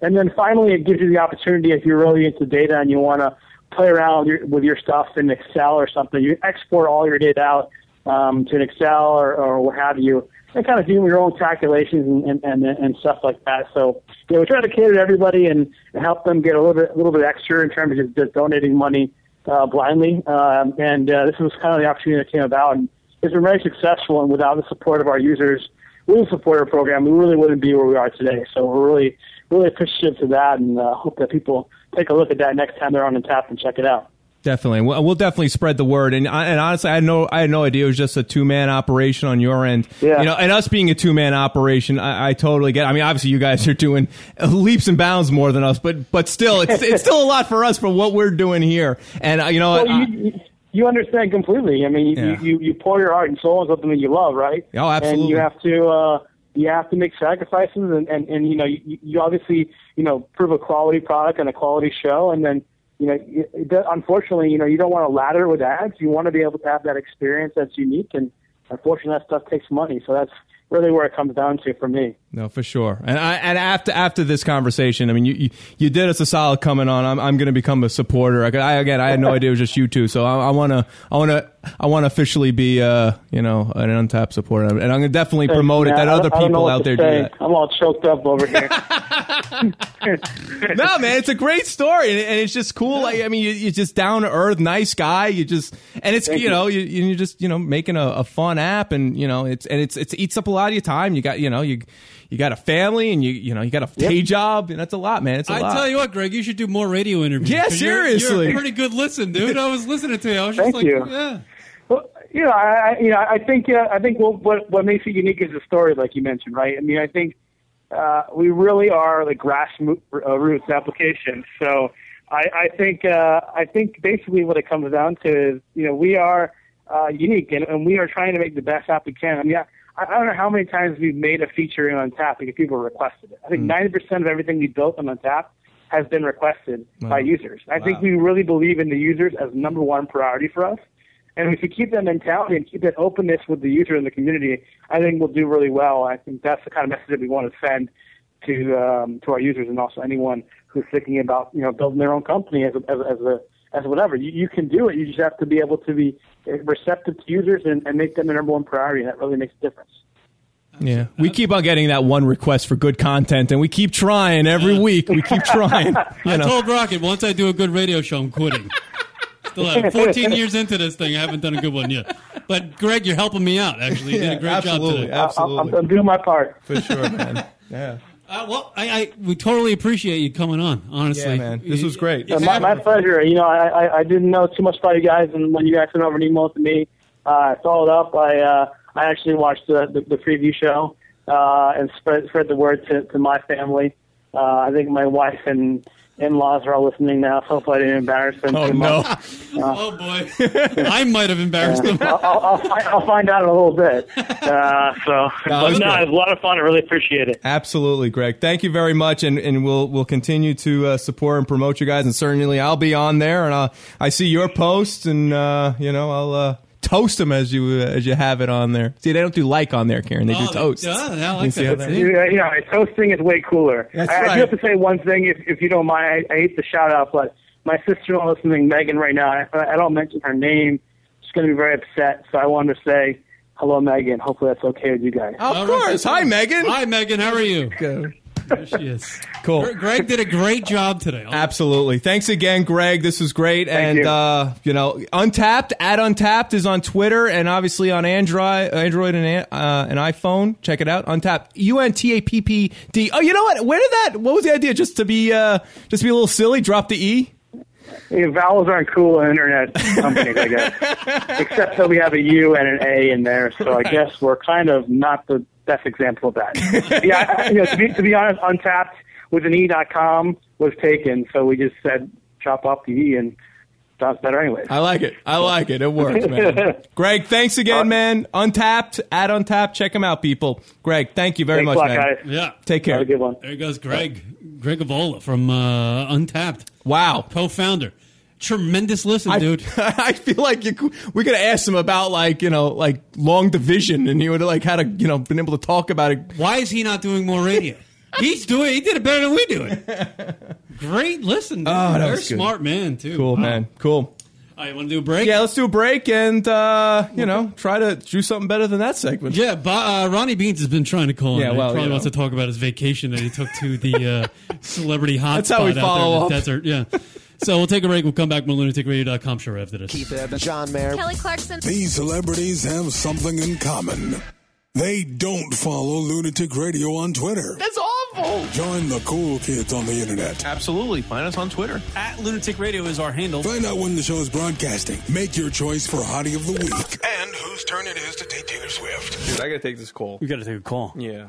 Speaker 21: And then finally, it gives you the opportunity if you're really into data and you want to play around your, with your stuff in Excel or something. You export all your data out um, to an Excel or, or what have you, and kind of do your own calculations and, and, and, and stuff like that. So you know, we try to cater to everybody and help them get a little bit a little bit extra in terms of just, just donating money uh, blindly. Um, and uh, this was kind of the opportunity that came about, and it's been very successful. And without the support of our users, with the supporter program, we really wouldn't be where we are today. So we're really really appreciative to that, and uh, hope that people take a look at that next time they're on the tap and check it out.
Speaker 5: Definitely, we'll, we'll definitely spread the word. And I- and honestly, I had no I had no idea it was just a two man operation on your end.
Speaker 22: Yeah.
Speaker 5: You know, and us being a two man operation, I, I totally get. I mean, obviously, you guys are doing leaps and bounds more than us, but but still, it's it's still a lot for us for what we're doing here. And uh, you know,
Speaker 21: Well,
Speaker 5: I-
Speaker 21: you, you- you understand completely. I mean, you,
Speaker 5: Yeah.
Speaker 21: you, you pour your heart and soul on something that you love, right?
Speaker 5: Oh, absolutely.
Speaker 21: And you have to uh, you have to make sacrifices, and, and, and you know you, you obviously you know prove a quality product and a quality show, and then you know it, it, does- unfortunately you know you don't want to ladder with ads. You want to be able to have that experience that's unique, and unfortunately that stuff takes money. So that's really where it comes down to for me.
Speaker 5: No, for sure. And I, and after after this conversation, I mean, you, you, you did us a solid coming on. I'm I'm going to become a supporter. I, I again, I had no idea it was just you two. So I want to I want to I want to officially be uh you know an untapped supporter, and I'm going to definitely promote it
Speaker 21: Yeah,
Speaker 5: that
Speaker 21: I don't-
Speaker 5: other
Speaker 21: I don't know
Speaker 5: people
Speaker 21: what
Speaker 5: out there
Speaker 21: to say.
Speaker 5: do that.
Speaker 21: I'm all choked up over here.
Speaker 5: no, man, it's a great story, and, and it's just cool. Like, I mean, you, you're just down to earth, nice guy. You just and it's
Speaker 21: Thank
Speaker 5: you
Speaker 21: you.
Speaker 5: know you, you're just you know making a, a fun app, and you know it's and it's it's eats up a lot of your time. You got you know you you got a family, and you you know you got a day job, and that's a lot, man. It's a
Speaker 4: I
Speaker 5: lot.
Speaker 4: tell you what, Greg, you should do more radio interviews.
Speaker 5: Yeah,
Speaker 4: 'cause you're- you're a
Speaker 5: seriously.
Speaker 4: pretty good listen, dude. I was listening to you. I was just
Speaker 21: Thank
Speaker 4: like,
Speaker 21: you.
Speaker 4: yeah.
Speaker 21: Well, you know, I, I you know, I think uh, I think what, what what makes it unique is the story, like you mentioned, right? I mean, I think uh, we really are the grassroots uh, application. So I, I think uh, I think basically what it comes down to is, you know, we are uh, unique and, and we are trying to make the best app we can. I mean, I, I don't know how many times we've made a feature in Untap because people requested it. I think
Speaker 22: Mm.
Speaker 21: ninety percent of everything we built on Untap has been requested
Speaker 22: Wow.
Speaker 21: by users. I
Speaker 22: Wow.
Speaker 21: think we really believe in the users as number one priority for us. And if we keep that mentality and keep that openness with the user and the community, I think we'll do really well. I think that's the kind of message that we want to send to um, to our users and also anyone who's thinking about you know building their own company as a, as, a- as a as whatever. You, you can do it. You just have to be able to be receptive to users and, and make them the number one priority. And that really makes a difference.
Speaker 5: Yeah,
Speaker 4: Uh,
Speaker 5: we keep on getting that one request for good content, and we keep trying every week. We keep trying.
Speaker 4: I
Speaker 5: You know.
Speaker 4: told Rocket once I do a good radio show, I'm quitting. Still haven't. 14 years into this thing, I haven't done a good one yet. But Greg, you're helping me out. Actually, you did
Speaker 5: Yeah,
Speaker 4: a great
Speaker 5: absolutely,
Speaker 4: job today.
Speaker 5: absolutely. I'm-
Speaker 21: I'm doing my part
Speaker 5: for sure, man. Yeah.
Speaker 4: Uh, well, I, I we totally appreciate you coming on. Honestly,
Speaker 5: Yeah, man. This was great.
Speaker 21: Uh, my, my pleasure. You know, I, I, I didn't know too much about you guys, and when you guys sent over an email to me, uh, I followed up. I uh, I actually watched the, the, the preview show uh, and spread spread the word to, to my family. Uh, I think my wife and in laws are all listening now, so hopefully I didn't embarrass them.
Speaker 4: Oh,
Speaker 21: too
Speaker 4: no.
Speaker 21: much. Uh,
Speaker 4: oh boy, I might have embarrassed him.
Speaker 21: I'll, I'll, I'll, find, I'll find out in a little bit. Uh, so,
Speaker 5: No, it was
Speaker 21: but no,
Speaker 5: good.
Speaker 21: it was a lot of fun. I really appreciate it.
Speaker 5: Absolutely, Greg. Thank you very much, and, and we'll we'll continue to uh, support and promote you guys, and certainly I'll be on there, and I'll, I see your posts, and uh, you know I'll uh, toast them as you uh, as you have it on there. See, they don't do like on there, Karen. Oh, They do toast. You see how that-
Speaker 21: Yeah, you know, toasting is way cooler.
Speaker 5: That's
Speaker 21: I, I
Speaker 5: right.
Speaker 21: do have to say one thing, if, if you don't mind. I, I hate to shout out, but my sister-in-law listening, Megan, right now. If I, I don't mention her name, she's going to be very upset. So I wanted to say hello, Megan. Hopefully that's okay with you guys.
Speaker 5: Of course. Hi, Megan.
Speaker 4: Hi, Megan. How are you?
Speaker 5: Good.
Speaker 4: There she is.
Speaker 5: Cool.
Speaker 4: Gre- Greg did a great job today.
Speaker 5: Absolutely. Thanks again, Greg. This was great. and
Speaker 4: you.
Speaker 5: uh, you know, Untapped at Untapped is on Twitter and obviously on Android, Android and uh, an iPhone. Check it out. Untapped. U N T A P P D. Oh, you know what? Where did that? What was the idea? Just to be, uh, just be a little silly. Drop the E.
Speaker 21: Yeah, vowels aren't cool in internet companies, I guess. Except that we have a U and an A in there, so I guess we're kind of not the best example of that. yeah, I- you know, to, be, to be honest, Untapped with an E dot com was taken, so we just said chop off the E and sounds better anyway.
Speaker 5: I like it. I like it. It works, man. Greg, thanks again, man. Untapped at Untapped. Check them out, people. Greg, thank you very much,
Speaker 4: Thanks a lot,
Speaker 5: man.
Speaker 4: guys. Yeah.
Speaker 5: Take care.
Speaker 4: Have a good
Speaker 21: one.
Speaker 4: There goes Greg. Greg Avola from uh, Untapped.
Speaker 5: Wow.
Speaker 4: Co-founder. Tremendous listen, dude.
Speaker 5: I feel like you, we could have asked him about like you know like long division, and he would have like had a you know been able to talk about it.
Speaker 4: Why is he not doing more radio? He's doing. He did it better than we do it. Great listen. Dude.
Speaker 5: Oh, that
Speaker 4: Very
Speaker 5: was good.
Speaker 4: smart man too.
Speaker 5: Cool,
Speaker 4: Wow.
Speaker 5: man. Cool.
Speaker 4: All right, want to do a break?
Speaker 5: Yeah, let's do a break and uh, you know try to do something better than that segment.
Speaker 4: Yeah, but, uh, Ronnie Beans has been trying to call.
Speaker 5: Yeah,
Speaker 4: him.
Speaker 5: well,
Speaker 4: he probably
Speaker 5: you
Speaker 4: wants
Speaker 5: know.
Speaker 4: to talk about his vacation that he took to the uh, celebrity hotspot
Speaker 5: That's how we
Speaker 4: out there
Speaker 5: follow
Speaker 4: in the
Speaker 5: up.
Speaker 4: desert. Yeah. So we'll take a break. We'll come back with lunaticradio.com show after this.
Speaker 1: Keith Evans, John Mayer.
Speaker 23: Kelly Clarkson.
Speaker 1: These celebrities have something in common. They don't follow Lunatic Radio on Twitter.
Speaker 10: That's awful.
Speaker 1: Join the cool kids on the internet.
Speaker 10: Absolutely. Find us on Twitter.
Speaker 24: At Lunatic Radio is our handle.
Speaker 1: Find out when the show is broadcasting. Make your choice for Hottie of the Week.
Speaker 24: And whose turn it is to take Taylor Swift?
Speaker 5: Dude, I gotta take this call.
Speaker 24: We got to take a call.
Speaker 5: Yeah.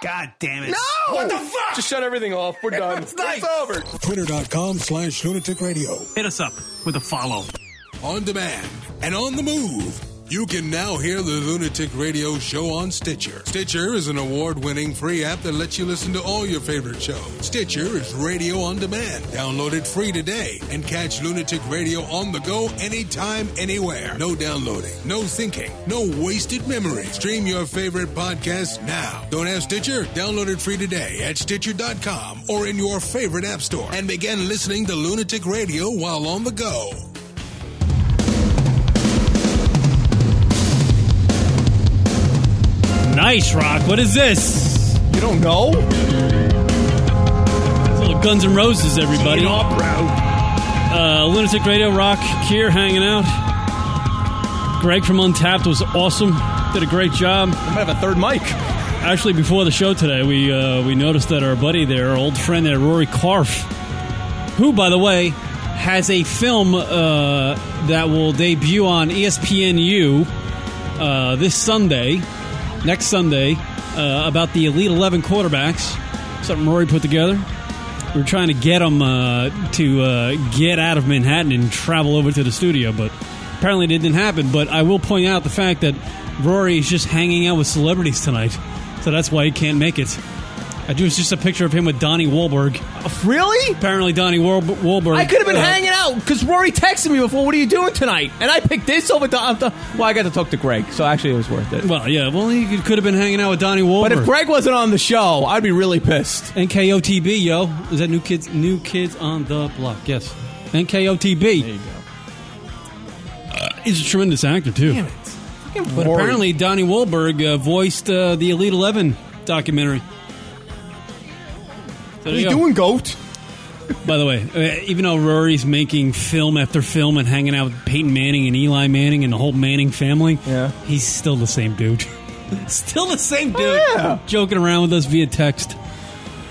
Speaker 24: God damn it.
Speaker 5: No! What the fuck? Just shut everything off. We're done. it's, over.
Speaker 1: Twitter.com slash Lunatic Radio.
Speaker 24: Hit us up with a follow.
Speaker 1: On demand and on the move. You can now hear the Lunatic Radio show on Stitcher. Stitcher is an award winning free app that lets you listen to all your favorite shows. Stitcher is radio on demand. Download it free today and catch Lunatic Radio on the go anytime, anywhere. No downloading, no syncing, no wasted memory. Stream your favorite podcast now. Don't have Stitcher? Download it free today at Stitcher.com or in your favorite app store and begin listening to Lunatic Radio while on the go.
Speaker 4: Nice rock. What is this?
Speaker 5: You don't know?
Speaker 4: little Guns N' Roses, everybody. Uh, Lunatic Radio Rock here hanging out. Greg from Untapped was awesome. Did a great job. I
Speaker 5: might have a third mic.
Speaker 4: Actually, before the show today, we uh, we noticed that our buddy there, our old friend there, Rory Karf, who, by the way, has a film uh, that will debut on E ESPNU uh, this Sunday, next Sunday, uh, about the Elite 11 quarterbacks. Something Rory put together. We're trying to get him uh, to uh, get out of Manhattan and travel over to the studio, but apparently it didn't happen. But I will point out the fact that Rory is just hanging out with celebrities tonight, so that's why he can't make it. I do. It's just a picture of him with Donnie Wahlberg.
Speaker 5: Really?
Speaker 4: Apparently, Donnie Wahl- Wahlberg.
Speaker 5: I could have been
Speaker 4: uh,
Speaker 5: hanging out because Rory texted me before. What are you doing tonight? And I picked this over. The, uh, the, well, I got to talk to Greg, so actually it was worth it.
Speaker 4: Well, yeah. Well, he could- could have been hanging out with Donnie Wahlberg.
Speaker 5: But if Greg wasn't on the show, I'd be really pissed.
Speaker 4: NKOTB, yo, is that new kids? New kids on the block. Yes, NKOTB. There you go. Uh, he's a tremendous actor too.
Speaker 5: Damn it.
Speaker 4: But apparently, Donnie Wahlberg uh, voiced uh, the Elite Eleven documentary.
Speaker 5: What are you doing, Goat?
Speaker 4: By the way, uh, even though Rory's making film after film and hanging out with Peyton Manning and Eli Manning and the whole Manning family, yeah. he's still the same dude. still the same
Speaker 5: Oh,
Speaker 4: dude. Joking around with us via text.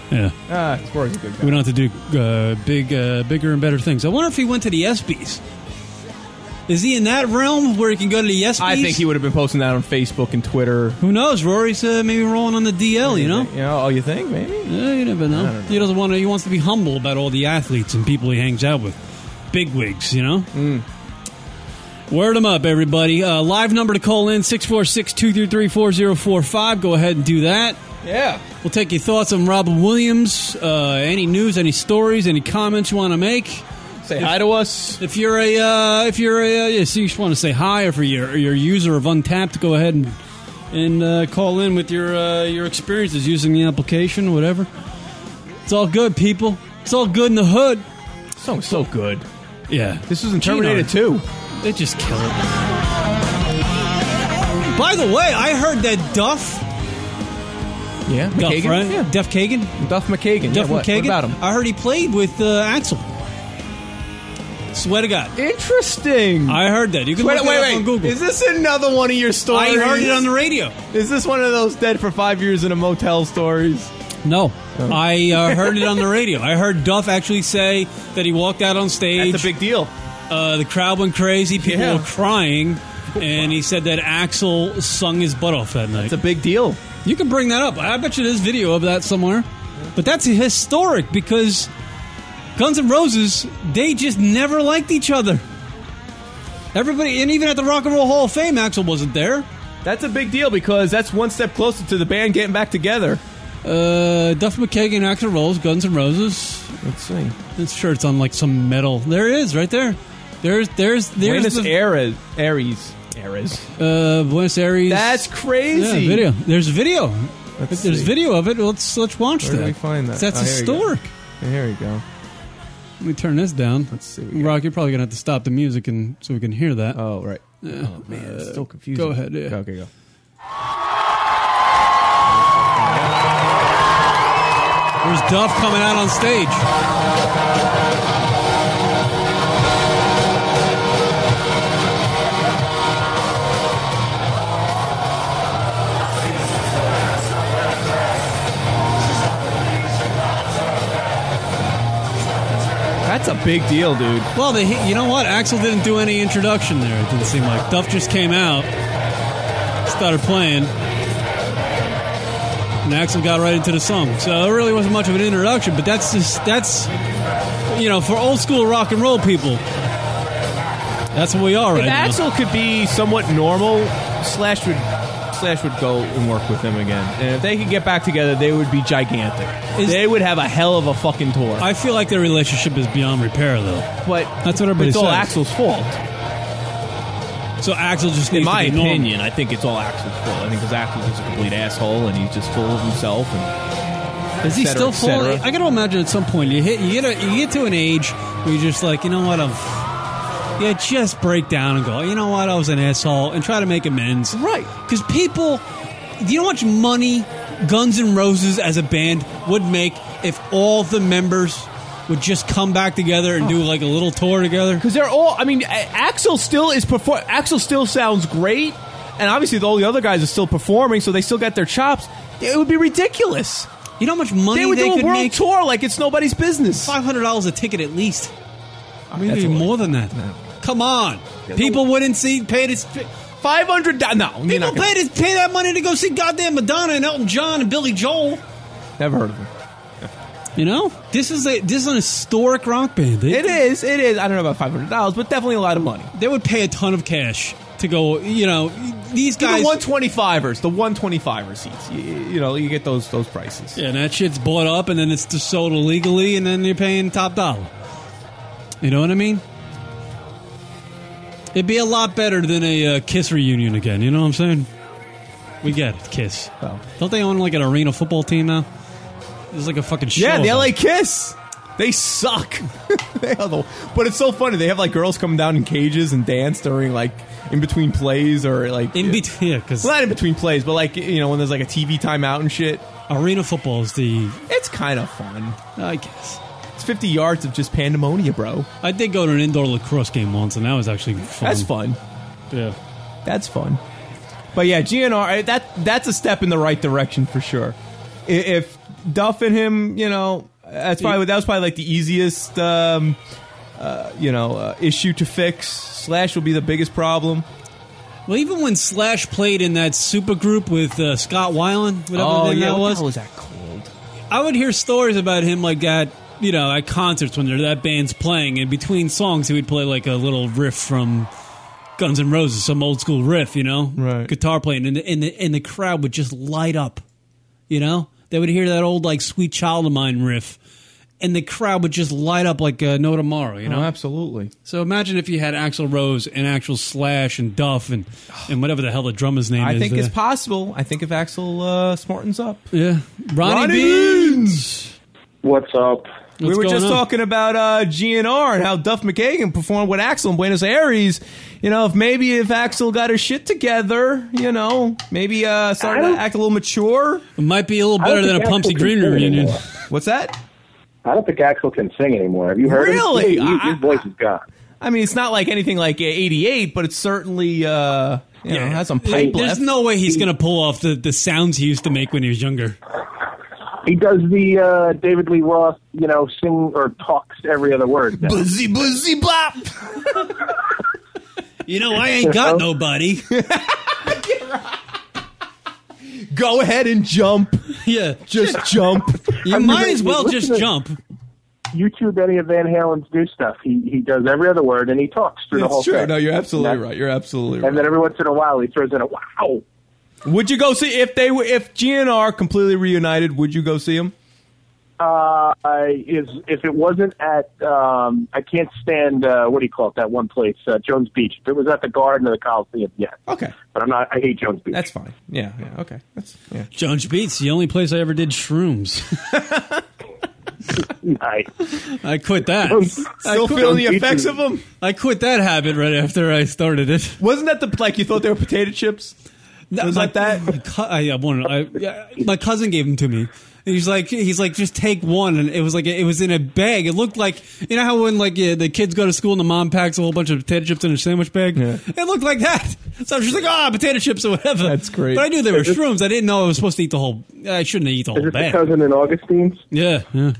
Speaker 4: Yeah.
Speaker 5: Ah, it's Rory's a good guy.
Speaker 4: We don't have to do uh, big, uh, bigger and better things. I wonder if he went to the ESPYS. Is he in that realm where he can go to the ESPYS?
Speaker 5: I think he would have been posting that on Facebook and Twitter.
Speaker 4: Who knows? Rory's uh, maybe rolling on the DL. You know.
Speaker 5: Yeah. Oh, you think maybe?
Speaker 4: Yeah, you never
Speaker 5: I
Speaker 4: know.
Speaker 5: don't know.
Speaker 4: He doesn't want to. He wants to be humble about all the athletes and people he hangs out with, big wigs. You know.
Speaker 5: Mm.
Speaker 4: Word them up, everybody. Uh, live number to call in 646-233-4045. Go ahead and do that.
Speaker 5: Yeah.
Speaker 4: We'll take your thoughts on Robin Williams. Uh, any news? Any stories? Any comments you want to make?
Speaker 6: Say hi to us.
Speaker 4: If you're a, uh, if you're a, uh, yes, you just want to say hi. If you're you're a user of Untapped, go ahead and and uh, call in with your uh, your experiences using the application, whatever. It's all good, people. It's all good in the hood.
Speaker 5: So so good.
Speaker 4: Yeah,
Speaker 5: this was in Terminator Two.
Speaker 4: They just kill it. By the way, I heard that Duff
Speaker 5: Yeah,
Speaker 4: Duff,
Speaker 5: McKagan?
Speaker 4: right?
Speaker 5: Yeah.
Speaker 4: Duff Kagan.
Speaker 5: Duff McKagan.
Speaker 4: Duff
Speaker 5: Yeah, what- what
Speaker 4: McKagan.
Speaker 5: about him?
Speaker 4: I heard he played with uh, Axel. Swear to God.
Speaker 6: Interesting.
Speaker 4: I heard that. You can
Speaker 6: Wait,
Speaker 4: look
Speaker 6: wait,
Speaker 4: it up
Speaker 6: wait.
Speaker 4: on Google.
Speaker 6: Is this another one of your stories?
Speaker 4: I heard it on the radio.
Speaker 6: Is this one of those dead for five years in a motel stories?
Speaker 4: No.
Speaker 5: Oh.
Speaker 4: I uh, heard it on the radio. I heard Duff actually say that he walked out on stage. That's a big
Speaker 6: deal.
Speaker 4: Uh, the crowd went crazy. People
Speaker 6: Yeah.
Speaker 4: were crying. And he said that Axel sung his butt off that night. It's a
Speaker 6: big deal.
Speaker 4: You can bring that up. I bet you there's video of that somewhere. But that's historic because Guns N' Roses, they just never liked each other. Everybody, and even at the Rock and Roll Hall of Fame, Axel wasn't there.
Speaker 6: That's a big deal because that's one step closer to the band getting back together.
Speaker 4: Uh, Duff McKagan, Axel Rose, Guns N' Roses.
Speaker 6: Let's see.
Speaker 4: This shirt's on like some metal. There it is, right there. There's, there's, there's
Speaker 6: Buenos
Speaker 4: the
Speaker 6: Aires, Aries, Aries.
Speaker 4: uh, Buenos Aires.
Speaker 6: That's crazy.
Speaker 4: Yeah, video. There's video.
Speaker 6: Let's
Speaker 4: there's
Speaker 6: see.
Speaker 4: video of it. Let's let's watch
Speaker 6: Where do
Speaker 4: that.
Speaker 6: we find that?
Speaker 4: That's
Speaker 6: Oh, here we go.
Speaker 4: historic.
Speaker 6: Here we go.
Speaker 4: Let me turn this down. Let's
Speaker 6: see.
Speaker 4: Rock, you're probably gonna have to stop the music and so we can hear that. Uh,
Speaker 6: Oh right. Oh man, it's so confusing.
Speaker 4: Go ahead. Yeah.
Speaker 6: Okay, go.
Speaker 4: There's Duff coming out on stage.
Speaker 6: That's a big deal, dude.
Speaker 4: Well, they, you know what? Axel didn't do any introduction there. It didn't seem like Duff just came out, started playing, and Axel got right into the song. So it really wasn't much of an introduction. But that's just that's you know for old school rock and roll people. That's what we are
Speaker 5: if
Speaker 4: right now.
Speaker 5: Axel could be somewhat normal, Slash would Slash would go and work with him again. And if they could get back together, they would be gigantic.
Speaker 4: Is-
Speaker 5: they would have a hell of a fucking tour.
Speaker 4: I feel like their relationship is beyond repair, though.
Speaker 5: but
Speaker 4: That's what everybody
Speaker 5: it's all
Speaker 4: says.
Speaker 5: Axel's fault.
Speaker 4: So Axel just
Speaker 5: in
Speaker 4: needs to
Speaker 5: my
Speaker 4: be normal.
Speaker 5: opinion, I think it's all Axel's fault. I think because Axel's just a complete asshole and he's just full of himself. And
Speaker 4: Is he
Speaker 5: et cetera,
Speaker 4: still full?
Speaker 5: et cetera.
Speaker 4: I gotta imagine at some point you hit you get a, you get to an age where you're just like, you know what, I'm. Yeah, just break down and go. You know what, I was an asshole, and try to make amends. Right? Because people, do you know how much money Guns N' Roses as a band would make if all the members would just come back together and do like a little tour together?
Speaker 5: Because they're all. I mean, A- Axel still is perform. Axel still sounds great, and obviously all the other guys are still performing, so they still got their chops. It would be ridiculous.
Speaker 4: You know how much money
Speaker 5: they would
Speaker 4: they
Speaker 5: do a
Speaker 4: could
Speaker 5: world
Speaker 4: make?
Speaker 5: tour like it's nobody's business.
Speaker 4: Five hundred dollars a ticket at least. I mean,
Speaker 5: That's
Speaker 4: maybe
Speaker 5: a lot.
Speaker 4: more than that. Come on, people wouldn't see pay this
Speaker 5: five hundred. No,
Speaker 4: people pay this, pay that money to go see goddamn Madonna and Elton John and Billy Joel.
Speaker 5: Never heard of them.
Speaker 4: You know, this is a this is an historic rock band. They,
Speaker 5: It is. It is. I don't know about five hundred dollars, but definitely a lot of money.
Speaker 4: they would pay a ton of cash to go. You know, these
Speaker 5: Do
Speaker 4: guys.
Speaker 5: the one twenty fivers, the one twenty fiver seats. You, you know, you get those those prices.
Speaker 4: yeah, and that shit's bought up, and then it's just sold illegally, and then you're paying top dollar. You know what I mean? It'd be a lot better than a uh, Kiss reunion again. You know what I'm saying? We get it, Kiss.
Speaker 5: Oh.
Speaker 4: Don't they own like an arena football team now? It's like a fucking show.
Speaker 5: Yeah, the
Speaker 4: about
Speaker 5: LA Kiss. They suck. they are the, but it's so funny. They have like girls come down in cages and dance during like in between plays or like
Speaker 4: In between, yeah, because
Speaker 5: well, not in between plays, but like you know when there's like a TV timeout and shit.
Speaker 4: Arena football is the.
Speaker 5: It's kind of fun,
Speaker 4: I guess.
Speaker 5: It's 50 yards of just pandemonium, bro.
Speaker 4: I did go to an indoor lacrosse game once, and that was actually fun.
Speaker 5: That's fun.
Speaker 4: Yeah,
Speaker 5: that's fun. But yeah, GNR. eh, That that's a step in the right direction for sure. I- If Duff and him, you know, that's probably that was probably like the easiest, um, uh, you know, uh, issue to fix. Slash will be the biggest problem.
Speaker 4: Well, even when Slash played in that super group with uh, Scott Weiland, whatever
Speaker 5: Oh,
Speaker 4: the name
Speaker 5: yeah,
Speaker 4: that
Speaker 5: what the
Speaker 4: was,
Speaker 5: hell was that called?
Speaker 4: I would hear stories about him like that. You know, at concerts when they're that band's playing, and between songs he would play like a little riff from Guns N' Roses, some old school riff. You know, right? Guitar playing, and the, and the and the crowd would just light up. You know, they would hear that old like "Sweet Child of Mine" riff, and the crowd would just light up like uh, no tomorrow. You know,
Speaker 5: Oh, absolutely.
Speaker 4: So imagine if you had Axl Rose and actual Slash and Duff and and whatever the hell the drummer's name
Speaker 5: I
Speaker 4: is.
Speaker 5: think
Speaker 4: uh,
Speaker 5: it's possible. I think if Axel uh, smartens up.
Speaker 4: Yeah. Ronnie,
Speaker 5: Ronnie
Speaker 4: Beans.
Speaker 21: What's up?
Speaker 5: we were just talking about uh, GNR and how Duff McKagan performed with Axel in Buenos Aires. You know, if maybe if Axel got his shit together, you know, maybe uh, started to act a little mature.
Speaker 4: It might be a little
Speaker 5: I don't
Speaker 4: better than a
Speaker 5: think Axl
Speaker 4: Pumpsy
Speaker 5: can
Speaker 4: Green
Speaker 5: sing
Speaker 4: reunion.
Speaker 5: anymore. What's that?
Speaker 22: I don't think Axel can sing anymore. Have you heard
Speaker 5: Really?
Speaker 22: him? He- he- His voice is gone.
Speaker 5: I mean, it's not like anything like '88, but it's certainly uh, you know has some pipe
Speaker 4: There's
Speaker 5: left.
Speaker 4: no way he's going to pull off the, the sounds he used to make when he was younger.
Speaker 22: He does the uh, David Lee Roth, you know, sing or talks every other word. now.
Speaker 5: Buzzy, buzzy, bop.
Speaker 4: You know, I ain't got nobody.
Speaker 5: Go ahead and jump.
Speaker 4: Yeah,
Speaker 5: just jump.
Speaker 22: Have listened to- YouTube any of Van Halen's new stuff. He he does every other word and he talks through the whole
Speaker 5: It's true.
Speaker 22: thing.
Speaker 5: No, you're
Speaker 22: And
Speaker 5: absolutely
Speaker 22: that-
Speaker 5: right. You're absolutely right.
Speaker 22: And then every once in a while he throws in a wow.
Speaker 5: Would you go see if they were if GNR completely reunited? Would you go see them?
Speaker 22: Uh, is if it wasn't at um, I can't stand uh, what do you call it that one place uh, Jones Beach. If it was at the Garden or the Coliseum, yes.
Speaker 5: Okay,
Speaker 22: but I'm not. I hate Jones Beach.
Speaker 5: That's fine. Yeah, yeah, okay. That's yeah.
Speaker 4: Jones Beats, the only place I ever did shrooms.
Speaker 22: nice.
Speaker 4: I quit that.
Speaker 5: Still
Speaker 4: I quit-
Speaker 5: feeling the effects of them?
Speaker 4: I quit that habit right after I started it.
Speaker 5: Wasn't that the like you thought they were potato chips?
Speaker 4: No, was like that? I, I wanted. I, yeah, my cousin gave them to me. And he's like, he's like, just take one, and it was like, it was in a bag. It looked like, you know how when like yeah, the kids go to school and the mom packs a whole bunch of potato chips in a sandwich bag. It looked like that. So I was just like, ah, potato chips or whatever. That's great. But I knew they were shrooms. I didn't know I was supposed to eat the whole. I shouldn't have eaten the whole
Speaker 22: Is this the
Speaker 4: bag.
Speaker 22: cousin in Augustine's?
Speaker 4: Yeah, yeah.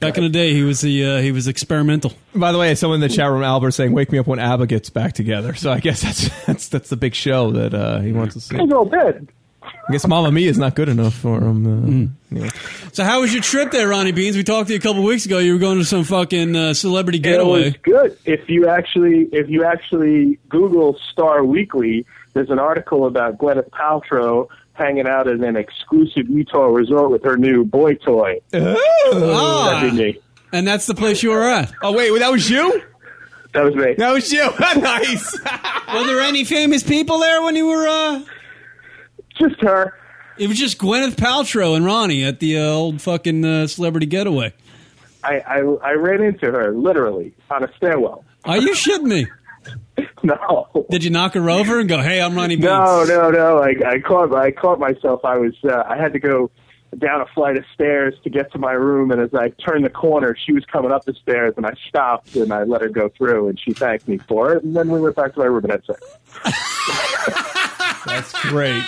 Speaker 4: Back in the day, he was the uh, he was experimental.
Speaker 5: By the way, someone in the chat room, Albert, saying, "Wake me up when ABBA gets back together." So I guess that's that's that's the big show that uh, he wants to see.
Speaker 22: He's all dead.
Speaker 5: I guess Mamma Mia is not good enough for him. Uh,
Speaker 4: Hmm.
Speaker 5: anyway.
Speaker 4: So how was your trip there, Ronnie Beans? We talked to you a couple weeks ago. You were going to some fucking uh, celebrity
Speaker 22: It was
Speaker 4: getaway.
Speaker 22: good. If you actually if you actually Google Star Weekly, there's an article about Gwyneth Paltrow hanging out at an exclusive Utah resort with her new boy toy. That'd be me.
Speaker 4: And that's the place you were at.
Speaker 5: Oh wait, that was you.
Speaker 22: That was me.
Speaker 5: That was you. nice.
Speaker 4: were there any famous people there when you were? uh
Speaker 22: Just her.
Speaker 4: It was just Gwyneth Paltrow and Ronnie at the uh, old fucking uh, celebrity getaway.
Speaker 22: I, I I ran into her literally on a stairwell.
Speaker 4: Are you shitting me?
Speaker 22: No.
Speaker 4: Did you knock her over and go, "Hey, I'm Ronnie Beans"?
Speaker 22: No, no, no. I, I caught I caught myself. I was uh, I had to go down a flight of stairs to get to my room, and as I turned the corner, she was coming up the stairs, and I stopped and I let her go through, and she thanked me for it, and then we went back to my room and had sex.
Speaker 5: That's great.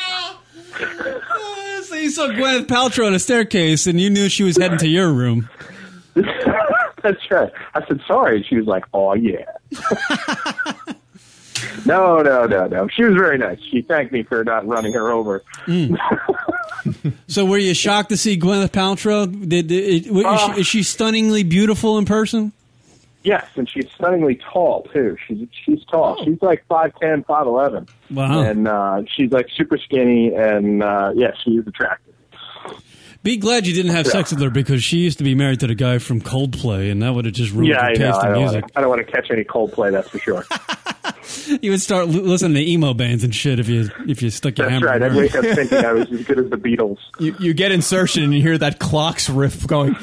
Speaker 4: So you saw Gwyneth Paltrow on a staircase, and you knew she was heading to your room.
Speaker 22: That's right. I said sorry, and she was like, "Oh yeah." no, no, no, no. She was very nice. She thanked me for not running her over.
Speaker 4: Mm.
Speaker 22: Mm.
Speaker 4: so were you shocked to see Gwyneth Paltrow? Did, did- is, she, is she stunningly beautiful in person?
Speaker 22: Yes, and she's stunningly tall too. She's she's tall. She's like five ten, five eleven.
Speaker 4: Oh. Wow.
Speaker 22: And uh, she's like super skinny, and uh, yeah, she is attractive.
Speaker 4: Be glad you didn't have sex with her because she used to be married to the guy from Coldplay, and that would have just ruined
Speaker 22: yeah,
Speaker 4: your
Speaker 22: I know.
Speaker 4: taste
Speaker 22: I
Speaker 4: in
Speaker 22: don't,
Speaker 4: music.
Speaker 22: want to, I don't want to catch any Coldplay, that's for sure.
Speaker 4: You would start l- listening to emo bands and shit if you if you stuck your
Speaker 22: That's
Speaker 4: hammer.
Speaker 22: right.
Speaker 4: in
Speaker 22: I'd
Speaker 4: her.
Speaker 22: wake up thinking I was as good as the Beatles.
Speaker 5: You, you get insertion and you hear that clocks riff going.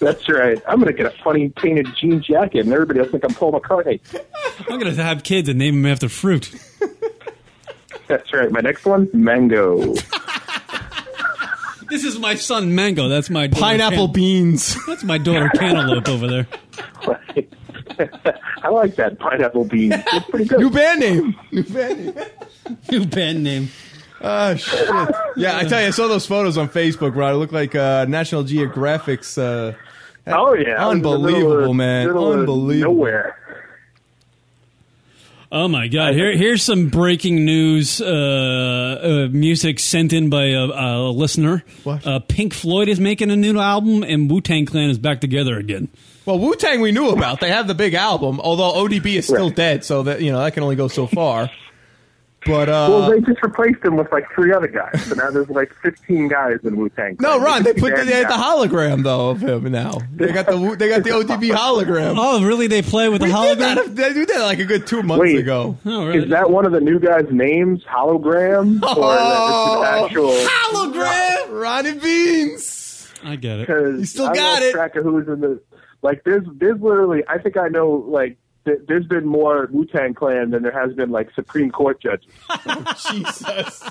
Speaker 22: That's right. I'm going to get a funny painted jean jacket, and everybody will think I'm Paul McCartney.
Speaker 4: I'm gonna have kids and name them after fruit.
Speaker 22: That's right. My next one, Mango.
Speaker 4: This is my son Mango. That's my daughter
Speaker 22: Pineapple
Speaker 5: beans.
Speaker 4: That's my daughter Cantaloupe over there.
Speaker 22: I like that pineapple bean. It's pretty good.
Speaker 5: New band name. New band name.
Speaker 4: New band name.
Speaker 5: Oh shit! Yeah, I tell you, I saw those photos on Facebook, Rod. It looked like uh, National Geographic's. Uh,
Speaker 22: Oh yeah, I was in the middle
Speaker 5: unbelievable,
Speaker 22: of-
Speaker 5: man!
Speaker 22: middle of
Speaker 5: Unbelievable.
Speaker 22: Nowhere.
Speaker 4: Oh my God! Here, here's some breaking news. Uh, uh, music sent in by a, a listener. What? Uh, Pink Floyd is making a new album, and Wu Tang Clan is back together again.
Speaker 5: Well, Wu Tang we knew about. They have the big album, although ODB is still dead, so that you know that can only go so far.
Speaker 25: But uh,
Speaker 22: well, they just replaced him with like three other guys, so now there's like 15 guys in Wu Tang.
Speaker 5: No, Ron, they put the, they had the hologram though of him now. They got the they got the ODB hologram.
Speaker 4: Oh, really? They play with
Speaker 5: We
Speaker 4: the
Speaker 5: did
Speaker 4: hologram? Oh,
Speaker 5: that- they did that like a good two months
Speaker 22: Wait,
Speaker 5: ago.
Speaker 22: Is that one of the new guys' names? Hologram,
Speaker 4: Oh,
Speaker 22: or is that just an
Speaker 5: hologram? Ron and Beans.
Speaker 4: I get
Speaker 22: actual? Because
Speaker 5: You still
Speaker 22: I
Speaker 5: got
Speaker 22: lost
Speaker 5: it.
Speaker 22: Track of who's in the like. There's there's literally. I think I know like. th- There's been more Wu Tang Clan than there has been like Supreme Court judges.
Speaker 5: Jesus.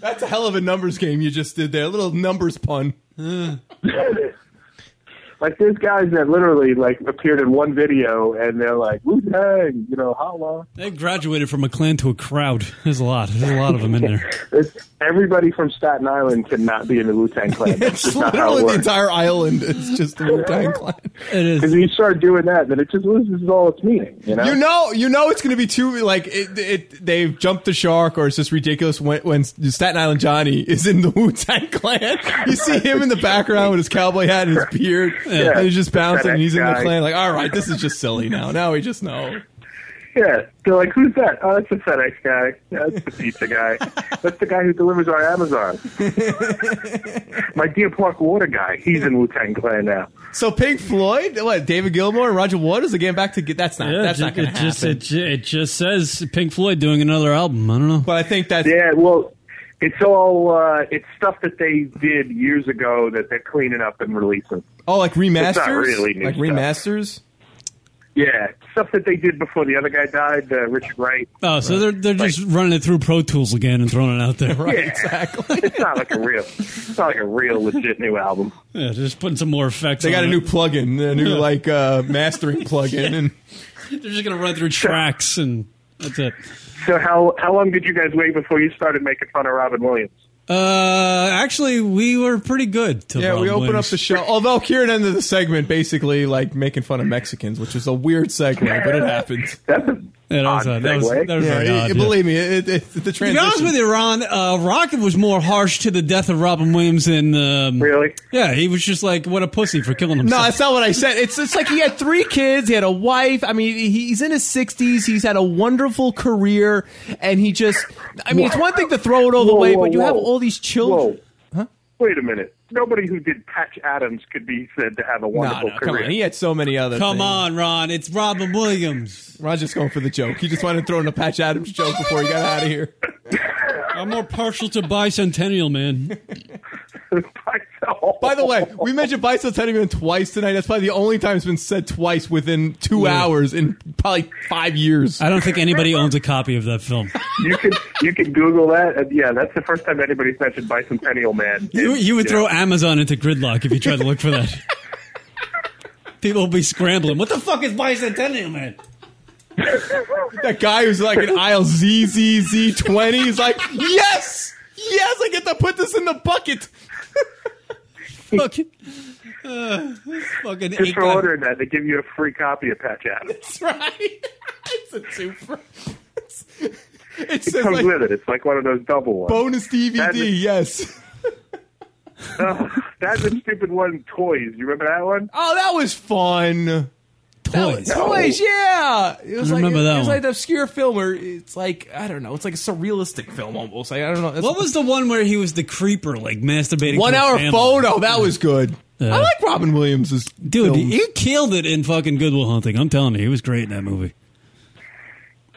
Speaker 5: That's a hell of a numbers game you just did there. A little numbers pun.
Speaker 4: Uh.
Speaker 22: Like there's guys that literally like appeared in one video and they're like Wu Tang, you know, holla.
Speaker 4: They graduated from a clan to a crowd. There's a lot. There's a lot of them in there.
Speaker 22: It's, everybody from Staten Island cannot be in the Wu Tang Clan. That's just not how it
Speaker 5: Literally the
Speaker 22: works.
Speaker 5: entire island is just the Wu-Tang Clan.
Speaker 4: It is.
Speaker 22: Because you start doing that, then it just loses all its meaning. You know.
Speaker 5: You know, you know it's going to be too like it, it. They've jumped the shark, or it's just ridiculous when, when Staten Island Johnny is in the Wu Tang Clan. You see him in the background with his cowboy hat and his beard,
Speaker 22: Yeah.
Speaker 5: and he's just bouncing. And he's in the
Speaker 22: Guy.
Speaker 5: clan. Like, all right, this is just silly now. Now we just know.
Speaker 22: Yeah, they're like, who's that? Oh, that's the FedEx guy. Yeah, that's the pizza guy. That's the guy who delivers our Amazon. My Deer Park water guy. He's in Wu Tang Clan now.
Speaker 5: So Pink Floyd, what David Gilmour and Roger Waters again back to get. That's not.
Speaker 4: Yeah,
Speaker 5: that's
Speaker 4: ju-
Speaker 5: not going
Speaker 4: it
Speaker 5: to
Speaker 4: just
Speaker 5: happen.
Speaker 4: it, ju- it just says Pink Floyd doing another album. I don't know.
Speaker 5: But I think that's
Speaker 22: yeah. Well, it's all uh, it's stuff that they did years ago that they're cleaning up and releasing.
Speaker 5: oh, like remasters.
Speaker 22: It's not really new
Speaker 5: like
Speaker 22: stuff.
Speaker 5: remasters.
Speaker 22: Yeah, stuff that they did before the other guy died, uh, Richard Wright.
Speaker 4: Oh, so they're they're just running it through Pro Tools again and throwing it out there, right?
Speaker 22: yeah. exactly. it's not like a real, it's not like a real legit new album.
Speaker 4: Yeah, they're just putting some more effects.
Speaker 5: They got
Speaker 4: on
Speaker 5: a new
Speaker 4: it.
Speaker 5: plug-in, a new like uh, mastering plug-in, and
Speaker 4: They're just gonna run through tracks and that's it.
Speaker 22: So how how long did you guys wait before you started making fun of Robin Williams?
Speaker 4: Uh, actually, we were pretty good. Till
Speaker 5: Yeah,
Speaker 4: Rob
Speaker 5: we open up
Speaker 4: Williams.
Speaker 5: the show. Although Kieran ended the segment basically like making fun of Mexicans, which is a weird segue, but it happens.
Speaker 22: That's a
Speaker 4: Yeah, that was odd. That was- that was
Speaker 5: yeah,
Speaker 4: very
Speaker 5: it-
Speaker 4: odd,
Speaker 5: it-
Speaker 4: yeah.
Speaker 5: Believe me, it, it, it, the
Speaker 4: To be
Speaker 5: transition.
Speaker 4: honest with you, Ron, uh, Rocket was more harsh to the death of Robin Williams than um,
Speaker 22: really.
Speaker 4: Yeah, he was just like, "What a pussy for killing
Speaker 5: no,
Speaker 4: himself."
Speaker 5: that's not what I said. It's it's like he had three kids, he had a wife. I mean, he's in his sixties. He's had a wonderful career, and he just. I mean, it's one thing to throw it all
Speaker 22: Whoa,
Speaker 5: away,
Speaker 22: whoa,
Speaker 5: but you have
Speaker 22: whoa.
Speaker 5: all these children.
Speaker 22: Whoa. Wait a minute. Nobody who did Patch Adams could be said to have a wonderful
Speaker 5: no, come
Speaker 22: career.
Speaker 5: on. He had so many other.
Speaker 4: Come
Speaker 5: things.
Speaker 4: on, Ron. It's Robin Williams.
Speaker 5: Ron's just going for the joke. He just wanted to throw in a Patch Adams joke before he got out of here.
Speaker 4: I'm more partial to bicentennial, man.
Speaker 5: By the way, we mentioned bicentennial twice tonight. That's probably the only time it's been said twice within two
Speaker 4: Yeah.
Speaker 5: hours in probably five years.
Speaker 4: I don't think anybody owns a copy of that film.
Speaker 22: You could you could Google that. And yeah, that's the first time anybody's mentioned Bicentennial Man.
Speaker 4: You, you would
Speaker 22: Yeah.
Speaker 4: throw Amazon into gridlock if you tried to look for that. People will be scrambling. What the fuck is bicentennial, man?
Speaker 5: That guy who's like in aisle ZZZ20 is like, yes, yes, I get to put this in the bucket.
Speaker 4: Fuck. Uh, this fucking
Speaker 22: Just
Speaker 4: eight
Speaker 22: for
Speaker 4: guy-
Speaker 22: ordering that, they give you a free copy of Patch Adams.
Speaker 5: That's right. it's a twofer. It's, it
Speaker 22: It
Speaker 5: says
Speaker 22: comes
Speaker 5: like
Speaker 22: with it. It's like one of those double ones.
Speaker 5: bonus DVD. Yes.
Speaker 22: Ugh, Oh, that's a stupid one. Toys. You remember that one?
Speaker 5: Oh, that was fun.
Speaker 4: Toys.
Speaker 5: Toys, yeah. It was
Speaker 4: I
Speaker 5: like
Speaker 4: remember
Speaker 5: it,
Speaker 4: that
Speaker 5: was
Speaker 4: one.
Speaker 5: like the obscure film where it's like I don't know. It's like a surrealistic film almost. Like, I don't know. It's
Speaker 4: What was the one where he was the creeper, like masturbating? to
Speaker 5: One
Speaker 4: a
Speaker 5: hour
Speaker 4: family?
Speaker 5: photo. That was good. I like Robin Williams.
Speaker 4: Dude, he killed it in fucking Goodwill Hunting. I'm telling you, he was great in that movie.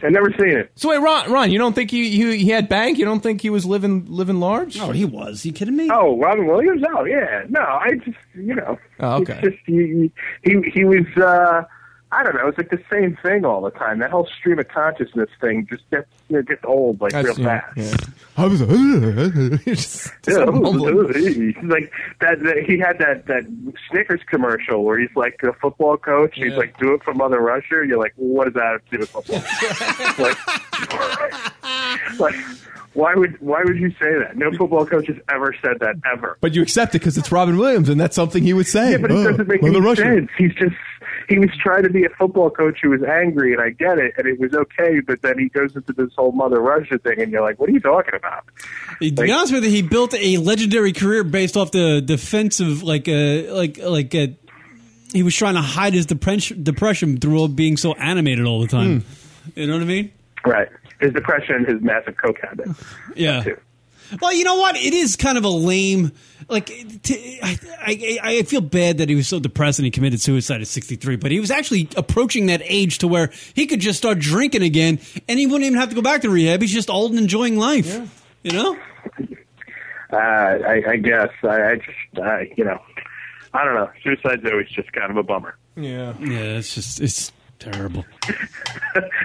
Speaker 22: I've never seen it.
Speaker 5: So wait, Ron, Ron, you don't think he, he he had bank? You don't think he was living living large?
Speaker 4: Oh, he was. You kidding me?
Speaker 22: Oh, Robin Williams? Oh, yeah. No, I just, you know.
Speaker 5: Oh, okay.
Speaker 22: It's just, he, he, he was, uh, I don't know, it's like the same thing all the time. That whole stream of consciousness thing just gets, you know, gets old, like, real fast.
Speaker 5: I was just,
Speaker 22: Yeah,
Speaker 5: just
Speaker 22: ooh,
Speaker 5: mumbling.
Speaker 22: ooh, ooh. like that, that. He had that that Snickers commercial where he's like a football coach. He's like, "Do it for Mother Russia." You're like, "What does that have to do with football?" like, like, why would why would you say that? No football coach has ever said that ever.
Speaker 5: But you accept it because it's Robin Williams, and that's something he would say.
Speaker 22: Yeah, but it
Speaker 5: Oh,
Speaker 22: doesn't make
Speaker 5: well,
Speaker 22: any
Speaker 5: the Russian-
Speaker 22: sense. He's just he was trying to be a football coach who was angry, and I get it, and it was okay. But then he goes into this whole Mother Russia thing, and you're like, "What are you talking about?"
Speaker 4: To be honest with you, he built a legendary career based off the defensive, like, uh, like, like, uh, he
Speaker 5: Hmm.
Speaker 4: was trying to hide his depression, depression through all being so animated all the time. You know what I mean?
Speaker 22: Right. His depression and his massive coke habit.
Speaker 4: Yeah. Well, you know what? It is kind of a lame. Like, t- I, I, I feel bad that he was so depressed and he committed suicide at 63, but he was actually approaching that age to where he could just start drinking again and he wouldn't even have to go back to rehab. He's just old and enjoying life. You know?
Speaker 22: Uh, I, I guess. I, I just, I, you know, I don't know. Suicide's always just kind of a bummer.
Speaker 4: Yeah. Yeah, it's just, it's terrible.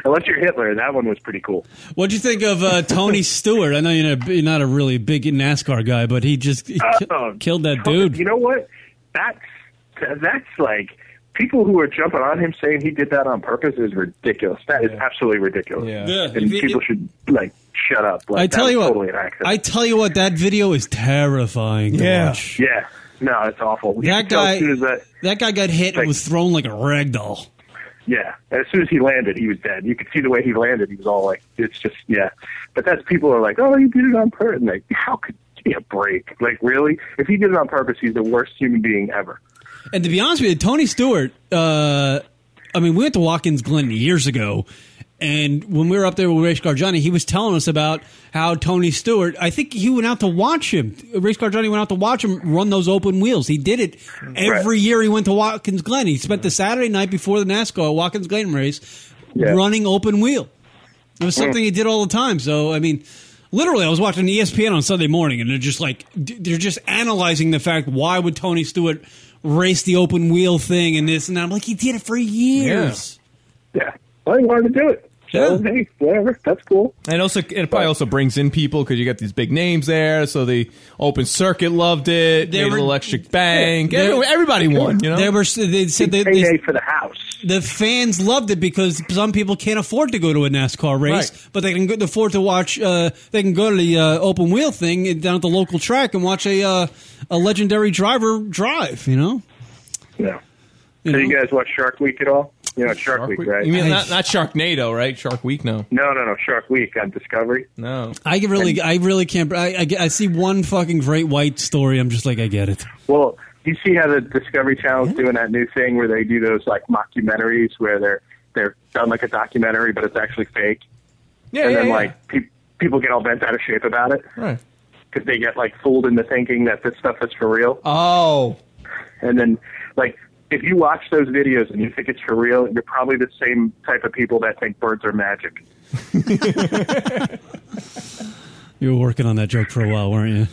Speaker 22: Unless you're Hitler, that one was pretty cool.
Speaker 4: What'd you think of uh, Tony Stewart? I know you're not, you're not a really big NASCAR guy, but he just he ki-
Speaker 22: Uh,
Speaker 4: killed that dude.
Speaker 22: You know what? That's that's like people who are jumping on him saying he did that on purpose is ridiculous. That is absolutely ridiculous.
Speaker 4: Yeah.
Speaker 22: And people should like shut up. Like,
Speaker 4: I tell
Speaker 22: that
Speaker 4: you
Speaker 22: was
Speaker 4: what,
Speaker 22: totally an accident.
Speaker 4: I tell you what, that video is terrifying. to watch.
Speaker 22: Yeah. No, it's awful. You
Speaker 4: That
Speaker 22: can tell
Speaker 4: guy-
Speaker 22: As soon as that,
Speaker 4: that guy got hit and was thrown like a rag doll.
Speaker 22: Yeah, and as soon as he landed, he was dead. You could see the way he landed; he was all like, "It's just yeah." But that's people are like, "Oh, he did it on purpose." And like, how could give me a break? Like, really? If he did it on purpose, he's the worst human being ever.
Speaker 4: And to be honest with you, Tony Stewart, uh, I mean, we went to Watkins Glen years ago. And when we were up there with Race Car Johnny, he was telling us about how Tony Stewart, I think he went out to watch him. Race Car Johnny went out to watch him run those open wheels. He did it every year he went to Watkins Glen. He spent the Saturday night before the NASCAR Watkins Glen race running open wheel. It was something he did all the time. So, I mean, literally, I was watching E ESPN on Sunday morning, and they're just like, they're just analyzing the fact why would Tony Stewart race the open wheel thing and this and that. I'm like, he did it for years.
Speaker 22: Yeah. Well, he wanted to do it.
Speaker 5: So,
Speaker 22: hey, whatever. That's cool.
Speaker 5: And also, it probably also brings in people because you got these big names there. So the Open Circuit loved it.
Speaker 4: They
Speaker 5: made
Speaker 4: were-
Speaker 5: an electric bank.
Speaker 4: They-
Speaker 5: Every- everybody won. You know,
Speaker 4: They were. They said they,
Speaker 22: they for the house.
Speaker 4: The fans loved it because some people can't afford to go to a NASCAR race,
Speaker 5: Right.
Speaker 4: but they can go- afford to watch. Uh, they can go to the uh, open wheel thing down at the local track and watch a uh, a legendary driver drive. You know.
Speaker 22: Yeah. so you guys watch Shark Week at all? You know Shark, Week, right?
Speaker 5: you mean not, not Sharknado, right? Shark Week, no.
Speaker 22: No, no, no. Shark Week on Discovery.
Speaker 5: No.
Speaker 4: I get really, I really can't. I, I, I see one fucking great white story. I'm just like, I get it.
Speaker 22: Well, you see how the Discovery Channel's doing that new thing where they do those like mockumentaries where they're they're done like a documentary, but it's actually fake.
Speaker 5: Yeah,
Speaker 22: and
Speaker 5: yeah,
Speaker 22: then
Speaker 5: yeah.
Speaker 22: like pe- people get all bent out of shape about it
Speaker 5: Right.
Speaker 22: because they get like fooled into thinking that this stuff is for real.
Speaker 5: Oh.
Speaker 22: And then like if you watch those videos and you think it's for real, you're probably the same type of people that think birds are magic.
Speaker 4: You were working on that joke for a while, weren't you?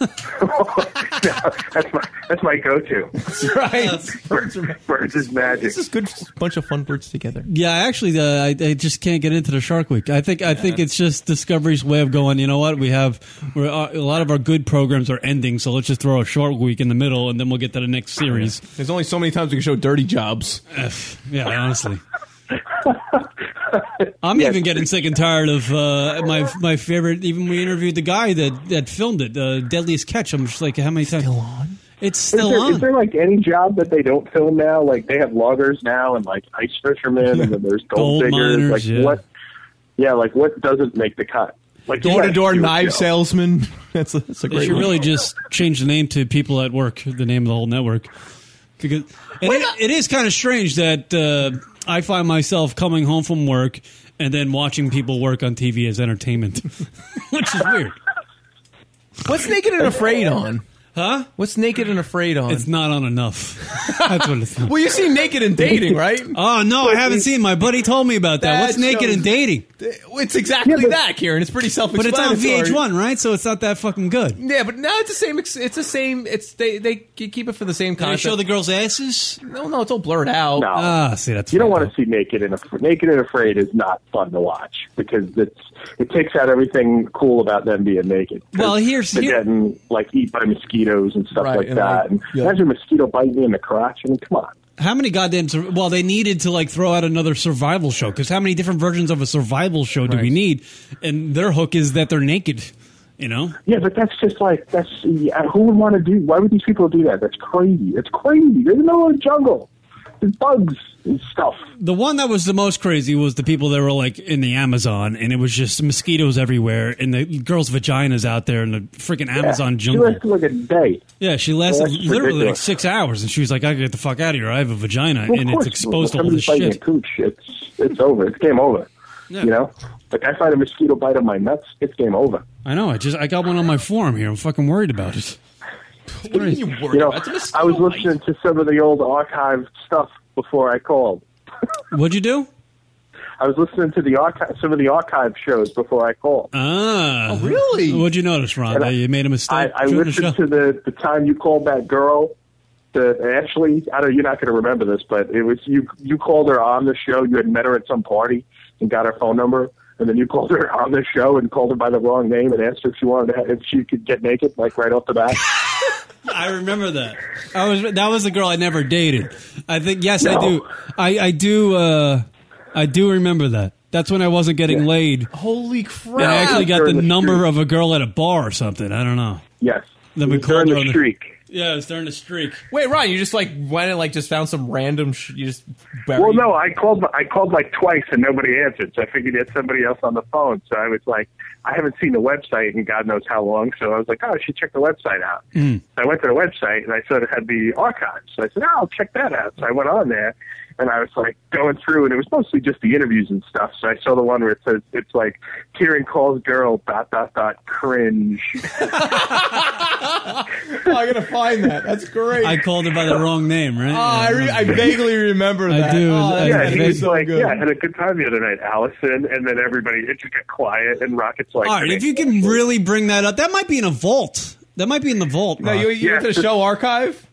Speaker 22: that's my that's my go-to.
Speaker 5: That's right.
Speaker 22: Birds, birds is magic.
Speaker 5: This is good. Bunch of fun words together.
Speaker 4: Yeah, I actually, uh, I, I just can't get into the Shark Week. I think, I think it's just Discovery's way of going. You know what? We have we're, uh, a lot of our good programs are ending, so let's just throw a Shark Week in the middle, and then we'll get to the next series.
Speaker 5: There's only so many times we can show dirty jobs.
Speaker 4: yeah, honestly. I'm even getting sick and tired of uh, my my favorite. Even we interviewed the guy that that filmed it, uh, Deadliest Catch. I'm just like, how many times? Still on? It's still
Speaker 22: is there,
Speaker 4: on.
Speaker 22: Is there like any job that they don't film now? Like they have loggers now and like ice fishermen and then there's
Speaker 5: Gold
Speaker 22: gold, diggers.
Speaker 5: miners,
Speaker 22: like
Speaker 5: yeah.
Speaker 22: what? Yeah, like what doesn't make the cut? Like you
Speaker 5: Door to
Speaker 22: guys
Speaker 5: door
Speaker 22: do a
Speaker 5: knife
Speaker 22: show.
Speaker 5: salesman. That's a, that's a
Speaker 4: They
Speaker 5: great.
Speaker 4: should
Speaker 5: one.
Speaker 4: really just change the name to people at work, the name of the whole network. Because and it, it is kind of strange that uh, I find myself coming home from work and then watching people work on TV as entertainment, which is weird.
Speaker 5: What's naked and afraid on?
Speaker 4: Huh?
Speaker 5: What's naked and afraid on?
Speaker 4: It's not on enough. That's what it's not.
Speaker 5: Well, you see naked and dating, right?
Speaker 4: Oh no, I haven't seen. it. My buddy told me about that.
Speaker 5: That
Speaker 4: What's naked
Speaker 5: shows-
Speaker 4: and dating?
Speaker 5: It's exactly that, Karen. It's pretty
Speaker 4: But it's on
Speaker 5: self-explanatory.
Speaker 4: VH1, right? So it's not that fucking good.
Speaker 5: Yeah, but now it's the same. ex- It's the same. It's they they k- keep it for the same
Speaker 4: Can I
Speaker 5: concept.
Speaker 4: show the girls' asses?
Speaker 5: No, no, it's all blurred out.
Speaker 22: No.
Speaker 4: Ah, see, that's
Speaker 22: you don't want to see naked and Af- naked and afraid is not fun to watch because it's it takes out everything cool about them being naked. 'Cause
Speaker 4: Well, here's-
Speaker 22: they're
Speaker 4: here-
Speaker 22: getting like eat by mosquitoes and stuff
Speaker 4: Right,
Speaker 22: like
Speaker 4: and,
Speaker 22: that.
Speaker 4: like,
Speaker 22: and
Speaker 4: yeah.
Speaker 22: imagine a mosquito biting you in the crotch. I mean, come on.
Speaker 4: How many goddamn? sur- Well, they needed to like throw out another survival show because how many different versions of a survival show do we need? And their hook is that they're naked. You know,
Speaker 22: Yeah, but that's just like that's yeah, who would want to do. Why would these people do that? That's crazy. It's crazy. There's no jungle. There's bugs and stuff.
Speaker 4: the one that was the most crazy was the people that were like in the Amazon, and it was just mosquitoes everywhere, and the girls' vaginas out there in the freaking Amazon
Speaker 22: yeah.
Speaker 4: jungle.
Speaker 22: She lasted like a day.
Speaker 4: Yeah, she lasted
Speaker 22: Well, that's
Speaker 4: literally like
Speaker 22: ridiculous.
Speaker 4: six hours, and she was like, "I gotta get the fuck out of here. I have a vagina,
Speaker 22: Well, of
Speaker 4: and it's
Speaker 22: course,
Speaker 4: exposed to all
Speaker 22: when
Speaker 4: this
Speaker 22: somebody's biting
Speaker 4: shit."
Speaker 22: your Cooch, it's it's over. It's game over.
Speaker 4: Yeah.
Speaker 22: You know, like I find a mosquito bite on my nuts, it's game over.
Speaker 4: I know. I just I got one on my forearm here. I'm fucking worried about it.
Speaker 22: What are you worried know, I was listening to some of the old archived stuff before I called.
Speaker 4: What'd you do?
Speaker 22: I was listening to the archive, some of the archive shows before I called.
Speaker 4: Ah, oh, really? What'd you notice, Ron?
Speaker 22: And I-
Speaker 4: That you made a mistake.
Speaker 22: I, I
Speaker 4: during the
Speaker 22: listened to the the time you called that girl. The Ashley, I don't. You're not going to remember this, but it was you. You called her on the show. You had met her at some party and got her phone number, and then you called her on the show and called her by the wrong name and asked her if she wanted to, ha- if she could get naked, like right off the bat.
Speaker 4: I remember that. I was that was the girl I never dated. I think yes, I
Speaker 22: No.
Speaker 4: do. I I do. Uh, I do remember that. That's when I wasn't getting laid.
Speaker 5: Holy crap!
Speaker 4: I actually got the number of a girl at a bar or something. I don't know.
Speaker 22: Yes.
Speaker 4: Then we called her on the Yeah, it's during the streak.
Speaker 5: Wait, Ron, you just like went and like just found some random. Sh- you just
Speaker 22: Well, no, I called. I called like twice and nobody answered, so I figured you had somebody else on the phone. So I was like, I haven't seen the website in God knows how long. So I was like, oh, I should check the website out.
Speaker 4: Hmm.
Speaker 22: So I went to the website and I sort of had the archives. So I said, oh, I'll check that out. So I went on there and I was like going through, and it was mostly just the interviews and stuff. So I saw the one where it says it's like Kieran calls girl dot dot dot cringe.
Speaker 5: I gotta find that. That's great.
Speaker 4: I called her by the wrong name, right?
Speaker 5: Oh, I, re- I vaguely remember
Speaker 4: I
Speaker 5: that.
Speaker 4: do.
Speaker 5: Oh, that's
Speaker 22: yeah,
Speaker 5: gotta
Speaker 22: he
Speaker 5: be
Speaker 22: was
Speaker 5: so
Speaker 22: like,
Speaker 5: good.
Speaker 22: yeah, I had a good time the other night, Allison, and then everybody it just got quiet, and Rocket's like,
Speaker 4: All right, if you can really bring that up, that might be in a vault. That might be in the vault.
Speaker 22: No,
Speaker 4: Ron.
Speaker 22: you- you went to the Yeah. show
Speaker 5: archive.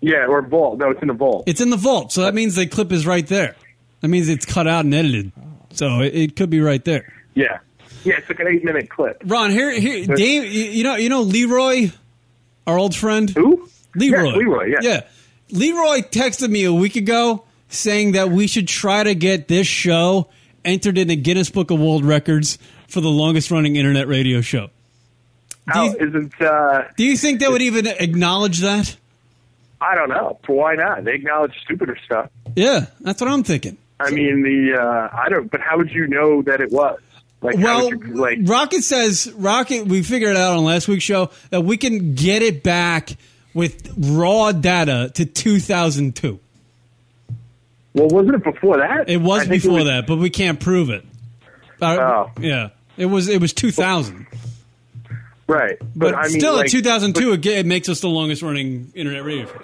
Speaker 22: yeah, or vault. No, it's in the vault.
Speaker 4: It's in the vault, so that means the clip is right there. That means it's cut out and edited, so it, it could be right there.
Speaker 22: Yeah, yeah, it's like an eight minute clip.
Speaker 4: Ron, here, here, Dave. You you know, you know, Leroy, our old friend. Who? Leroy.
Speaker 22: Yes, Leroy, yeah.
Speaker 4: Yeah. Leroy texted me a week ago saying that we should try to get this show entered in the Guinness Book of World Records for the longest running internet radio show.
Speaker 22: How isn't? Uh,
Speaker 4: Do you think they would even acknowledge that?
Speaker 22: I don't know. Why not? They acknowledge stupider stuff.
Speaker 4: Yeah, that's what I'm thinking.
Speaker 22: I mean, the uh, I don't. But how would you know that it was? Like, how
Speaker 4: Well,
Speaker 22: would you, like
Speaker 4: Rocket says Rocket. We figured it out on last week's show that we can get it back with raw data to 2002.
Speaker 22: Well, wasn't it before that?
Speaker 4: It was
Speaker 22: I think it
Speaker 4: before
Speaker 22: was- Oh.
Speaker 4: that, but we can't prove it. Uh, Yeah, it was. It was 2000.
Speaker 22: right?
Speaker 4: But,
Speaker 22: But, I mean,
Speaker 4: still,
Speaker 22: like,
Speaker 4: at 2002, it, it makes us the longest running internet radio. show.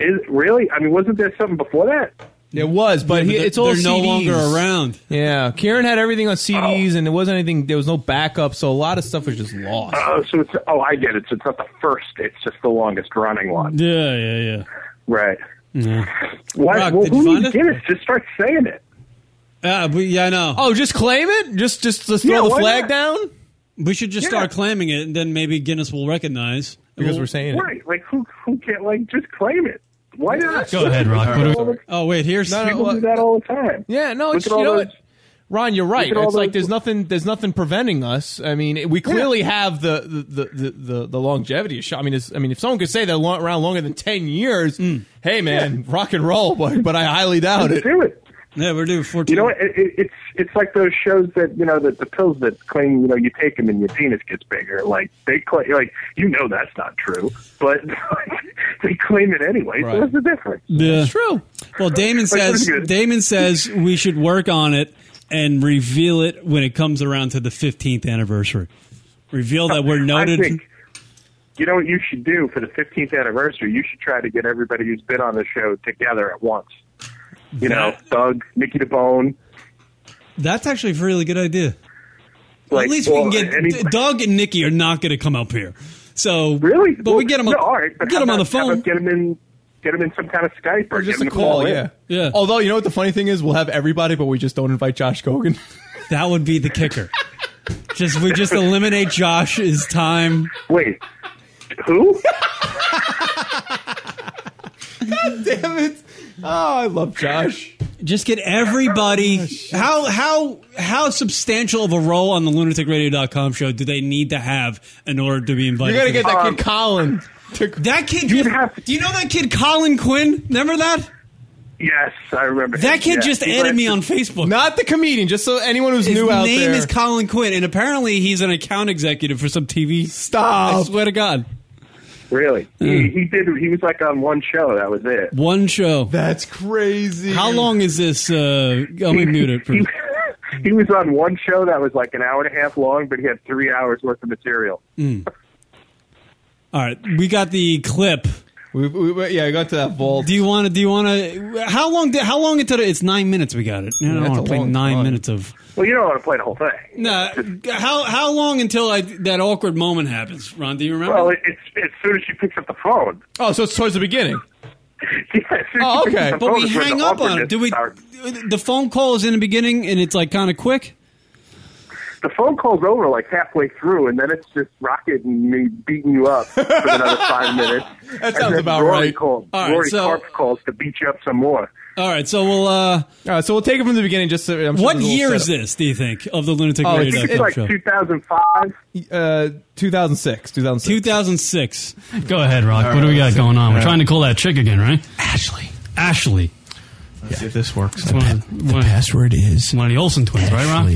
Speaker 22: Is really? I mean, wasn't there something before that?
Speaker 5: It was, but,
Speaker 4: Yeah, but
Speaker 5: he,
Speaker 4: they're-
Speaker 5: it's all
Speaker 4: they're no
Speaker 5: CDs.
Speaker 4: longer around.
Speaker 5: Yeah, Kieran had everything on CDs, and there wasn't anything. There was no backup, so a lot of stuff was just lost.
Speaker 22: Oh, so it's oh, I get it. So it's not the first. It's just the longest running one,
Speaker 4: Yeah, yeah, yeah.
Speaker 22: right?
Speaker 4: Yeah.
Speaker 22: Why?
Speaker 4: Rock,
Speaker 22: well,
Speaker 4: did you
Speaker 22: who
Speaker 4: find
Speaker 22: needs
Speaker 4: it?
Speaker 22: Guinness? Just start saying it.
Speaker 4: Uh, we, yeah, I know.
Speaker 5: Oh, just claim it. Just, just, just throw
Speaker 4: Yeah,
Speaker 5: the
Speaker 4: why
Speaker 5: flag
Speaker 4: not?
Speaker 5: down.
Speaker 4: We should just
Speaker 22: Yeah.
Speaker 4: start claiming it, and then maybe Guinness will recognize
Speaker 5: Because
Speaker 4: We'll-
Speaker 5: we're saying it.
Speaker 22: Right? Like who? Who can't? Like just claim it. Why not?
Speaker 4: Go ahead, Rock. What are- oh wait, here's
Speaker 5: No, no,
Speaker 22: People
Speaker 5: well-
Speaker 22: do that all the time.
Speaker 5: Yeah, no,
Speaker 22: Look
Speaker 5: it's,
Speaker 22: at
Speaker 5: you
Speaker 22: all
Speaker 5: know
Speaker 22: those-
Speaker 5: what? Ron, you're right.
Speaker 22: at all
Speaker 5: It's like
Speaker 22: those-
Speaker 5: there's nothing, there's nothing preventing us. I mean, we clearly have the the, the, the, the longevity of shot. I mean, it's, I mean, if someone could say they're lo- around longer than ten years, hey man, rock and roll, but, but I highly doubt it.
Speaker 22: Do it.
Speaker 4: Yeah, we're doing 14.
Speaker 22: You know, what? it, it, it's it's like those shows that you know that the pills that claim you know you take them and your penis gets bigger. Like they claim, like you know that's not true, but they claim it anyway. So what's the difference?
Speaker 4: Yeah.
Speaker 5: true.
Speaker 4: Well, Damon
Speaker 22: Like, what is
Speaker 4: says
Speaker 22: good?
Speaker 4: Damon says we should work on it and reveal it when it comes around to the 15th anniversary. Reveal that we're noted.
Speaker 22: I think you know what you should do for the 15th anniversary. You should try to get everybody who's been on the show together at once. You know, Doug, Nikki DeBone,
Speaker 4: That's actually a really good idea.
Speaker 22: Like,
Speaker 4: At least
Speaker 22: well,
Speaker 4: we can get
Speaker 22: any-
Speaker 4: D- Doug and Nikki are not going to come up here. So
Speaker 22: really,
Speaker 4: but we get them.
Speaker 22: No,
Speaker 4: on,
Speaker 22: all right, but
Speaker 4: get
Speaker 22: how
Speaker 4: them on the
Speaker 22: about- how
Speaker 4: phone.
Speaker 22: about Get them in. Get them in some kind of Skype or,
Speaker 5: Just
Speaker 22: give
Speaker 5: a
Speaker 22: 'em
Speaker 5: call,
Speaker 22: in.
Speaker 5: yeah, yeah. Although you know what the funny thing is, we'll have everybody, but we just don't invite Josh Gogan.
Speaker 4: That would be the kicker. just we just eliminate Josh's time.
Speaker 22: Wait, who?
Speaker 5: God damn it! Oh, I love Josh. Oh,
Speaker 4: Just get everybody. how how how substantial of a role on the lunaticradio.com show do they need to have in order to be
Speaker 5: You
Speaker 4: invited?
Speaker 5: gotta get
Speaker 22: Um,
Speaker 5: that kid Colin.
Speaker 4: That kid. do Um, you know that kid Colin Quinn? Remember that?
Speaker 22: Yes, I remember.
Speaker 4: That
Speaker 22: him,
Speaker 4: kid
Speaker 22: yeah.
Speaker 4: just
Speaker 22: He
Speaker 4: added
Speaker 22: went-
Speaker 4: me on Facebook.
Speaker 5: Not the comedian. Just so anyone who's
Speaker 4: His
Speaker 5: new out
Speaker 4: name
Speaker 5: there.
Speaker 4: is Colin Quinn, and apparently he's an account executive for some TV.
Speaker 5: Stop.
Speaker 4: I swear to God.
Speaker 22: Really? He, he did. He was like on one show. That was it.
Speaker 4: One show.
Speaker 5: That's crazy.
Speaker 4: How long is this? Uh, I'm going to mute it. For,
Speaker 22: He was on one show that was like an hour and a half long, but he had three hours worth of material.
Speaker 4: Mm. All right, we got the clip.
Speaker 5: We, we, yeah, I got to that vault.
Speaker 4: Do you want to? Do you want to? How long? Did, how long until it's nine minutes? We got it.
Speaker 26: Yeah,
Speaker 4: No, I
Speaker 26: that's
Speaker 4: don't want
Speaker 26: a
Speaker 4: to play
Speaker 26: long
Speaker 4: nine
Speaker 26: time.
Speaker 4: minutes of.
Speaker 22: Well, you don't want to play the whole thing.
Speaker 4: No, how how long until I, that awkward moment happens, Ron? Do you remember?
Speaker 22: Well, it, it's as soon as she picks up the phone.
Speaker 5: Oh, so it's towards the beginning.
Speaker 4: Oh, okay.
Speaker 22: The
Speaker 4: But
Speaker 22: phone
Speaker 4: we
Speaker 22: is when
Speaker 4: hang
Speaker 22: the
Speaker 4: up on it.
Speaker 22: awkwardness
Speaker 4: Do we?
Speaker 22: starts.
Speaker 4: The phone call is in the beginning, and it's like kind of quick.
Speaker 22: The phone call's over like halfway through, and then it's just Rocket and me beating you up for another five minutes.
Speaker 5: That
Speaker 22: and
Speaker 5: sounds
Speaker 22: then
Speaker 5: about
Speaker 22: Rory
Speaker 5: right.
Speaker 22: Calls,
Speaker 5: All right,
Speaker 22: Rory
Speaker 5: so-
Speaker 22: Karp calls to beat you up some more.
Speaker 4: All right, so we'll. uh All
Speaker 5: right, so we'll take it from the beginning. Just so, I'm sure
Speaker 4: what
Speaker 5: there's a little
Speaker 4: year is
Speaker 5: setup.
Speaker 4: this? Do you think of the lunatic
Speaker 5: Oh,
Speaker 4: radio
Speaker 5: it's- it's
Speaker 4: Club
Speaker 5: like
Speaker 4: show?
Speaker 22: 2005.
Speaker 5: Uh, 2006, 2006.
Speaker 4: 2006. Go ahead, Rock. what do we got going on? We're trying to call that chick again, right? Ashley. Ashley.
Speaker 5: Let's see if this works.
Speaker 4: The, password is one of the Olsen twins, right, Rock?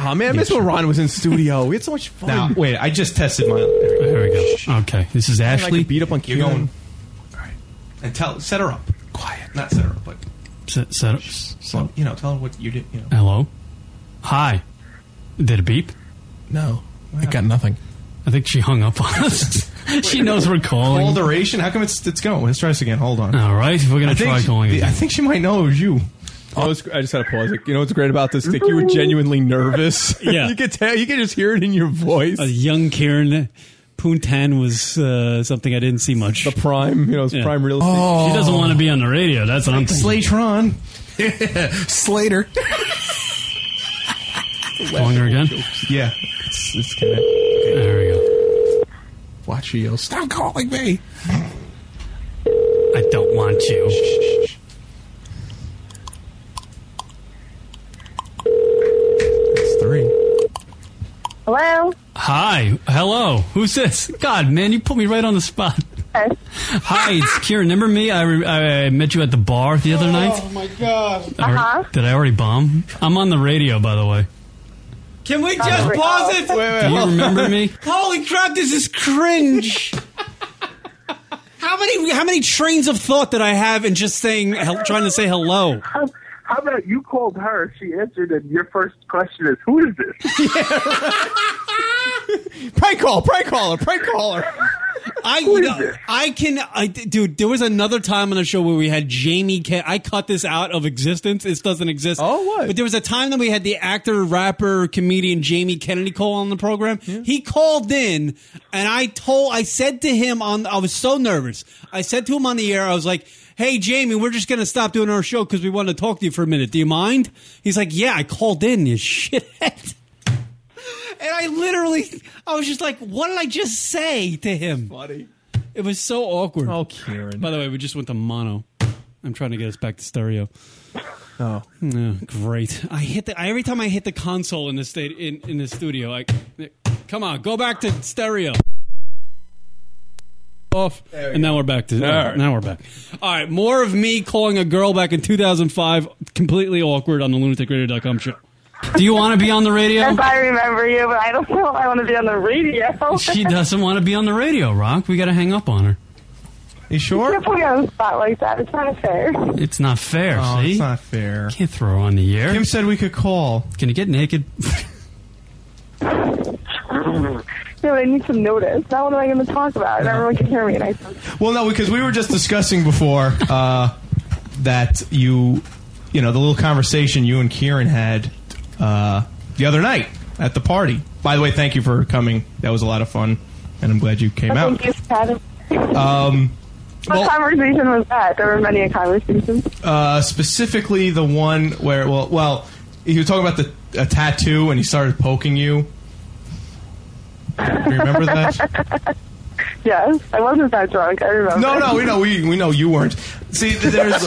Speaker 5: Oh man, I miss when Ron was in studio. We had so much fun.
Speaker 4: Now,
Speaker 5: wait, I just tested my.
Speaker 4: Here we go. Okay, this is Ashley.
Speaker 5: beat up on
Speaker 4: You're going-
Speaker 5: Keon. And tell, set her up. Quiet, not set her up, but
Speaker 4: Set, set up.
Speaker 5: slow. You know, tell her what you did. You know.
Speaker 4: Hello. Hi. Did it beep?
Speaker 5: No,
Speaker 4: I got nothing. I think she hung up on us. she knows we're calling.
Speaker 5: Call duration. How come it's it's going? Let's try this again. Hold on.
Speaker 4: All right, we're gonna
Speaker 5: I think
Speaker 4: try
Speaker 5: she-
Speaker 4: calling
Speaker 5: the-
Speaker 4: again.
Speaker 5: I think she might know it was you. I, was, I just had to pause. Like, you know what's great about this, Dick? You were genuinely nervous.
Speaker 4: Yeah.
Speaker 5: you could tell. You could just hear it in your voice.
Speaker 4: A young Karen Puntan was uh, something I didn't see much. The
Speaker 5: prime, you know, it's prime real estate.
Speaker 4: She doesn't want to be on the radio. That's what I'm thinking.
Speaker 5: Slatron.
Speaker 4: Slater. Calling her again.
Speaker 5: Yeah, it's, it's kind of. Okay.
Speaker 4: There we go.
Speaker 5: Watch her yell. Stop calling me.
Speaker 4: I don't want you.
Speaker 5: It's three.
Speaker 6: Hello.
Speaker 4: Hi. Hello. Who's this? God, man, you put me right on the spot. Hi, it's Kieran. Remember me? I, re- I I met you at the bar the other night.
Speaker 11: Oh my god.
Speaker 4: I alre- Did I already bomb? I'm on the radio, by the way.
Speaker 11: Can we
Speaker 4: just Oh. pause
Speaker 11: it?
Speaker 4: Do you remember me?
Speaker 11: Holy crap, this is cringe.
Speaker 4: How many how many trains of thought did I have in just saying hel- trying to say hello?
Speaker 22: How, how about you called her? She answered, and your first question is, "Who is this?"
Speaker 5: Prank call. Prank caller. Prank caller.
Speaker 4: I
Speaker 5: Who is
Speaker 4: no,
Speaker 5: this?
Speaker 4: I can I dude. There was another time on the show where we had Jamie. K- I cut this out of existence. This doesn't exist. Oh what? But there was a time that we had the actor, rapper, comedian Jamie Kennedy call on the program. He called in, and I told I said to him on. I was so nervous. I said to him on the air. I was like. Hey Jamie, we're just gonna stop doing our show because we want to talk to you for a minute. Do you mind? He's like, Yeah, I called in. You shithead. And I literally, I was just like, what did I just say to him? Funny. It was so awkward. Oh,
Speaker 5: Kieran.
Speaker 4: By the way, we just went to mono. I'm trying to get us back to stereo.
Speaker 5: Oh.
Speaker 4: No, great. I hit the I, every time I hit the console in the state in in the studio. I come on, go back to stereo. Off, and now we're back to.
Speaker 26: All right.
Speaker 4: Now we're back. All right, more of me calling a girl back in 2005, completely awkward on the lunaticradio.com show. Do you want to be on the radio?
Speaker 6: Yes, I remember you, but I don't know if I want to be on the radio.
Speaker 4: She doesn't want to be on the radio, Rock. We got to hang up on her. You
Speaker 6: You can't put me on the spot like that. It's not fair.
Speaker 4: It's not fair.
Speaker 5: Oh,
Speaker 4: see?
Speaker 5: it's not fair.
Speaker 4: Can't throw her on the air.
Speaker 5: Kim said we could call.
Speaker 4: Can you get naked?
Speaker 6: Yeah, but I need some notice. Now what am I going to talk about? And everyone can hear me. And I
Speaker 5: Well, no, because we were just discussing before uh, that you, you know, the little conversation you and Kieran had uh, the other night at the party. By the way, thank you for coming. That was a lot of fun, and I'm glad you came out.
Speaker 6: thank you, Pat.
Speaker 5: Um,
Speaker 6: What conversation was that? There were many conversations.
Speaker 5: uh, specifically, the one where, well, well, he was talking about the a tattoo, and he started poking you. Do you remember that?
Speaker 6: Yes, I wasn't that drunk. I remember.
Speaker 5: No, no, we know we we know you weren't. See, there's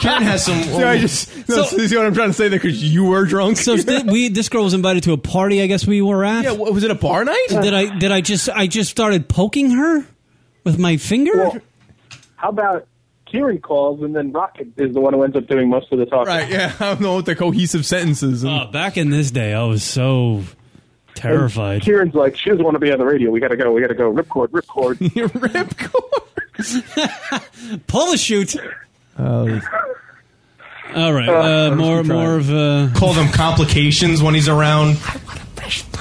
Speaker 5: Karen has some.
Speaker 4: See, I just- no,
Speaker 5: see what I'm trying to say there because you were drunk.
Speaker 4: so th- we this girl was invited to a party. I guess we were at.
Speaker 5: Yeah, was it a bar night?
Speaker 4: Did I did I just I just started poking her with my finger?
Speaker 22: How about Kieran calls, and then Rocket is the one who ends up doing most of the talking.
Speaker 5: Right? Yeah, I don't know what the cohesive sentences. And,
Speaker 4: oh, back in this day, I was so terrified.
Speaker 22: Kieran's like, she doesn't want to be on the radio. We got to go. We got to go. Ripcord, ripcord.
Speaker 4: Pull the shoot.
Speaker 5: Oh,
Speaker 27: Uh, All right. Uh, more, more of. Uh,
Speaker 5: Call them complications when he's around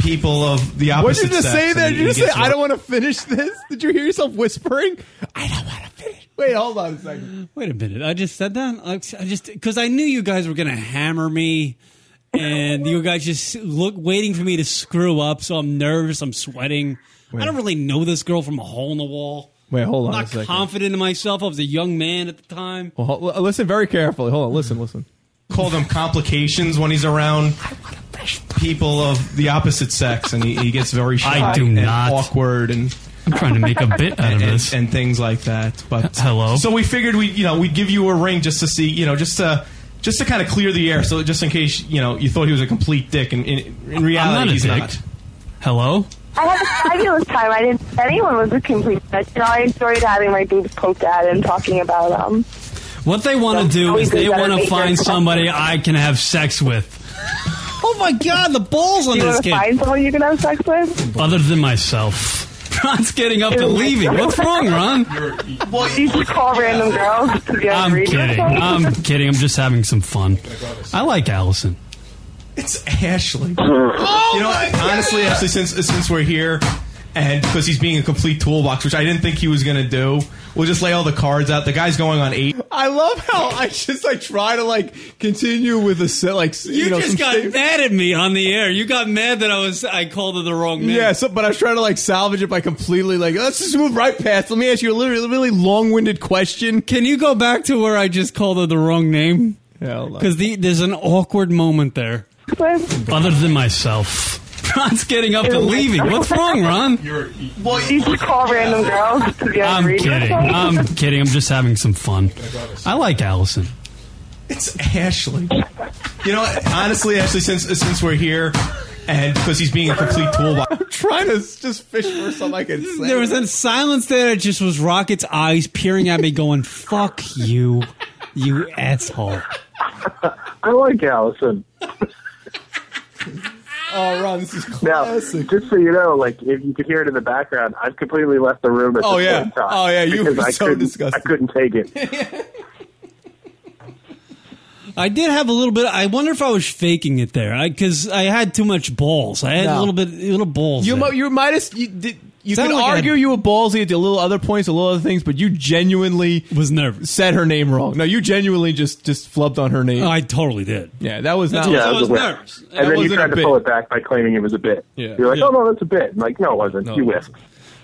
Speaker 5: people of the
Speaker 21: What
Speaker 5: opposite
Speaker 21: did you just
Speaker 5: sex
Speaker 21: say
Speaker 5: and
Speaker 21: there?
Speaker 5: he-
Speaker 21: Did you
Speaker 5: he
Speaker 21: just say,
Speaker 5: gets
Speaker 21: I
Speaker 5: you.
Speaker 21: don't want to finish this? Did you hear yourself whispering? I don't want to finish. Wait, hold on a second.
Speaker 4: Wait a minute. I just said that. I I just because I knew you guys were going to hammer me, and you guys just look waiting for me to screw up. So I'm nervous. I'm sweating. I don't really know this girl from a hole in the wall.
Speaker 5: Wait, hold on a
Speaker 4: Not
Speaker 5: second.
Speaker 4: confident in myself. I was a young man at the time.
Speaker 5: Well, hol- listen very carefully. Hold on, listen, listen. Call them complications when he's around people of the opposite sex, and he, he gets very shy
Speaker 10: I do
Speaker 5: and
Speaker 10: not.
Speaker 5: awkward and.
Speaker 10: I'm trying to make a bit out of
Speaker 5: and,
Speaker 10: this.
Speaker 5: and things like that. But
Speaker 10: Hello?
Speaker 5: So we figured we, you know, we'd give you a ring just to see, you know, just to just to kind of clear the air. So just in case, you know, you thought he was a complete dick, and in, in reality,
Speaker 10: not a
Speaker 5: he's
Speaker 10: dick.
Speaker 5: not. Hello.
Speaker 6: I had a fabulous time. I didn't. Anyone was a complete bitch, and I enjoyed having my boobs poked at and talking about um.
Speaker 10: What they want to do
Speaker 6: we
Speaker 10: is
Speaker 6: do
Speaker 10: they
Speaker 6: gotta
Speaker 10: want
Speaker 6: make
Speaker 10: to
Speaker 6: it
Speaker 10: find
Speaker 6: fun.
Speaker 10: somebody I can have sex with,
Speaker 4: Oh my God! The balls
Speaker 6: Do
Speaker 10: on
Speaker 6: you
Speaker 10: this
Speaker 6: want to
Speaker 10: kid.
Speaker 6: find someone you can have sex with?
Speaker 10: other than myself. Ron's getting up and leaving. What's wrong, Ron?
Speaker 6: e- Do you just call random girls to get
Speaker 10: I'm kidding. I'm kidding. I'm just having some fun. I like Allison.
Speaker 5: It's Ashley. you know,
Speaker 21: Oh
Speaker 5: honestly, Ashley, since since we're here, and because he's being a complete toolbox, which I didn't think he was going to do, we'll just lay all the cards out. The guy's going on eight.
Speaker 21: I love how I just like try to like continue with the set like you,
Speaker 4: You
Speaker 21: know,
Speaker 4: just
Speaker 21: some
Speaker 4: got
Speaker 21: statement.
Speaker 4: mad at me on the air. You got mad that I was I called her the wrong name.
Speaker 21: yeah, so, but I was trying to like salvage it by completely like let's just move right past. Let me ask you a literally really long-winded question.
Speaker 4: Can you go back to where I just called her the wrong name? Because the, there's an awkward moment there.
Speaker 10: Other than myself.
Speaker 4: Ron's getting up and leaving. What's wrong, Ron?
Speaker 6: Do you just call random girls to get
Speaker 10: I'm kidding. I'm kidding. I'm just having some fun. I like Allison.
Speaker 5: It's Ashley. You know, honestly, Ashley, since since we're here, and because he's being a complete toolbox,
Speaker 21: I'm trying to just fish for something I can say.
Speaker 4: There was a silence there. It just was Rocket's eyes peering at me, going, "Fuck you, you asshole."
Speaker 22: I like Allison.
Speaker 21: Oh, Ron, this is
Speaker 22: Now, just so you know, like if you could hear it in the background, I've completely left the room at
Speaker 21: Oh,
Speaker 22: this
Speaker 21: yeah.
Speaker 22: point in time
Speaker 21: Oh, yeah, you
Speaker 22: because
Speaker 21: were
Speaker 22: I
Speaker 21: so
Speaker 22: couldn't-
Speaker 21: disgusting.
Speaker 22: I couldn't take it.
Speaker 4: I did have a little bit. I wonder if I was faking it there, because I, had too much balls. I had a
Speaker 21: No.
Speaker 4: little bit, little balls.
Speaker 21: You
Speaker 4: there.
Speaker 21: mo- you might as you did. You
Speaker 4: Sounded
Speaker 21: can
Speaker 4: like I-
Speaker 21: argue you were ballsy at the little other points, a little other things, but you genuinely
Speaker 4: was nervous. Oh,
Speaker 21: Said her name wrong. No, you genuinely just just flubbed on her name.
Speaker 4: I totally did.
Speaker 21: Yeah, that was not.
Speaker 22: yeah, it was a whiff. And then you tried to pull it back by claiming it was a bit.
Speaker 21: Yeah.
Speaker 22: You're like, oh no, that's a bit. I'm like, no, it wasn't. you whiffed.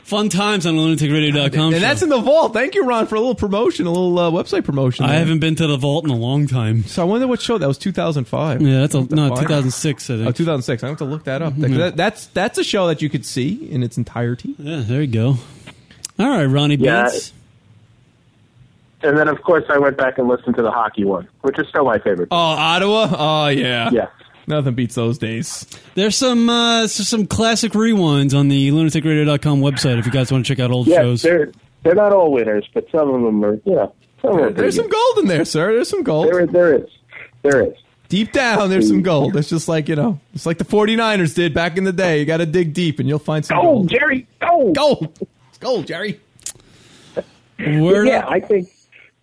Speaker 4: Fun times on lunaticradio.com.
Speaker 21: And that's in the vault. Thank you, Ron, for a little promotion, a little uh, website promotion.
Speaker 4: I
Speaker 21: there.
Speaker 4: haven't been to the vault in a long time.
Speaker 21: So I wonder what show that was. Two thousand five.
Speaker 4: Yeah, that's a, no 2006. I think.
Speaker 21: Oh, 2006. I have to look that up.
Speaker 4: Mhm.
Speaker 21: That- that's that's a show that you could see in its entirety.
Speaker 4: Yeah, there you go. All right, Ronnie
Speaker 22: Yeah.
Speaker 4: Bates.
Speaker 22: And then of course I went back and listened to the hockey one, which is still my favorite.
Speaker 21: Oh, Ottawa. Oh, yeah.
Speaker 22: Yeah.
Speaker 21: Nothing beats those days.
Speaker 4: There's some uh, s- some classic rewinds on the lunaticradio.com website if you guys want to check out old
Speaker 22: yeah,
Speaker 4: shows.
Speaker 22: they're they're not all winners, but some of them are. Yeah, some of them. are
Speaker 21: There's some
Speaker 22: pretty
Speaker 21: gold in there, sir. There's some gold. There
Speaker 22: is. There is. There is.
Speaker 21: Deep down, there's some gold. It's just like, you know, it's like the 49ers did back in the day. You got to dig deep and you'll find
Speaker 22: Oh,
Speaker 21: some gold.
Speaker 22: Jerry. Gold.
Speaker 21: Gold. It's gold, Jerry.
Speaker 22: good. yeah, I think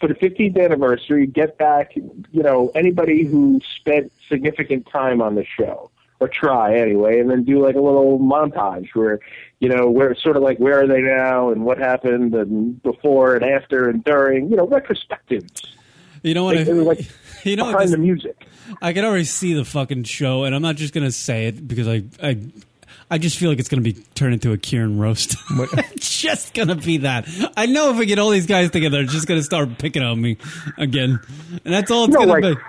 Speaker 22: for the 15th anniversary, get back. You know, anybody who spent significant time on the show. Or try anyway, and then do like a little montage where, you know, where sort of like where are they now and what happened and before and after and during, you know, retrospectives.
Speaker 4: You know what?
Speaker 22: Like,
Speaker 4: I-
Speaker 22: like
Speaker 4: you know what
Speaker 22: behind
Speaker 4: this-
Speaker 22: the music.
Speaker 4: I can already see the fucking show, and I'm not just gonna say it because I I, I just feel like it's gonna be turned into a Kieran roast. it's just gonna be that. I know if we get all these guys together, it's just gonna start picking on me again, and that's all it's
Speaker 22: No,
Speaker 4: gonna
Speaker 22: like-
Speaker 4: be.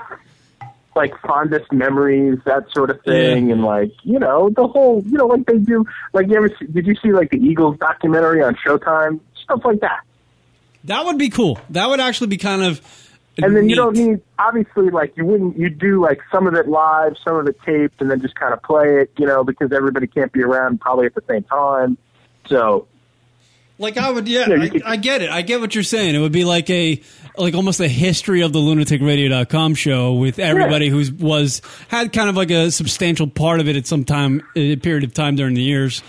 Speaker 22: like fondest memories, that sort of thing, and like you know the whole you know like they do like you ever see, did you see like the Eagles documentary on Showtime stuff like that,
Speaker 4: That would be cool. That would actually be kind of.
Speaker 22: and then you
Speaker 4: neat.
Speaker 22: don't need obviously like you wouldn't you do like some of it live, some of it taped, and then just kind of play it you know because everybody can't be around probably at the same time, so
Speaker 4: Like I would, yeah, I, I get it. I get what you're saying. It would be like a, like almost a history of the lunaticradio.com show with everybody who's was had kind of like a substantial part of it at some time, a period of time during the years.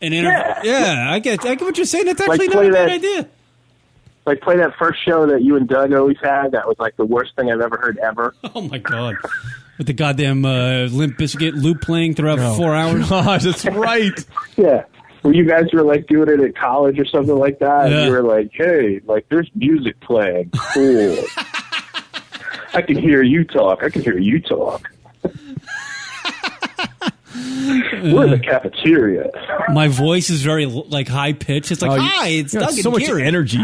Speaker 4: And inter- yeah. I get, I get what you're saying. That's
Speaker 22: Like,
Speaker 4: actually
Speaker 22: play
Speaker 4: not a bad
Speaker 22: that-
Speaker 4: idea.
Speaker 22: like play that first show that you and Doug always had. That was like the worst thing I've ever heard ever.
Speaker 4: Oh my god! With the goddamn uh, Limp Biscuit loop playing throughout four hours.
Speaker 22: Oh. that's right. yeah. Well, you guys were like doing it at college or something like that. And
Speaker 4: Yeah.
Speaker 22: you were like, hey, like there's music playing. Cool. I can hear you talk. I can hear you talk. we're in the cafeteria.
Speaker 4: Uh, My voice is very like high pitched. It's like
Speaker 22: Oh, you-
Speaker 4: hi, it's
Speaker 22: you got
Speaker 4: Doug
Speaker 22: so
Speaker 4: and
Speaker 22: much
Speaker 4: Gary."
Speaker 22: energy.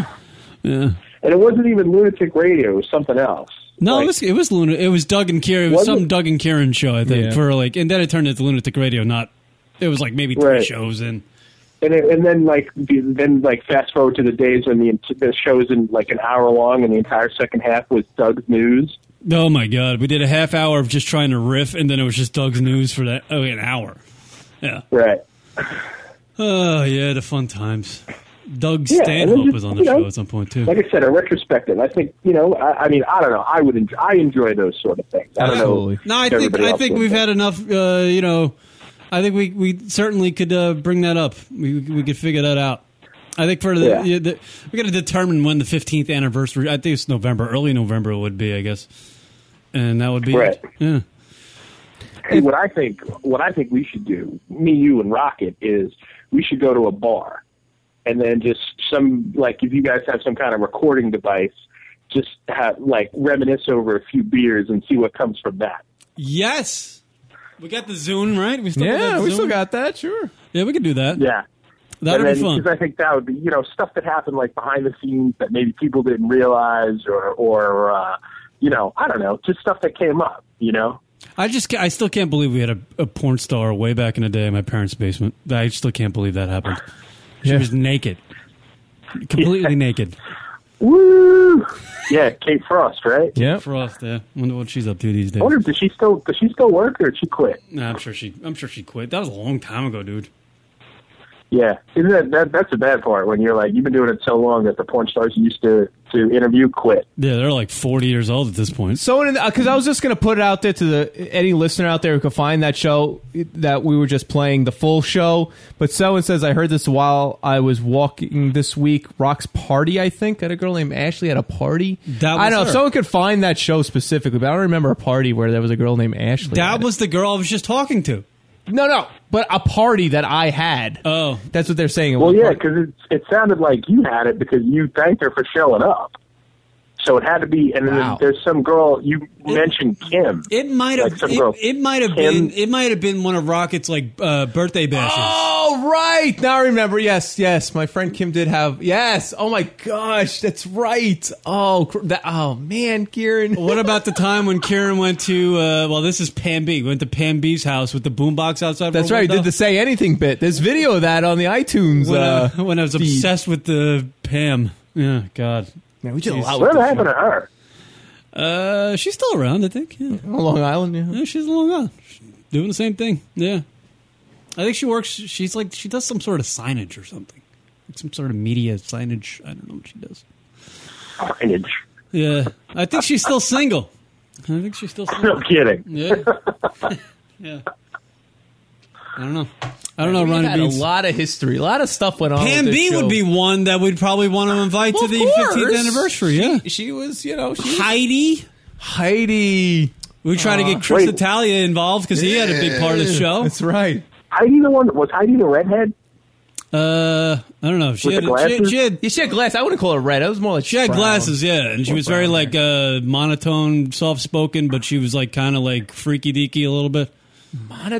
Speaker 4: Yeah.
Speaker 22: And it wasn't even lunatic radio. It was something else.
Speaker 4: No, it was it was Luna. It was Doug and Kieran. It was,
Speaker 22: Was
Speaker 4: some
Speaker 22: it?
Speaker 4: Doug and Kieran show, I think,
Speaker 22: Yeah.
Speaker 4: for like, and then it turned into Lunatic Radio. Not, it was like maybe three
Speaker 22: Right.
Speaker 4: shows in.
Speaker 22: And it, and then like the- then like fast forward to the days when the, the show's in like an hour long and the entire second half was Doug's news.
Speaker 4: Oh my god, we did a half hour of just trying to riff, and then it was just Doug's news for that oh, an hour. Yeah.
Speaker 22: Right.
Speaker 4: Oh yeah, the fun times. Doug
Speaker 22: Yeah, and
Speaker 4: Stanhope
Speaker 22: it's-
Speaker 4: was on the
Speaker 22: you know,
Speaker 4: show at some point too.
Speaker 22: Like I said, a retrospective. I think you know. I, I mean, I don't know. I would. Enjoy, I enjoy those sort of things. I don't know.
Speaker 4: No, I
Speaker 22: if
Speaker 4: think
Speaker 22: everybody
Speaker 4: I
Speaker 22: else
Speaker 4: think
Speaker 22: would,
Speaker 4: we've
Speaker 22: but-
Speaker 4: had enough. Uh, you know, I think we we certainly could uh, bring that up. We we could figure that out. I think for the,
Speaker 20: Yeah.
Speaker 4: yeah, the we got to determine when the fifteenth anniversary. I think it's November, early November would be, I guess, and that would be
Speaker 22: Right.
Speaker 4: Yeah.
Speaker 22: Hey, what I think, what I think we should do, me, you, and Rocket, is we should go to a bar, and then just some like if you guys have some kind of recording device, just have like reminisce over a few beers and see what comes from that.
Speaker 4: Yes, we got the Zune right. We still
Speaker 22: Yeah,
Speaker 4: got
Speaker 22: we still
Speaker 4: got
Speaker 3: that. Sure.
Speaker 4: Yeah, we could do that.
Speaker 22: Yeah,
Speaker 4: That'd
Speaker 22: and
Speaker 4: be
Speaker 22: then,
Speaker 4: fun.
Speaker 22: Because I think that would be you know stuff that happened like behind the scenes that maybe people didn't realize or or uh, you know I don't know just stuff that came up. You know,
Speaker 4: I just ca- I still can't believe we had a, a porn star way back in the day in my parents' basement. I still can't believe that happened. She was naked, completely naked.
Speaker 22: woo! Yeah, Kate Frost, right?
Speaker 3: Yeah,
Speaker 4: Frost. Yeah, wonder what she's up to these
Speaker 22: I
Speaker 4: days.
Speaker 22: wonder does she still does she still work or did she quit?
Speaker 4: Nah, I'm sure she. I'm sure she quit. That was a long time ago, dude.
Speaker 22: Yeah, isn't that, that that's the bad part when you're like you've been doing it so long that the porn stars you used to to interview quit.
Speaker 4: Yeah, they're like 40 years old at this point.
Speaker 3: So, because I was just going to put it out there to the any listener out there who could find that show that we were just playing the full show. But someone says I heard this while I was walking this week. Rock's party, I think, at a girl named Ashley at a party.
Speaker 4: That was
Speaker 3: I know
Speaker 4: her.
Speaker 3: if someone could find that show specifically, but I don't remember a party where there was a girl named Ashley.
Speaker 4: That was the girl I was just talking to.
Speaker 3: No, no, but a party that I had.
Speaker 4: Oh,
Speaker 3: that's what they're saying. It was
Speaker 22: Well,
Speaker 3: a
Speaker 22: yeah,
Speaker 3: party.
Speaker 22: because it it sounded like you had it because you thanked her for showing up. So it had to be, and
Speaker 4: Wow.
Speaker 22: then there's some girl you mentioned Kim.
Speaker 4: It might have.
Speaker 22: Like some girl.
Speaker 4: it, it might have
Speaker 22: Kim.
Speaker 4: been. It might have been one of Rocket's like uh, birthday bashes.
Speaker 3: Oh right, now I remember. Yes, yes, my friend Kim did have. Yes. Oh my gosh, that's right. Oh, cr- that, oh man, Kieran.
Speaker 4: What about the time when Kieran went to? Uh, well, this is Pam B. Went to Pam B's house with the boombox outside. of
Speaker 3: That's
Speaker 4: her
Speaker 3: right. Did
Speaker 4: window?
Speaker 3: the say anything bit? There's video of that on the iTunes.
Speaker 4: when,
Speaker 3: uh,
Speaker 4: I, when I was
Speaker 3: feed.
Speaker 4: obsessed with the Pam. Yeah, God.
Speaker 3: Yeah, we
Speaker 22: did a lot with What this happened one. to her?
Speaker 4: Uh, she's still around, I think. Yeah.
Speaker 3: Long Island, yeah.
Speaker 4: She's in Long Island. She's doing the same thing. Yeah. I think she works, she's like, she does some sort of signage or something. Like some sort of media signage. I don't know what she does.
Speaker 22: Signage.
Speaker 4: Yeah. I think she's still single. I think she's still single.
Speaker 22: No kidding.
Speaker 4: Yeah. yeah. I don't know. I don't know,
Speaker 3: We've
Speaker 4: Ronnie
Speaker 3: had
Speaker 4: Beans.
Speaker 3: a lot of history. A lot of stuff went on.
Speaker 4: Pam
Speaker 3: with this
Speaker 4: B
Speaker 3: show.
Speaker 4: would be one that we'd probably want to invite
Speaker 3: Well,
Speaker 4: to
Speaker 3: of
Speaker 4: the
Speaker 3: course.
Speaker 4: 15th anniversary. Yeah.
Speaker 3: She, she was, you know, Oh, she
Speaker 4: Heidi.
Speaker 3: Heidi.
Speaker 4: We tried to
Speaker 3: Aw.
Speaker 4: get Chris
Speaker 3: Uh-huh. Wait.
Speaker 4: Italia involved because he had a big part of the
Speaker 3: Yeah,
Speaker 4: show.
Speaker 3: That's right.
Speaker 22: Heidi the one was Heidi the redhead.
Speaker 4: Uh, I don't know. She
Speaker 3: With
Speaker 4: had,
Speaker 3: the
Speaker 4: a, she, had-
Speaker 3: glasses?
Speaker 4: she had
Speaker 3: Yeah, she had glass. I wouldn't call it red. It was more like
Speaker 4: she had
Speaker 3: brown.
Speaker 4: glasses, yeah, and she
Speaker 3: Or
Speaker 4: was very
Speaker 3: brown
Speaker 4: like uh, monotone, soft spoken, but she was like kind of like freaky deaky a little bit.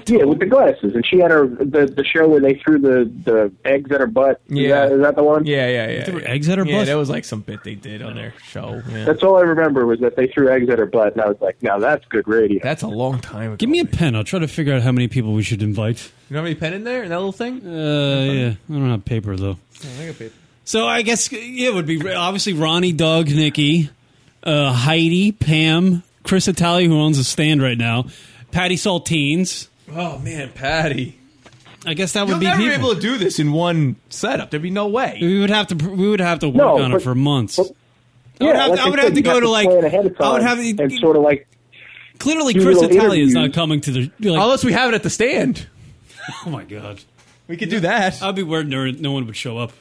Speaker 22: Yeah, with the glasses, and she had her the the show where they threw the the eggs at her butt. Is
Speaker 3: Yeah.
Speaker 22: that, is that the one?
Speaker 3: Yeah, yeah, yeah. yeah.
Speaker 4: eggs at her
Speaker 3: Yeah,
Speaker 4: butt?
Speaker 3: that was like some bit they did on their show. Yeah.
Speaker 22: That's all I remember was that they threw eggs at her butt, and I was like, "Now that's good radio."
Speaker 3: That's a long time ago.
Speaker 4: Give me a pen. I'll try to figure out how many people we should invite.
Speaker 3: You don't have any pen in there in that little thing?
Speaker 4: Uh, yeah, I don't have paper though. So I guess yeah, it would be obviously Ronnie, Doug, Nikki, uh, Heidi, Pam, Chris Italia, who owns a stand right now, Patty Saltines.
Speaker 3: Oh man, Patty.
Speaker 4: I guess that would
Speaker 3: You'll
Speaker 4: be
Speaker 3: never be
Speaker 4: people.
Speaker 3: able to do this in one setup. There'd be no way.
Speaker 4: We would have to. We would have to work
Speaker 3: No,
Speaker 4: on it
Speaker 3: but-
Speaker 4: for months. I
Speaker 22: Yeah,
Speaker 4: would have,
Speaker 22: like
Speaker 4: to, I would
Speaker 22: said,
Speaker 4: have to
Speaker 22: you
Speaker 4: go to like.
Speaker 22: plan ahead of
Speaker 4: I would
Speaker 22: time
Speaker 4: have
Speaker 22: and sort of like
Speaker 4: clearly
Speaker 22: do
Speaker 4: Chris
Speaker 22: little
Speaker 4: Italia is not
Speaker 22: interviews.
Speaker 4: coming to the. Like,
Speaker 3: Unless we have it at the stand.
Speaker 4: Oh my god,
Speaker 3: we could do that.
Speaker 4: I'd be worried. No, no one would show up.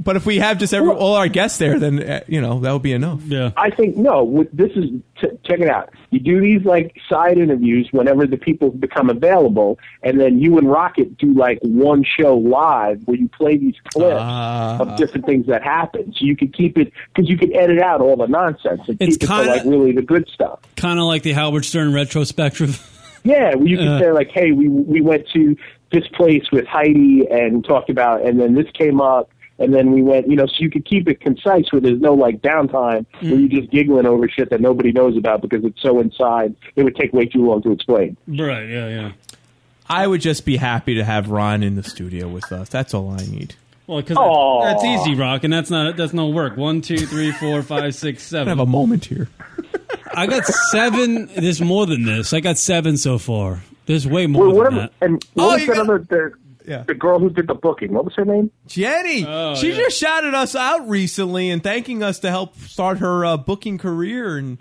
Speaker 5: But if we have just every, all our guests there, then uh, you know that would be enough. Yeah.
Speaker 22: I think no. with- This is t- check it out. You do these like side interviews whenever the people become available, and then you and Rocket do like one show live where you play these clips
Speaker 3: Ah.
Speaker 22: of different things that happen. So you could keep it because you could edit out all the nonsense and
Speaker 4: It's
Speaker 22: keep it to
Speaker 4: kinda-
Speaker 22: like really the good stuff.
Speaker 4: Kind of like the Howard Stern retrospective.
Speaker 22: Yeah, well, you could
Speaker 4: Uh.
Speaker 22: say like, hey, we we went to this place with Heidi and talked about, and then this came up. And then we went, you know, so you could keep it concise where there's no like downtime where you're just giggling over shit that nobody knows about because it's so inside. It would take way too long to explain.
Speaker 4: Right. Yeah. Yeah.
Speaker 5: I would just be happy to have Ron in the studio with us. That's all I need.
Speaker 4: Well, because
Speaker 22: Aw.
Speaker 4: that's easy, Rock, and that's not that's no work. One, two, three, four, five, six, seven.
Speaker 5: have a moment here.
Speaker 4: I got seven. There's more than this. I got seven so far. There's way more
Speaker 22: Well, what
Speaker 4: than
Speaker 22: am-
Speaker 4: that.
Speaker 5: Oh,
Speaker 22: and what was that other the, the girl who did the booking? What was her name?
Speaker 5: Jenny,
Speaker 4: Oh,
Speaker 5: she just shouted us out recently and thanking us to help start her uh, booking career, and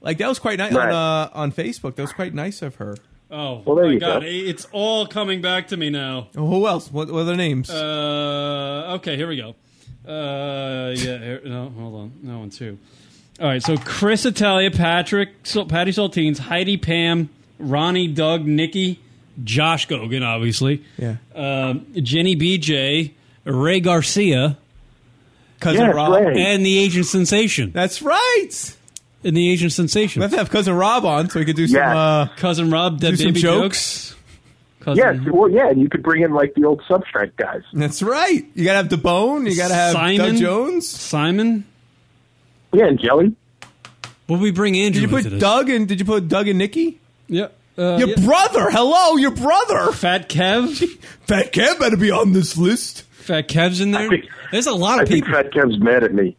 Speaker 5: like that was quite nice
Speaker 4: Right.
Speaker 5: on uh, on Facebook. That was quite nice of her.
Speaker 4: Oh,
Speaker 5: Well, there
Speaker 4: my
Speaker 5: you
Speaker 4: God.
Speaker 5: go.
Speaker 4: It's all coming back to me now.
Speaker 5: Oh, who else? What, what are their names?
Speaker 4: Uh, okay, here we go. Uh, yeah, here, no, hold on. No one, too. All right, so Chris Italia, Patrick, Sol- Patty Saltines, Heidi Pam, Ronnie, Doug, Nikki, Josh Gogan, obviously.
Speaker 5: Yeah.
Speaker 4: Um, Jenny BJ, Ray Garcia.
Speaker 5: Cousin Yes, Rob. Ray.
Speaker 4: And the Agent Sensation.
Speaker 5: That's right.
Speaker 4: And the Agent Sensation.
Speaker 5: We have to have cousin Rob on so we could do
Speaker 22: Yes.
Speaker 5: some uh,
Speaker 4: cousin Rob
Speaker 5: do
Speaker 4: dead
Speaker 5: some
Speaker 4: baby
Speaker 5: jokes.
Speaker 22: Yes, well, yeah, and you could bring in like the old Substrike guys.
Speaker 5: That's right. You gotta have the bone. You gotta have
Speaker 4: Simon
Speaker 5: Doug Jones.
Speaker 4: Simon.
Speaker 22: Yeah, and Jelly.
Speaker 4: Will we bring Andrew?
Speaker 5: Did you
Speaker 4: into
Speaker 5: put
Speaker 4: this?
Speaker 5: Doug and did you put Doug and Nikki?
Speaker 4: Yeah. Uh,
Speaker 5: your
Speaker 4: yeah.
Speaker 5: brother. Hello, your brother.
Speaker 4: Fat Kev.
Speaker 5: Fat Kev better be on this list.
Speaker 4: Fat Kev's in there. There's a lot
Speaker 22: I think Fat Kev's mad at me.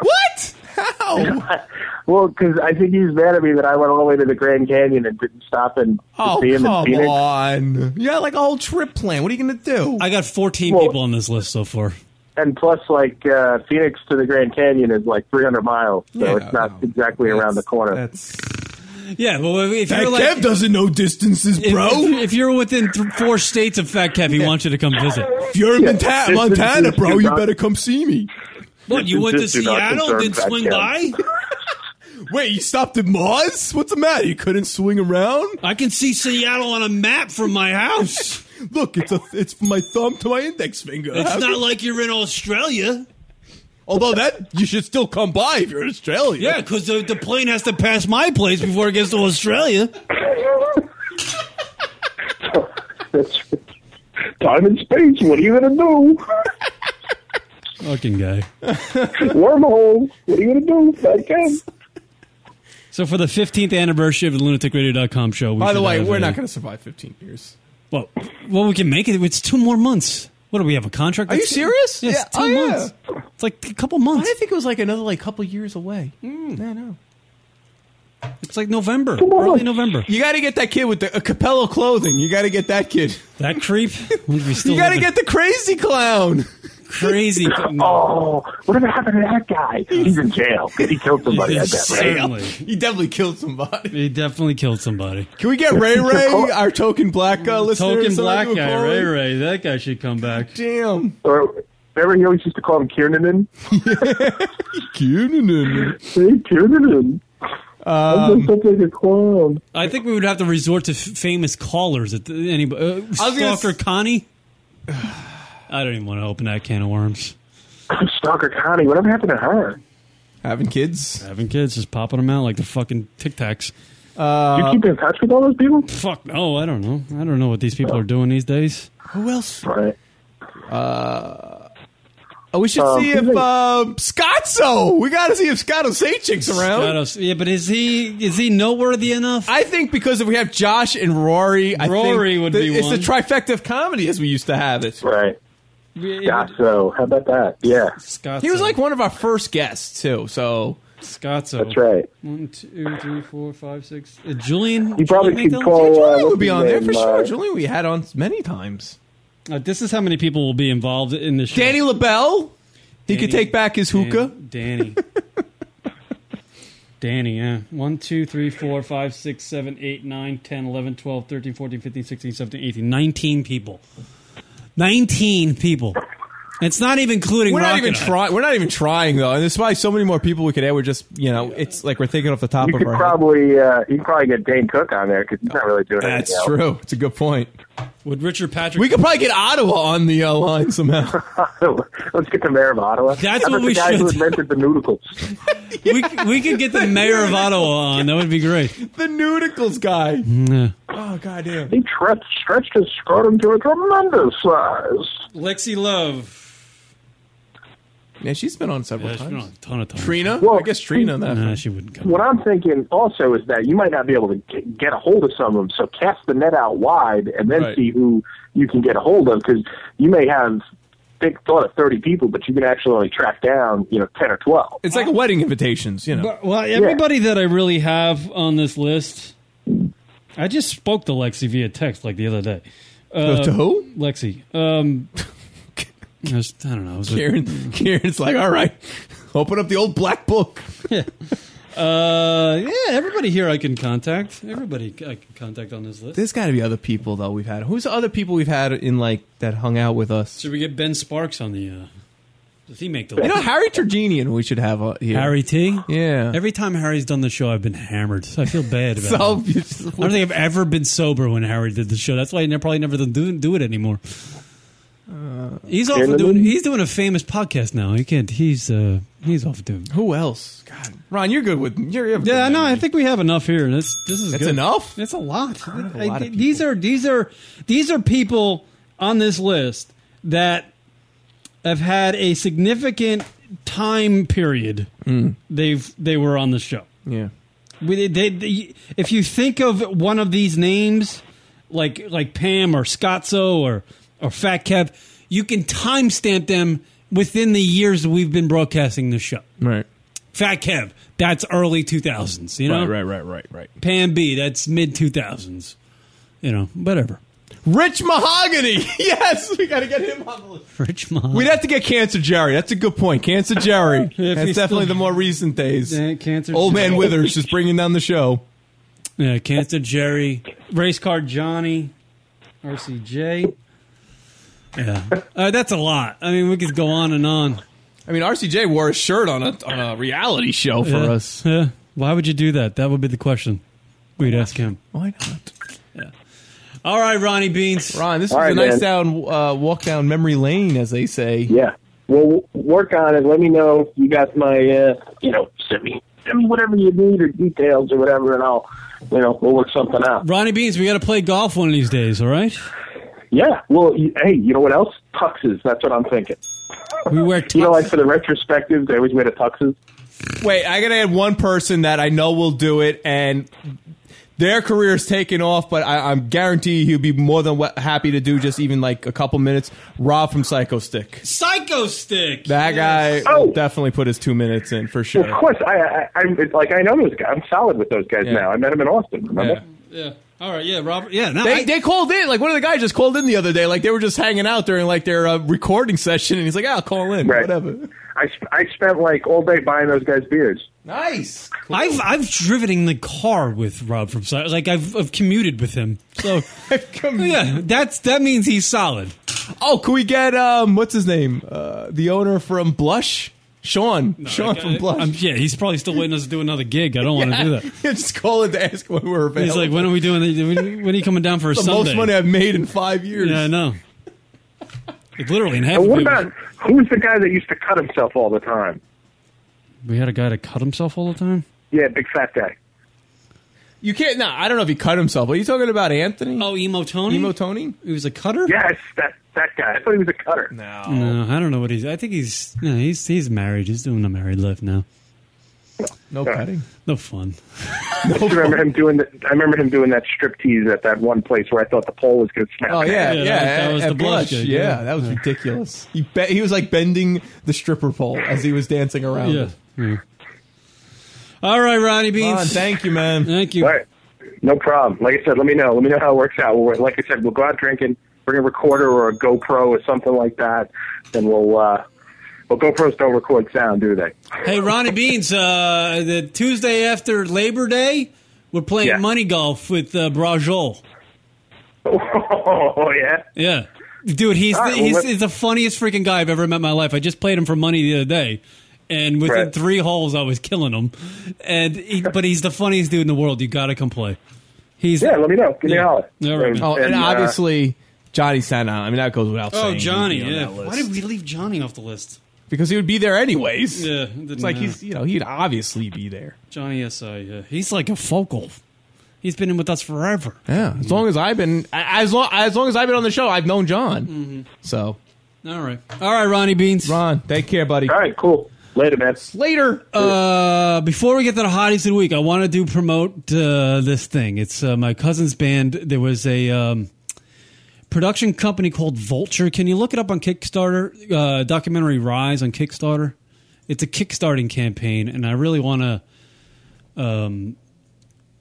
Speaker 5: What? How?
Speaker 22: Well, because I think he's mad at me that I went all the way to the Grand Canyon and didn't stop and to
Speaker 5: Oh,
Speaker 22: see him
Speaker 5: come
Speaker 22: in Phoenix.
Speaker 5: on. You had like a whole trip plan. What are you gonna do?
Speaker 4: I got 14 people on this list so far.
Speaker 22: And plus, like uh, Phoenix to the Grand Canyon is like 300 miles, so
Speaker 4: Yeah,
Speaker 22: it's not exactly around the corner. That's
Speaker 4: Yeah, well, if
Speaker 5: Fat
Speaker 4: you're like,
Speaker 5: Kev doesn't know distances,
Speaker 4: if-
Speaker 5: bro.
Speaker 4: If, if you're within th- four states of Fat Kev, he wants you to come visit.
Speaker 5: If you're in Monta- Montana, bro, you better come see me.
Speaker 4: What, you went to Seattle? Didn't swing by?
Speaker 5: Wait, you stopped at Mars? What's the matter? You couldn't swing around?
Speaker 4: I can see Seattle on a map from my house.
Speaker 5: Look, it's a it's from my thumb to my index finger.
Speaker 4: It's
Speaker 5: How
Speaker 4: not
Speaker 5: can-
Speaker 4: like you're in Australia.
Speaker 5: Although that you should still come by if you're in Australia.
Speaker 4: Yeah, because the, the plane has to pass my place before it gets to Australia.
Speaker 22: time and space. What are you gonna do?
Speaker 4: Fucking guy.
Speaker 22: Wormhole. What are you gonna do, Fat Kev?
Speaker 4: So for the 15th anniversary of the lunaticradio.com show. We
Speaker 5: By the
Speaker 4: should
Speaker 5: way,
Speaker 4: have
Speaker 5: we're
Speaker 4: a-
Speaker 5: not going to survive 15 years.
Speaker 4: Well, well, we can make it. It's two more months. What do we have? A contract?
Speaker 5: Are you
Speaker 4: That's-
Speaker 5: serious?
Speaker 4: Yes,
Speaker 5: Yeah.
Speaker 4: two
Speaker 5: Oh, yeah.
Speaker 4: months. It's like a couple months.
Speaker 5: I think it was like another like couple years away. I know.
Speaker 4: It's like November, early November.
Speaker 5: You got to get that kid with the uh, Capello clothing. You got to get that kid.
Speaker 4: That creep.
Speaker 5: you got to get the crazy clown.
Speaker 4: crazy.
Speaker 22: Oh, whatever happened to that guy? He's in jail. He killed somebody. I bet. right?
Speaker 4: Certainly.
Speaker 5: He definitely killed somebody.
Speaker 4: He definitely killed somebody.
Speaker 5: Can we get Ray Ray, our token black uh, listener?
Speaker 4: Token
Speaker 5: somebody
Speaker 4: black
Speaker 5: to
Speaker 4: guy,
Speaker 5: call
Speaker 4: Ray
Speaker 5: in?
Speaker 4: Ray. That guy should come back.
Speaker 5: Damn.
Speaker 22: Or remember, he always used to call him Kiernanen.
Speaker 5: Kiernanen. Um,
Speaker 22: Hey, Kiernanen. I'm just like a clown.
Speaker 4: I think we would have to resort to f- famous callers. At the, any, uh,
Speaker 22: I was gonna
Speaker 4: Stalker Connie. I don't even want to open that can of worms.
Speaker 22: Stalker Connie. Whatever happened to her?
Speaker 5: Having kids.
Speaker 4: Having kids, just popping them out like the fucking Tic Tacs.
Speaker 5: Uh,
Speaker 22: you keep in touch with all those people?
Speaker 4: Fuck no, I don't know. I don't know what these people are doing these days.
Speaker 5: Who else?
Speaker 22: Right.
Speaker 5: Uh, oh, we should
Speaker 4: Um,
Speaker 5: see if uh, Scotzo. We got to see if Scotto Sachik's around.
Speaker 4: Scotto- yeah, but is he is he noteworthy enough?
Speaker 5: I think because if we have Josh and Rory, I
Speaker 4: Rory
Speaker 5: think
Speaker 4: would
Speaker 5: that
Speaker 4: be
Speaker 5: It's
Speaker 4: one.
Speaker 5: the trifecta of comedy as we used to have it.
Speaker 22: Right. Gasso. How about that? Yeah.
Speaker 5: He was like one of our first guests too. So
Speaker 4: Scotzo.
Speaker 22: That's right.
Speaker 4: One, two, three, four, five, six. Uh, Julian.
Speaker 22: You probably
Speaker 4: Julian
Speaker 22: could
Speaker 4: McDonald?
Speaker 22: call,
Speaker 4: Yeah,
Speaker 22: uh,
Speaker 4: Julian
Speaker 22: what's
Speaker 4: would be
Speaker 22: his
Speaker 4: on there for
Speaker 22: name,
Speaker 4: sure.
Speaker 22: uh,
Speaker 5: Julian, we had on many times.
Speaker 4: Uh, this is how many people will be involved in this. show.
Speaker 5: Danny LaBelle, he could
Speaker 4: Danny-
Speaker 5: take back his hookah.
Speaker 4: Danny. Danny, yeah. 1, 2, 3, 4, 5, 6, 7, 8, 9, 10, 11, 12, 13, 14, 15, 16, 17, 18. 19 people. 19 people. It's not even including.
Speaker 5: We're not
Speaker 4: Rocket
Speaker 5: even
Speaker 4: Eye.
Speaker 5: trying. We're not even trying though, and there's probably so many more people we could add. We're just, you know, it's like we're thinking off the top
Speaker 22: You
Speaker 5: of
Speaker 22: could
Speaker 5: our.
Speaker 22: probably uh, you could probably get Dane Cook on there because he's not really doing
Speaker 5: head.
Speaker 22: anything.
Speaker 5: That's true. It's a good point.
Speaker 4: Would Richard Patrick?
Speaker 5: We could probably get Ottawa on the uh, line somehow.
Speaker 22: Let's get the mayor of Ottawa.
Speaker 4: That's
Speaker 22: How about
Speaker 4: what we
Speaker 22: the guy
Speaker 4: should
Speaker 22: who
Speaker 4: do.
Speaker 22: invented the noodles.
Speaker 4: we, we could get the mayor of Ottawa on. That would be great.
Speaker 5: The nudicles guy.
Speaker 22: Oh
Speaker 5: goddamn!
Speaker 22: He tre- stretched his scrotum to a tremendous uh, size.
Speaker 4: Lexi Love.
Speaker 5: Yeah, she's been on several
Speaker 4: she's been
Speaker 5: times.
Speaker 4: on a ton of times.
Speaker 5: Trina, I guess Trina. That
Speaker 4: Nah, she wouldn't.
Speaker 22: What I'm thinking also is that you might not be able to g- get a hold of some of them, so cast the net out wide and then
Speaker 5: Right.
Speaker 22: see who you can get a hold of because you may have big thought of 30 people, but you can actually only track down you know 10 or 12.
Speaker 5: It's like wedding invitations, you know.
Speaker 4: Uh, But, well, everybody that I really have on this list, I just spoke to Lexi via text like the other day.
Speaker 5: Oh,
Speaker 4: Uh,
Speaker 5: To- to who?
Speaker 4: Lexi. Um, I, was- I don't know. I was-
Speaker 5: Karen, Karen's like, all right, open up the old black book.
Speaker 4: Uh, yeah, everybody here I can contact. Everybody I can contact on this list.
Speaker 5: There's got to be other people though we've had. Who's the other people we've had in like that hung out with us?
Speaker 4: Should we get Ben Sparks on the? Uh, does he make the
Speaker 5: You
Speaker 4: list?
Speaker 5: know, Harry Turgenian we should have uh, here.
Speaker 4: Harry T.
Speaker 5: Yeah.
Speaker 4: Every time Harry's done the show, I've been hammered. So I feel bad
Speaker 5: So-
Speaker 4: about it. I don't think I've ever been sober when Harry did the show. That's why I ne- probably never do, do it anymore. He's off
Speaker 5: Gentlemen?
Speaker 4: doing. He's doing a famous podcast now. He can't. He's uh. He's off doing.
Speaker 5: Who else? God, Ron, you're good with. You're, you're
Speaker 4: Yeah, no, I think we have enough here. This this is
Speaker 5: That's
Speaker 4: good.
Speaker 5: enough?
Speaker 4: It's a lot.
Speaker 5: a
Speaker 4: I-
Speaker 5: lot of
Speaker 4: these are these are these are people on this list that have had a significant time period.
Speaker 5: Hmm.
Speaker 4: They've they were on the show.
Speaker 5: Yeah.
Speaker 4: We, they, they- if you think of one of these names, like like Pam or Scotzo or or Fat Cap, you can timestamp them within the years that we've been broadcasting the show.
Speaker 5: Right.
Speaker 4: Fat Kev, that's early 2000s, you know?
Speaker 5: Right, right, right, right,
Speaker 4: Pam B, that's mid 2000s. You know, whatever.
Speaker 5: Rich Mahogany. yes, we got to get him on the list.
Speaker 4: Rich Mahogany.
Speaker 5: We'd have to get Cancer Jerry. That's a good point. Cancer Jerry. That's
Speaker 4: he's
Speaker 5: definitely
Speaker 4: still-
Speaker 5: the more recent days.
Speaker 4: Yeah, Cancer
Speaker 5: Old man
Speaker 4: Jerry.
Speaker 5: Withers just bringing down the show.
Speaker 4: Yeah, Cancer Jerry, Race Car Johnny, RCJ. Yeah. Uh, that's a lot. I mean, we could go on and on.
Speaker 5: I mean, RCJ wore a shirt on a on a reality show for
Speaker 4: Yeah,
Speaker 5: us.
Speaker 4: Yeah. Why would you do that? That would be the question we'd ask him.
Speaker 5: Why not?
Speaker 4: All right, Ronnie Beans.
Speaker 5: Ron, this
Speaker 4: All
Speaker 5: was a
Speaker 4: right,
Speaker 5: nice
Speaker 4: man.
Speaker 5: down uh, walk down memory lane, as they say.
Speaker 22: Yeah. Well, work on it. Let me know if you got my, uh, you know, send me, send me whatever you need or details or whatever, and I'll, you know, we'll work something out.
Speaker 4: Ronnie Beans, we got to play golf one of these days, all right?
Speaker 22: Yeah. Well, you, hey, you know what else? Tuxes. That's what I'm thinking.
Speaker 4: We wear
Speaker 22: You know, like for the retrospectives, they always wear the tuxes.
Speaker 5: Wait, I gotta add one person that I know will do it, and their career is taking off. But I, I'm guarantee he'll be more than wa- happy to do just even like a couple minutes. Rob from Psycho Stick,
Speaker 4: Psycho Stick.
Speaker 5: that guy will definitely put his two minutes in for sure.
Speaker 22: Oh! Of course, I, I, I'm it's like I know those guys. I'm solid with those guys
Speaker 5: Yeah.
Speaker 22: now. I met him in Austin. Remember?
Speaker 4: Yeah. All right. Yeah, Robert. Yeah. No,
Speaker 5: they,
Speaker 4: I-
Speaker 5: they called in like one of the guys just called in the other day like they were just hanging out during like their uh, recording session and he's like "Ah, I'll call in
Speaker 22: Right.
Speaker 5: whatever
Speaker 22: I sp- I spent like all day buying those guys beers.
Speaker 5: nice.
Speaker 4: I've I've driven in the car with Rob from Psy- like I've I've commuted with him. So yeah, that's that means he's solid.
Speaker 5: oh can we get um what's his name uh, the owner from Blush Sean Sean from Blush
Speaker 4: I'm- yeah, he's probably still waiting us to do another gig. I don't want to do that.
Speaker 5: Yeah, just call in to ask when we're available.
Speaker 4: He's like, when are we doing? The, when are you coming down for a
Speaker 5: It's the
Speaker 4: Sunday?
Speaker 5: most money I've made in five years.
Speaker 4: Yeah, I know. Like, literally in half.
Speaker 22: And
Speaker 4: of
Speaker 22: what
Speaker 4: people-
Speaker 22: about who's the guy that used to cut himself all the time?
Speaker 4: we had a guy that cut himself all the time.
Speaker 22: Yeah, big fat guy.
Speaker 5: You can't. No, I don't know if he cut himself. Are you talking about Anthony?
Speaker 4: Oh, Emo Tony.
Speaker 5: Emo Tony.
Speaker 4: He was a cutter.
Speaker 22: Yes, that that guy. I thought he was a cutter.
Speaker 5: No.
Speaker 4: No, I don't know what he's. I think he's. No, he's he's married. He's doing a married life now.
Speaker 5: No
Speaker 22: cutting.
Speaker 4: No fun.
Speaker 22: I just remember him doing the, I remember him doing that striptease at that one place where I thought the pole was going to snap.
Speaker 5: Oh yeah, yeah.
Speaker 4: that was
Speaker 5: at
Speaker 4: the Blush gig,
Speaker 5: yeah.
Speaker 4: yeah.
Speaker 5: that was ridiculous. He be- he was like bending the stripper pole as he was dancing around.
Speaker 4: Yeah. All right, Ronnie Beans.
Speaker 5: Ron, thank you, man.
Speaker 4: Thank you.
Speaker 22: All right, no problem. Like I said, let me know. Let me know how it works out. We'll, like I said, we'll go out drinking. Bring a recorder or a GoPro or something like that, and we'll. uh well, GoPros don't record sound, do they?
Speaker 4: Hey, Ronnie Beans, uh, the Tuesday after Labor Day, we're playing money golf with uh, Brajol.
Speaker 22: Oh yeah.
Speaker 4: Yeah. Dude, he's
Speaker 22: All
Speaker 4: the,
Speaker 22: right, well,
Speaker 4: he's,
Speaker 22: let-
Speaker 4: he's the funniest freaking guy I've ever met in my life. I just played him for money the other day, and within
Speaker 22: Right.
Speaker 4: three holes, I was killing him. And he, but he's the funniest dude in the world. You got to come play. He's
Speaker 28: yeah. Let me know. Give
Speaker 4: me a holler.
Speaker 5: Oh, and, obviously Johnny Santa. I mean, that goes without saying.
Speaker 4: oh
Speaker 5: he'd
Speaker 4: Johnny,
Speaker 5: be on
Speaker 4: yeah.
Speaker 5: that list.
Speaker 4: Why did we leave Johnny off the list?
Speaker 5: because he would be there anyways.
Speaker 4: Yeah, it didn't
Speaker 5: it's like
Speaker 4: matter.
Speaker 5: he's you know he'd obviously be there.
Speaker 4: Johnny SI, yeah. He's like a focal. He's been in with us forever.
Speaker 5: Yeah, as long as I've been as long as long as I've been on the show, I've known John. So
Speaker 4: All right. Mm-hmm. All right, Ronnie Beans.
Speaker 5: Ron, take care, buddy.
Speaker 28: All right, cool. Later, man.
Speaker 5: Later.
Speaker 4: Uh, before we get to the hotties of the week, I want to do promote uh, this thing. It's uh, my cousin's band. There was a um, production company called Vulture. Can you look it up on Kickstarter? Uh, documentary Rise on Kickstarter. It's a kickstarting campaign, and I really want to, um,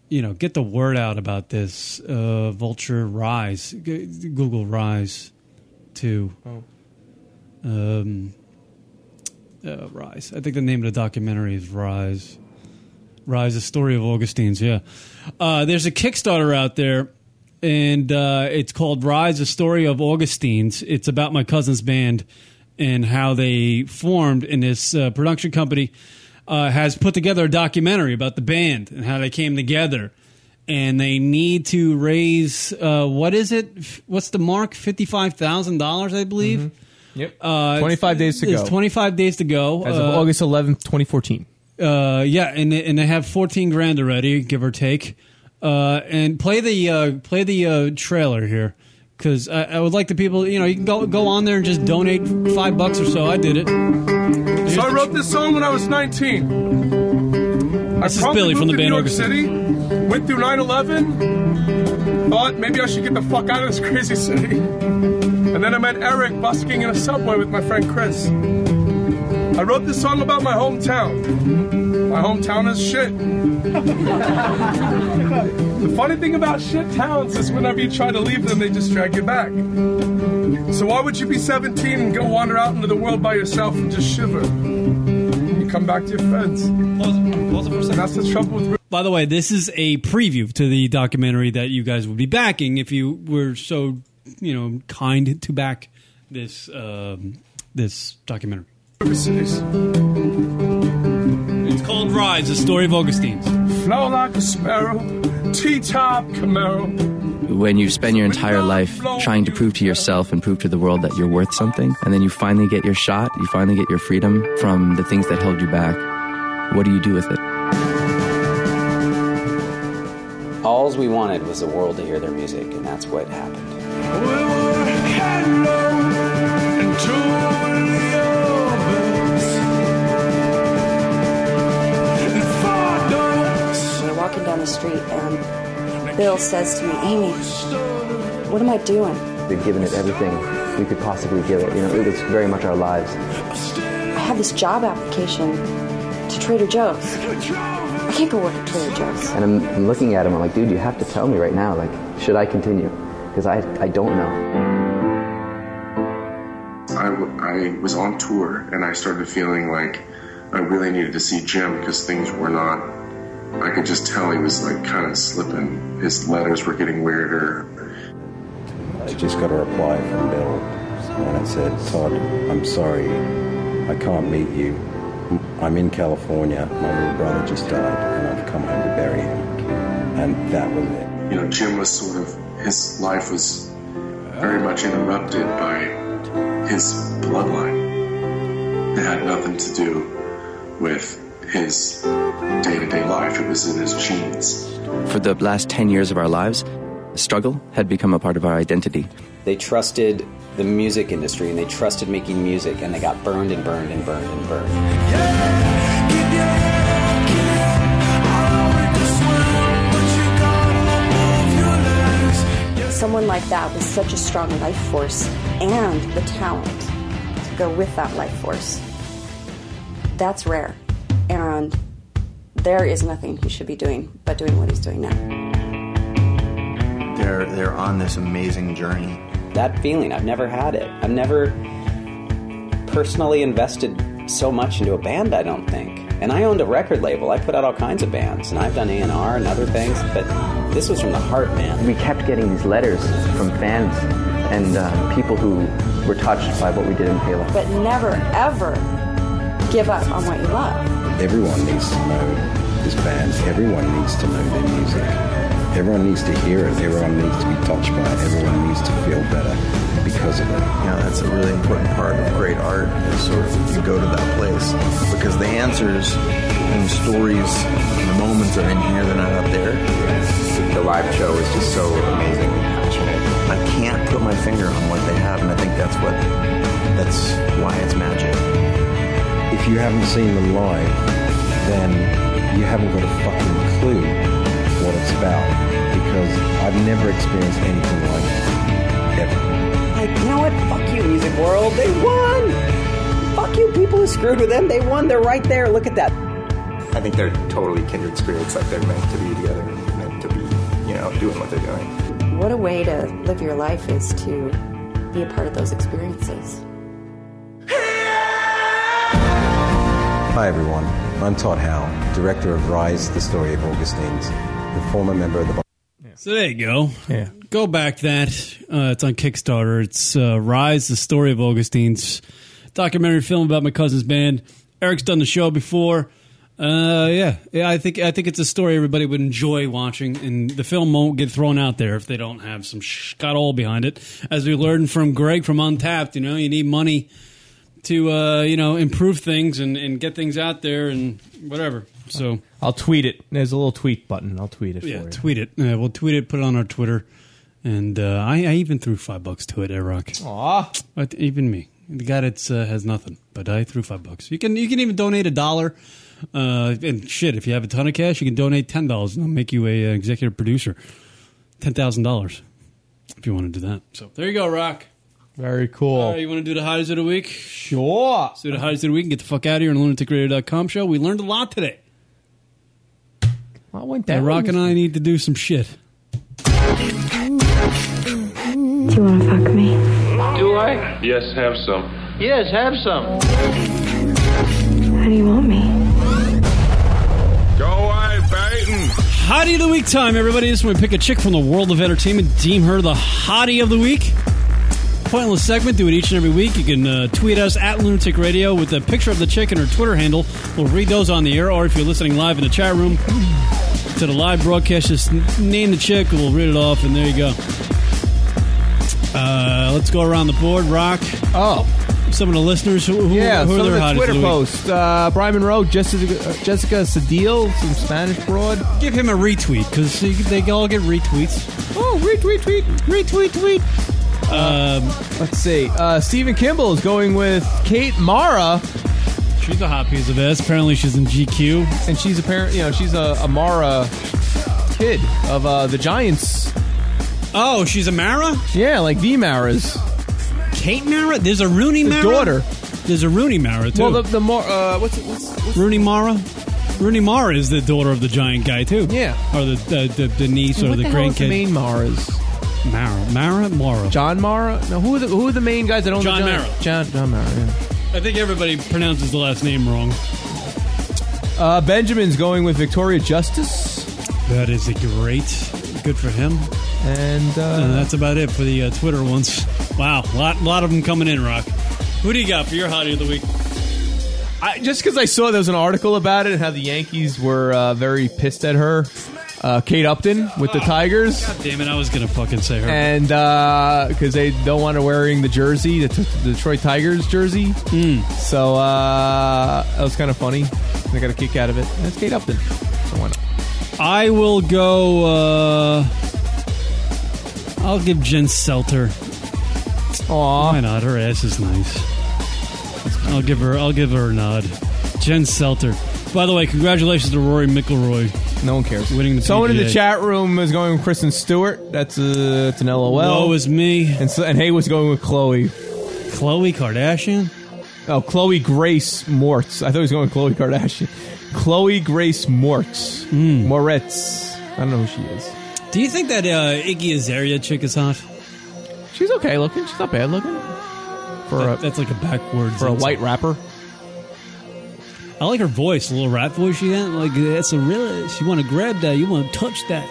Speaker 4: you know, get the word out about this. Uh, Vulture Rise. G- Google Rise, too.
Speaker 5: Oh.
Speaker 4: Um, uh, Rise. I think the name of the documentary is Rise. Rise, the story of Augustine's. Yeah, uh, there's a Kickstarter out there, and uh, it's called Rise, the story of Augustine's. It's about my cousin's band and how they formed. And this uh, production company uh, has put together a documentary about the band and how they came together. And they need to raise uh, what is it? F- What's the mark? Fifty five thousand dollars, I believe.
Speaker 5: Mm-hmm. Yep.
Speaker 4: Uh,
Speaker 5: 25 days to
Speaker 4: it's
Speaker 5: go.
Speaker 4: 25 days to go.
Speaker 5: As of
Speaker 4: Uh,
Speaker 5: August 11th, 2014.
Speaker 4: uh, yeah, and they, and they have 14 grand already, give or take. Uh, and play the uh, play the uh, trailer here because I, I would like the people. You know, you can go go on there and just donate five bucks or so. I did it.
Speaker 10: So I wrote this song when I was 19.
Speaker 4: This is
Speaker 10: Promptly
Speaker 4: Billy from
Speaker 10: moved
Speaker 4: the
Speaker 10: to
Speaker 4: band
Speaker 10: New York
Speaker 4: Orchestra.
Speaker 10: City, went through 9/11. Thought maybe I should get the fuck out of this crazy city. And then I met Eric busking in a subway with my friend Chris. I wrote this song about my hometown. My hometown is shit. the funny thing about shit towns is whenever you try to leave them, they just drag you back. So why would you be 17 and go wander out into the world by yourself and just shiver? You come back to your friends. And that's the trouble with.
Speaker 4: By the way, this is a preview to the documentary that you guys would be backing if you were so you know kind to back this um, this documentary. It's called Rise: The Story of Augustine's.
Speaker 10: Flow like a sparrow, T-top Camaro.
Speaker 14: when you spend your entire life trying to prove to yourself and prove to the world that you're worth something, and then you finally get your shot, you finally get your freedom from the things that held you back, what do you do with it?
Speaker 29: Alls we wanted was the world to hear their music, and that's what happened.
Speaker 6: We're walking down the street, and Bill says to me, Amy, what am I doing?
Speaker 14: We've given it everything we could possibly give it. You know, it was very much our lives.
Speaker 6: I have this job application to Trader Joe's. I can't go work at Trader Joe's.
Speaker 14: And I'm, I'm looking at him, I'm like, dude, you have to tell me right now. Like, should I continue? Because I, I don't know.
Speaker 30: I, w- I was on tour and I started feeling like I really needed to see Jim because things were not. I could just tell he was like kind of slipping. His letters were getting weirder.
Speaker 31: I just got a reply from Bill, and it said, Todd, I'm sorry, I can't meet you. I'm in California. My little brother just died, and I've come home to bury him. And that was it.
Speaker 30: You know, Jim was sort of, his life was very much interrupted by his bloodline. It had nothing to do with his day to day life, it was in his genes.
Speaker 14: For the last 10 years of our lives, struggle had become a part of our identity.
Speaker 29: They trusted the music industry, and they trusted making music, and they got burned and burned and burned and burned.
Speaker 6: Someone like that with such a strong life force and the talent to go with that life force. That's rare. And there is nothing he should be doing but doing what he's doing now.
Speaker 29: They're they're on this amazing journey. That feeling, I've never had it. I've never personally invested so much into a band. I don't think. And I owned a record label. I put out all kinds of bands, and I've done A and R and other things. But this was from the heart, man.
Speaker 14: We kept getting these letters from fans
Speaker 32: and uh, people who were touched by what we did in Palo.
Speaker 33: But never, ever give up on what you love.
Speaker 34: Everyone needs to know this band. Everyone needs to know their music. Everyone needs to hear it. Everyone needs to be touched by it. Everyone needs to feel better because of it.
Speaker 6: You know, that's a really important part of great art is sort of you go to that place because the answers and the stories and the moments are in here, they're not out there. The live show is just so amazing and passionate. I can't put my finger on what they have, and I think that's what that's why it's magic.
Speaker 34: If you haven't seen them live, then you haven't got a fucking clue what it's about because I've never experienced anything like it ever.
Speaker 32: Like, you know what? Fuck you, music world. They won! Fuck you, people who screwed with them. They won. They're right there. Look at that.
Speaker 6: I think they're totally kindred spirits. Like they're meant to be together, meant to be, you know, doing what they're doing.
Speaker 33: What a way to live your life is to be a part of those experiences.
Speaker 34: Hi everyone, I'm Todd Howe, director of Rise, The Story of Augustines, and former member of the
Speaker 4: So there you go. Yeah. Go back that. Uh, it's on Kickstarter. It's uh, Rise, the Story of Augustine's documentary film about my cousin's band. Eric's done the show before. Uh, yeah. yeah, I think I think it's a story everybody would enjoy watching, and the film won't get thrown out there if they don't have some all behind it. As we learned from Greg from Untapped, you know, you need money to uh, you know improve things and, and get things out there and whatever. So
Speaker 3: I'll tweet it. There's a little tweet button. I'll tweet it
Speaker 4: yeah,
Speaker 3: for you.
Speaker 4: tweet it. Uh, we'll tweet it. Put it on our Twitter. And uh, I, I even threw five bucks to it, Rock. Aw, even me. The guy that's uh, has nothing, but I threw five bucks. You can you can even donate a dollar. Uh, and shit, if you have a ton of cash, you can donate ten dollars, and I'll make you a uh, executive producer. Ten thousand dollars, if you want to do that. So there you go, Rock.
Speaker 3: Very cool.
Speaker 4: All right, you want to do the hotties of the week? Sure. Let's do the hotties of the week and get the fuck out of here on lunaticradio.com show. We learned a lot today.
Speaker 3: I went
Speaker 4: And Rock and I need to do some shit.
Speaker 8: Do you want to fuck me?
Speaker 7: Do I? Yes, have some.
Speaker 8: Yes, have some. How do you want me?
Speaker 7: Go away, Baton.
Speaker 4: Hottie of the week time, everybody. This is when we pick a chick from the world of entertainment, deem her the hottie of the week. Pointless segment, do it each and every week. You can uh, tweet us at Lunatic Radio with a picture of the chick and her Twitter handle. We'll read those on the air, or if you're listening live in the chat room to the live broadcast, just n- name the chick, we'll read it off, and there you go. Uh, let's go around the board. Rock.
Speaker 5: Oh.
Speaker 4: Some of the listeners who, who,
Speaker 5: Yeah,
Speaker 4: who are
Speaker 5: some of
Speaker 4: their hotties
Speaker 5: the Twitter
Speaker 4: of the week?
Speaker 5: posts. Uh, Brian Monroe, Jessica, uh, Jessica Sadil, some Spanish broad.
Speaker 4: Give him a retweet because they all get retweets.
Speaker 5: Oh, retweet, tweet, retweet, tweet.
Speaker 4: Um,
Speaker 5: Let's see. Uh, Stephen Kimball is going with Kate Mara.
Speaker 4: She's a hot piece of ass. Apparently, she's in GQ,
Speaker 5: and she's apparent. You know, she's a, a Mara kid of uh, the Giants.
Speaker 4: Oh, she's a Mara.
Speaker 5: Yeah, like the Maras.
Speaker 4: Kate Mara. There's a Rooney
Speaker 5: the
Speaker 4: Mara?
Speaker 5: daughter.
Speaker 4: There's a Rooney Mara too.
Speaker 5: Well, the, the Mar- uh, what's, what's
Speaker 4: Rooney Mara. Rooney Mara is the daughter of the giant guy too.
Speaker 5: Yeah,
Speaker 4: or the the, the, the niece
Speaker 5: And
Speaker 4: or
Speaker 5: what
Speaker 4: the,
Speaker 5: the hell is
Speaker 4: grandkid.
Speaker 5: the main Maras?
Speaker 4: Mara, Mara, Mara.
Speaker 5: John Mara? No, who are the who are the main guys that own
Speaker 4: John
Speaker 5: the
Speaker 4: Mara.
Speaker 5: Giants? John John Mara. Yeah.
Speaker 4: I think everybody pronounces the last name wrong.
Speaker 5: Uh, Benjamin's going with Victoria Justice.
Speaker 4: That is a great. Good for him.
Speaker 5: And uh,
Speaker 4: Uh, that's about it for the uh, Twitter ones. Wow, lot lot of them coming in. Rock. Who do you got for your hottie of the week?
Speaker 5: I, just because I saw there was an article about it and how the Yankees were uh, very pissed at her, uh, Kate Upton with the Tigers,
Speaker 4: God damn it! I was gonna fucking say her.
Speaker 5: and because they don't want her wearing the jersey, the, t- the Detroit Tigers jersey.
Speaker 4: Hmm.
Speaker 5: So uh, that was kind of funny. And I got a kick out of it. And it's Kate Upton. So why not?
Speaker 4: I will go. Uh, I'll give Jen Selter.
Speaker 5: Aw,
Speaker 4: why not? Her ass is nice. I'll give her. I'll give her a nod. Jen Selter. By the way, congratulations to Rory McIlroy.
Speaker 5: No one cares.
Speaker 4: Winning the
Speaker 5: Someone in the
Speaker 4: PGA.
Speaker 5: chat room is going with Kristen Stewart. That's, uh, that's an LOL.
Speaker 4: Woe is me.
Speaker 5: And, so, and Hay was going with Chloe.
Speaker 4: Chloe Kardashian?
Speaker 5: Oh, Chloe Grace Mortz. I thought he was going with Chloe Kardashian. Chloe Grace Mortz.
Speaker 4: Hmm.
Speaker 5: Moretz. I don't know who she is.
Speaker 4: Do you think that uh, Iggy Azalea chick is hot?
Speaker 5: She's okay looking. She's not bad looking. For
Speaker 4: That-
Speaker 5: a,
Speaker 4: that's like a backwards
Speaker 5: for a
Speaker 4: insult.
Speaker 5: white rapper.
Speaker 4: I like her voice, the little rap voice she got. Like that's a real. She want to grab that. You want to touch that.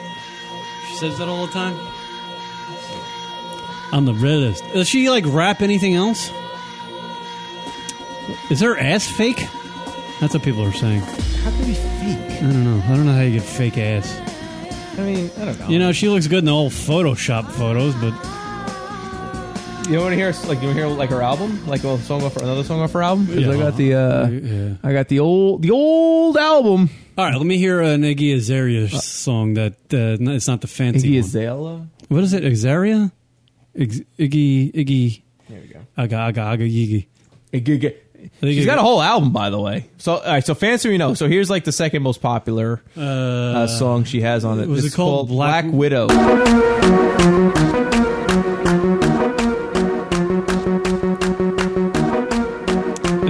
Speaker 4: She says that all the time. On the red list.
Speaker 20: Does she like rap anything else? Is her ass fake? That's what people are saying.
Speaker 4: How
Speaker 20: can be fake? I don't know. I don't know how you get fake ass.
Speaker 3: I mean, I don't know.
Speaker 20: You know, she looks good in the old Photoshop photos, but
Speaker 3: You want to hear like you want to hear like her album, like a song off her, another song off her album? 'Cause I got the uh, I got the old the old album.
Speaker 20: all right. Let me hear
Speaker 4: uh,
Speaker 20: an Iggy Azalea song that uh, no, it's not the fancy
Speaker 3: Iggy
Speaker 20: one.
Speaker 3: Azalea?
Speaker 20: What is it? Azaria? Ig- Iggy Iggy.
Speaker 3: There we go.
Speaker 20: Aga aga aga Iggy.
Speaker 3: Iggy. She's got a whole album, by the way. So, all right, so fancy we know. So here's like the second most popular uh, song she has on it.
Speaker 20: was it
Speaker 3: It's
Speaker 20: called
Speaker 3: Black, Widow?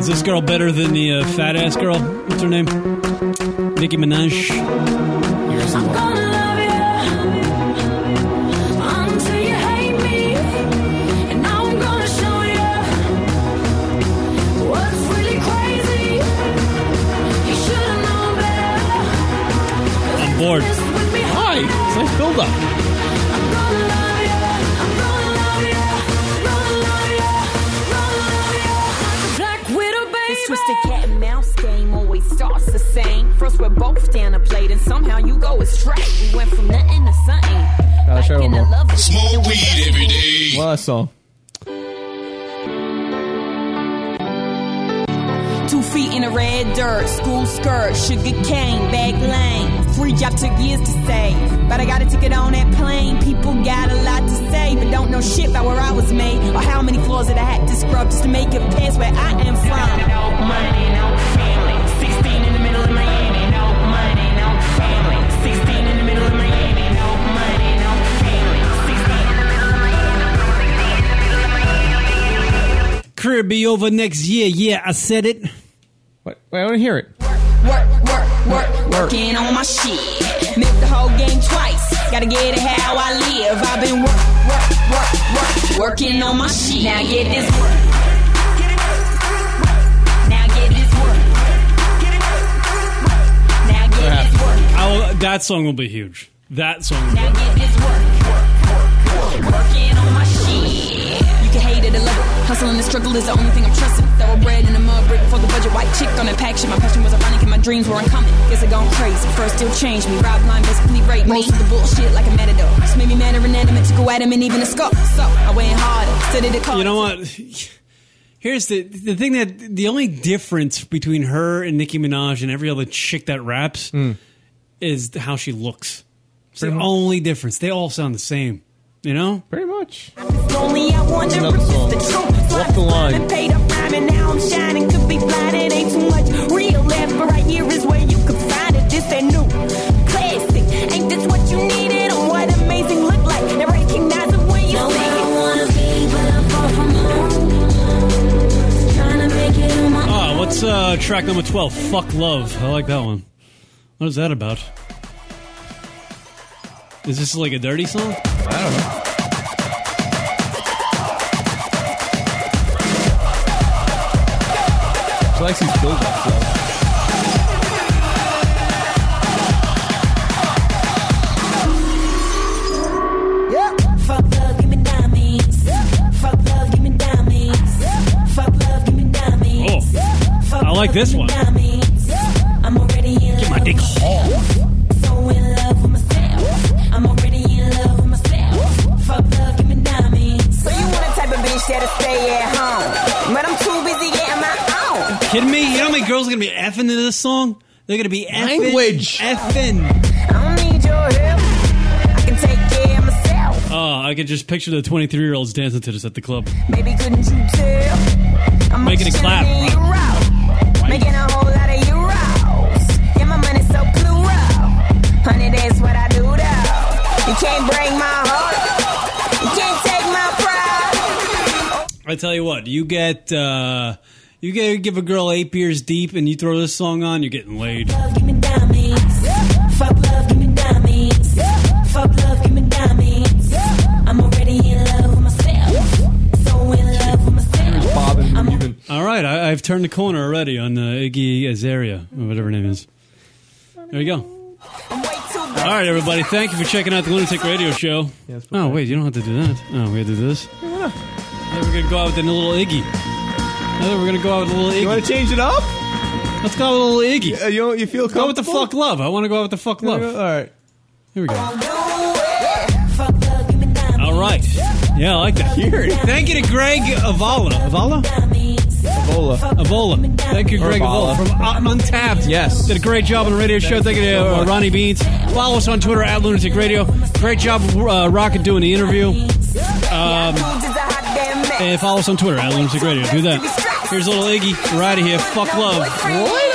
Speaker 4: Is this girl better than the uh, fat ass girl? What's her name? Nicki Minaj.
Speaker 8: Until you hate me, and now I'm gonna show you what's really crazy. You should've known better.
Speaker 4: I'm bored.
Speaker 8: Hi,
Speaker 4: it's nice build up.
Speaker 9: Black Widow, baby. This twisted cat and mouse game always starts the same. First we're both down a plate, and somehow you go astray. We went from nothing to something.
Speaker 3: I'll show you one
Speaker 9: And I
Speaker 3: more.
Speaker 9: love it.
Speaker 3: every day. Well, that song.
Speaker 9: Two feet in the red dirt, school skirt, sugar cane, back lane. Free job took years to save, but I got a ticket on that plane. People got a lot to say, but don't know shit about where I was made or how many floors that I had to scrub just to make it past where I am from. No money, no family. 16 in the middle of Miami. No money, no family. 16 in the middle of Miami. No money, no family. 16 in the middle of
Speaker 4: Career be over next year. Yeah, I said it.
Speaker 3: What? Wait, I want to hear it.
Speaker 9: Work, work, work, working on my shit. Milk the whole game twice. Gotta get it how I live. I've been work, work, work, work, working on my shit. Now get this work. Now get this work. Now get this work.
Speaker 4: I'll, that song will be huge. That song. Will be
Speaker 9: Now get this work. Working on my shit. You can hate it or love it. Hustle and the struggle is the only thing I'm trusting. Thoroughbred in the mud, brick for the budget. White chick on that pack shit. My passion was ironic and my dreams were uncommon. Guess I gone crazy. First still changed me. Rob line basically raped me. Most of the bullshit like a matador. Just made me madder and animate. Took a adamant even a scope. So I went harder. Studied the
Speaker 4: You know what? Here's the the thing that the only difference between her and Nicki Minaj and every other chick that raps
Speaker 3: Hmm.
Speaker 4: is how she looks. It's the only difference. They all sound the same. You know,
Speaker 3: pretty much.
Speaker 9: Only I want to resist the truth. Walk the line. Paid up time and now I'm shining. Could be blind, it ain't too much real left, but right here is where you can find it. This that new classic. Ain't this what you needed? Or what amazing look like? Now recognize it when you see it.
Speaker 4: Ah, what's uh, track number twelve? Fuck love. I like that one. What is that about? Is this like a dirty song? I don't know.
Speaker 3: She likes these build ups.
Speaker 9: Fuck love, give me diamonds. Fuck love, give me diamonds. Fuck love, give me diamonds. Fuck
Speaker 4: I like
Speaker 9: love,
Speaker 4: this
Speaker 9: give me
Speaker 4: one.
Speaker 9: diamonds. I'm already in love.
Speaker 4: my dick hard.
Speaker 9: So in love with myself. I'm already in love with myself. Fuck love, give me diamonds. So you want a type of bitch that'll stay at home, but I'm too busy getting my own.
Speaker 4: Kidding me? You know how many girls are gonna be effing to this song? They're gonna be effing,
Speaker 9: Language.
Speaker 4: effing.
Speaker 9: I don't need your help. I can take care of myself.
Speaker 4: Oh, I could just picture the 23 year olds dancing to this at the club.
Speaker 9: Baby, couldn't you tell? I'm
Speaker 4: Making it
Speaker 9: much
Speaker 4: clap,
Speaker 9: younger than you route. Making a whole lot of euros. Yeah, my money's so plural. Honey, that's what I do though. You can't break my heart. You can't take my pride.
Speaker 4: I tell you what, you get uh, you get give a girl eight beers deep, and you throw this song on, you're getting laid.
Speaker 9: Give me diamonds. Fuck love, give me diamonds. Fuck love, give me diamonds. I'm already in love with myself. So in love with myself.
Speaker 4: All right, I, I've turned the corner already on uh, Iggy Azaria, or whatever her name is. There you go.
Speaker 9: I'm way too
Speaker 4: All right, everybody. Thank you for checking out the Lunatic Radio Show. oh, wait. You don't have to do that. Oh, we have to do this. Then we're going to go out with a little Iggy. I think we're going to go out with a little Iggy. You want to change it up? Let's go with a little Iggy. you, you feel Go with the fuck love. I want to go out with the fuck love. All right. Here we go. All right. Yeah, I like that. Thank you to Greg Avala. Avala? Evola. Evola. Thank you,
Speaker 5: Or
Speaker 4: Greg Evola.
Speaker 5: Evola.
Speaker 4: From uh, Untapped. Yes. Did a great job on the radio show. Thank you to uh, Ronnie Beans. Follow us on Twitter at Lunatic Radio. Great job, uh, Rocket, doing the interview. Um, and follow us on Twitter at Lunatic Radio. Do that. Here's a little Iggy. We're out of here. Fuck love.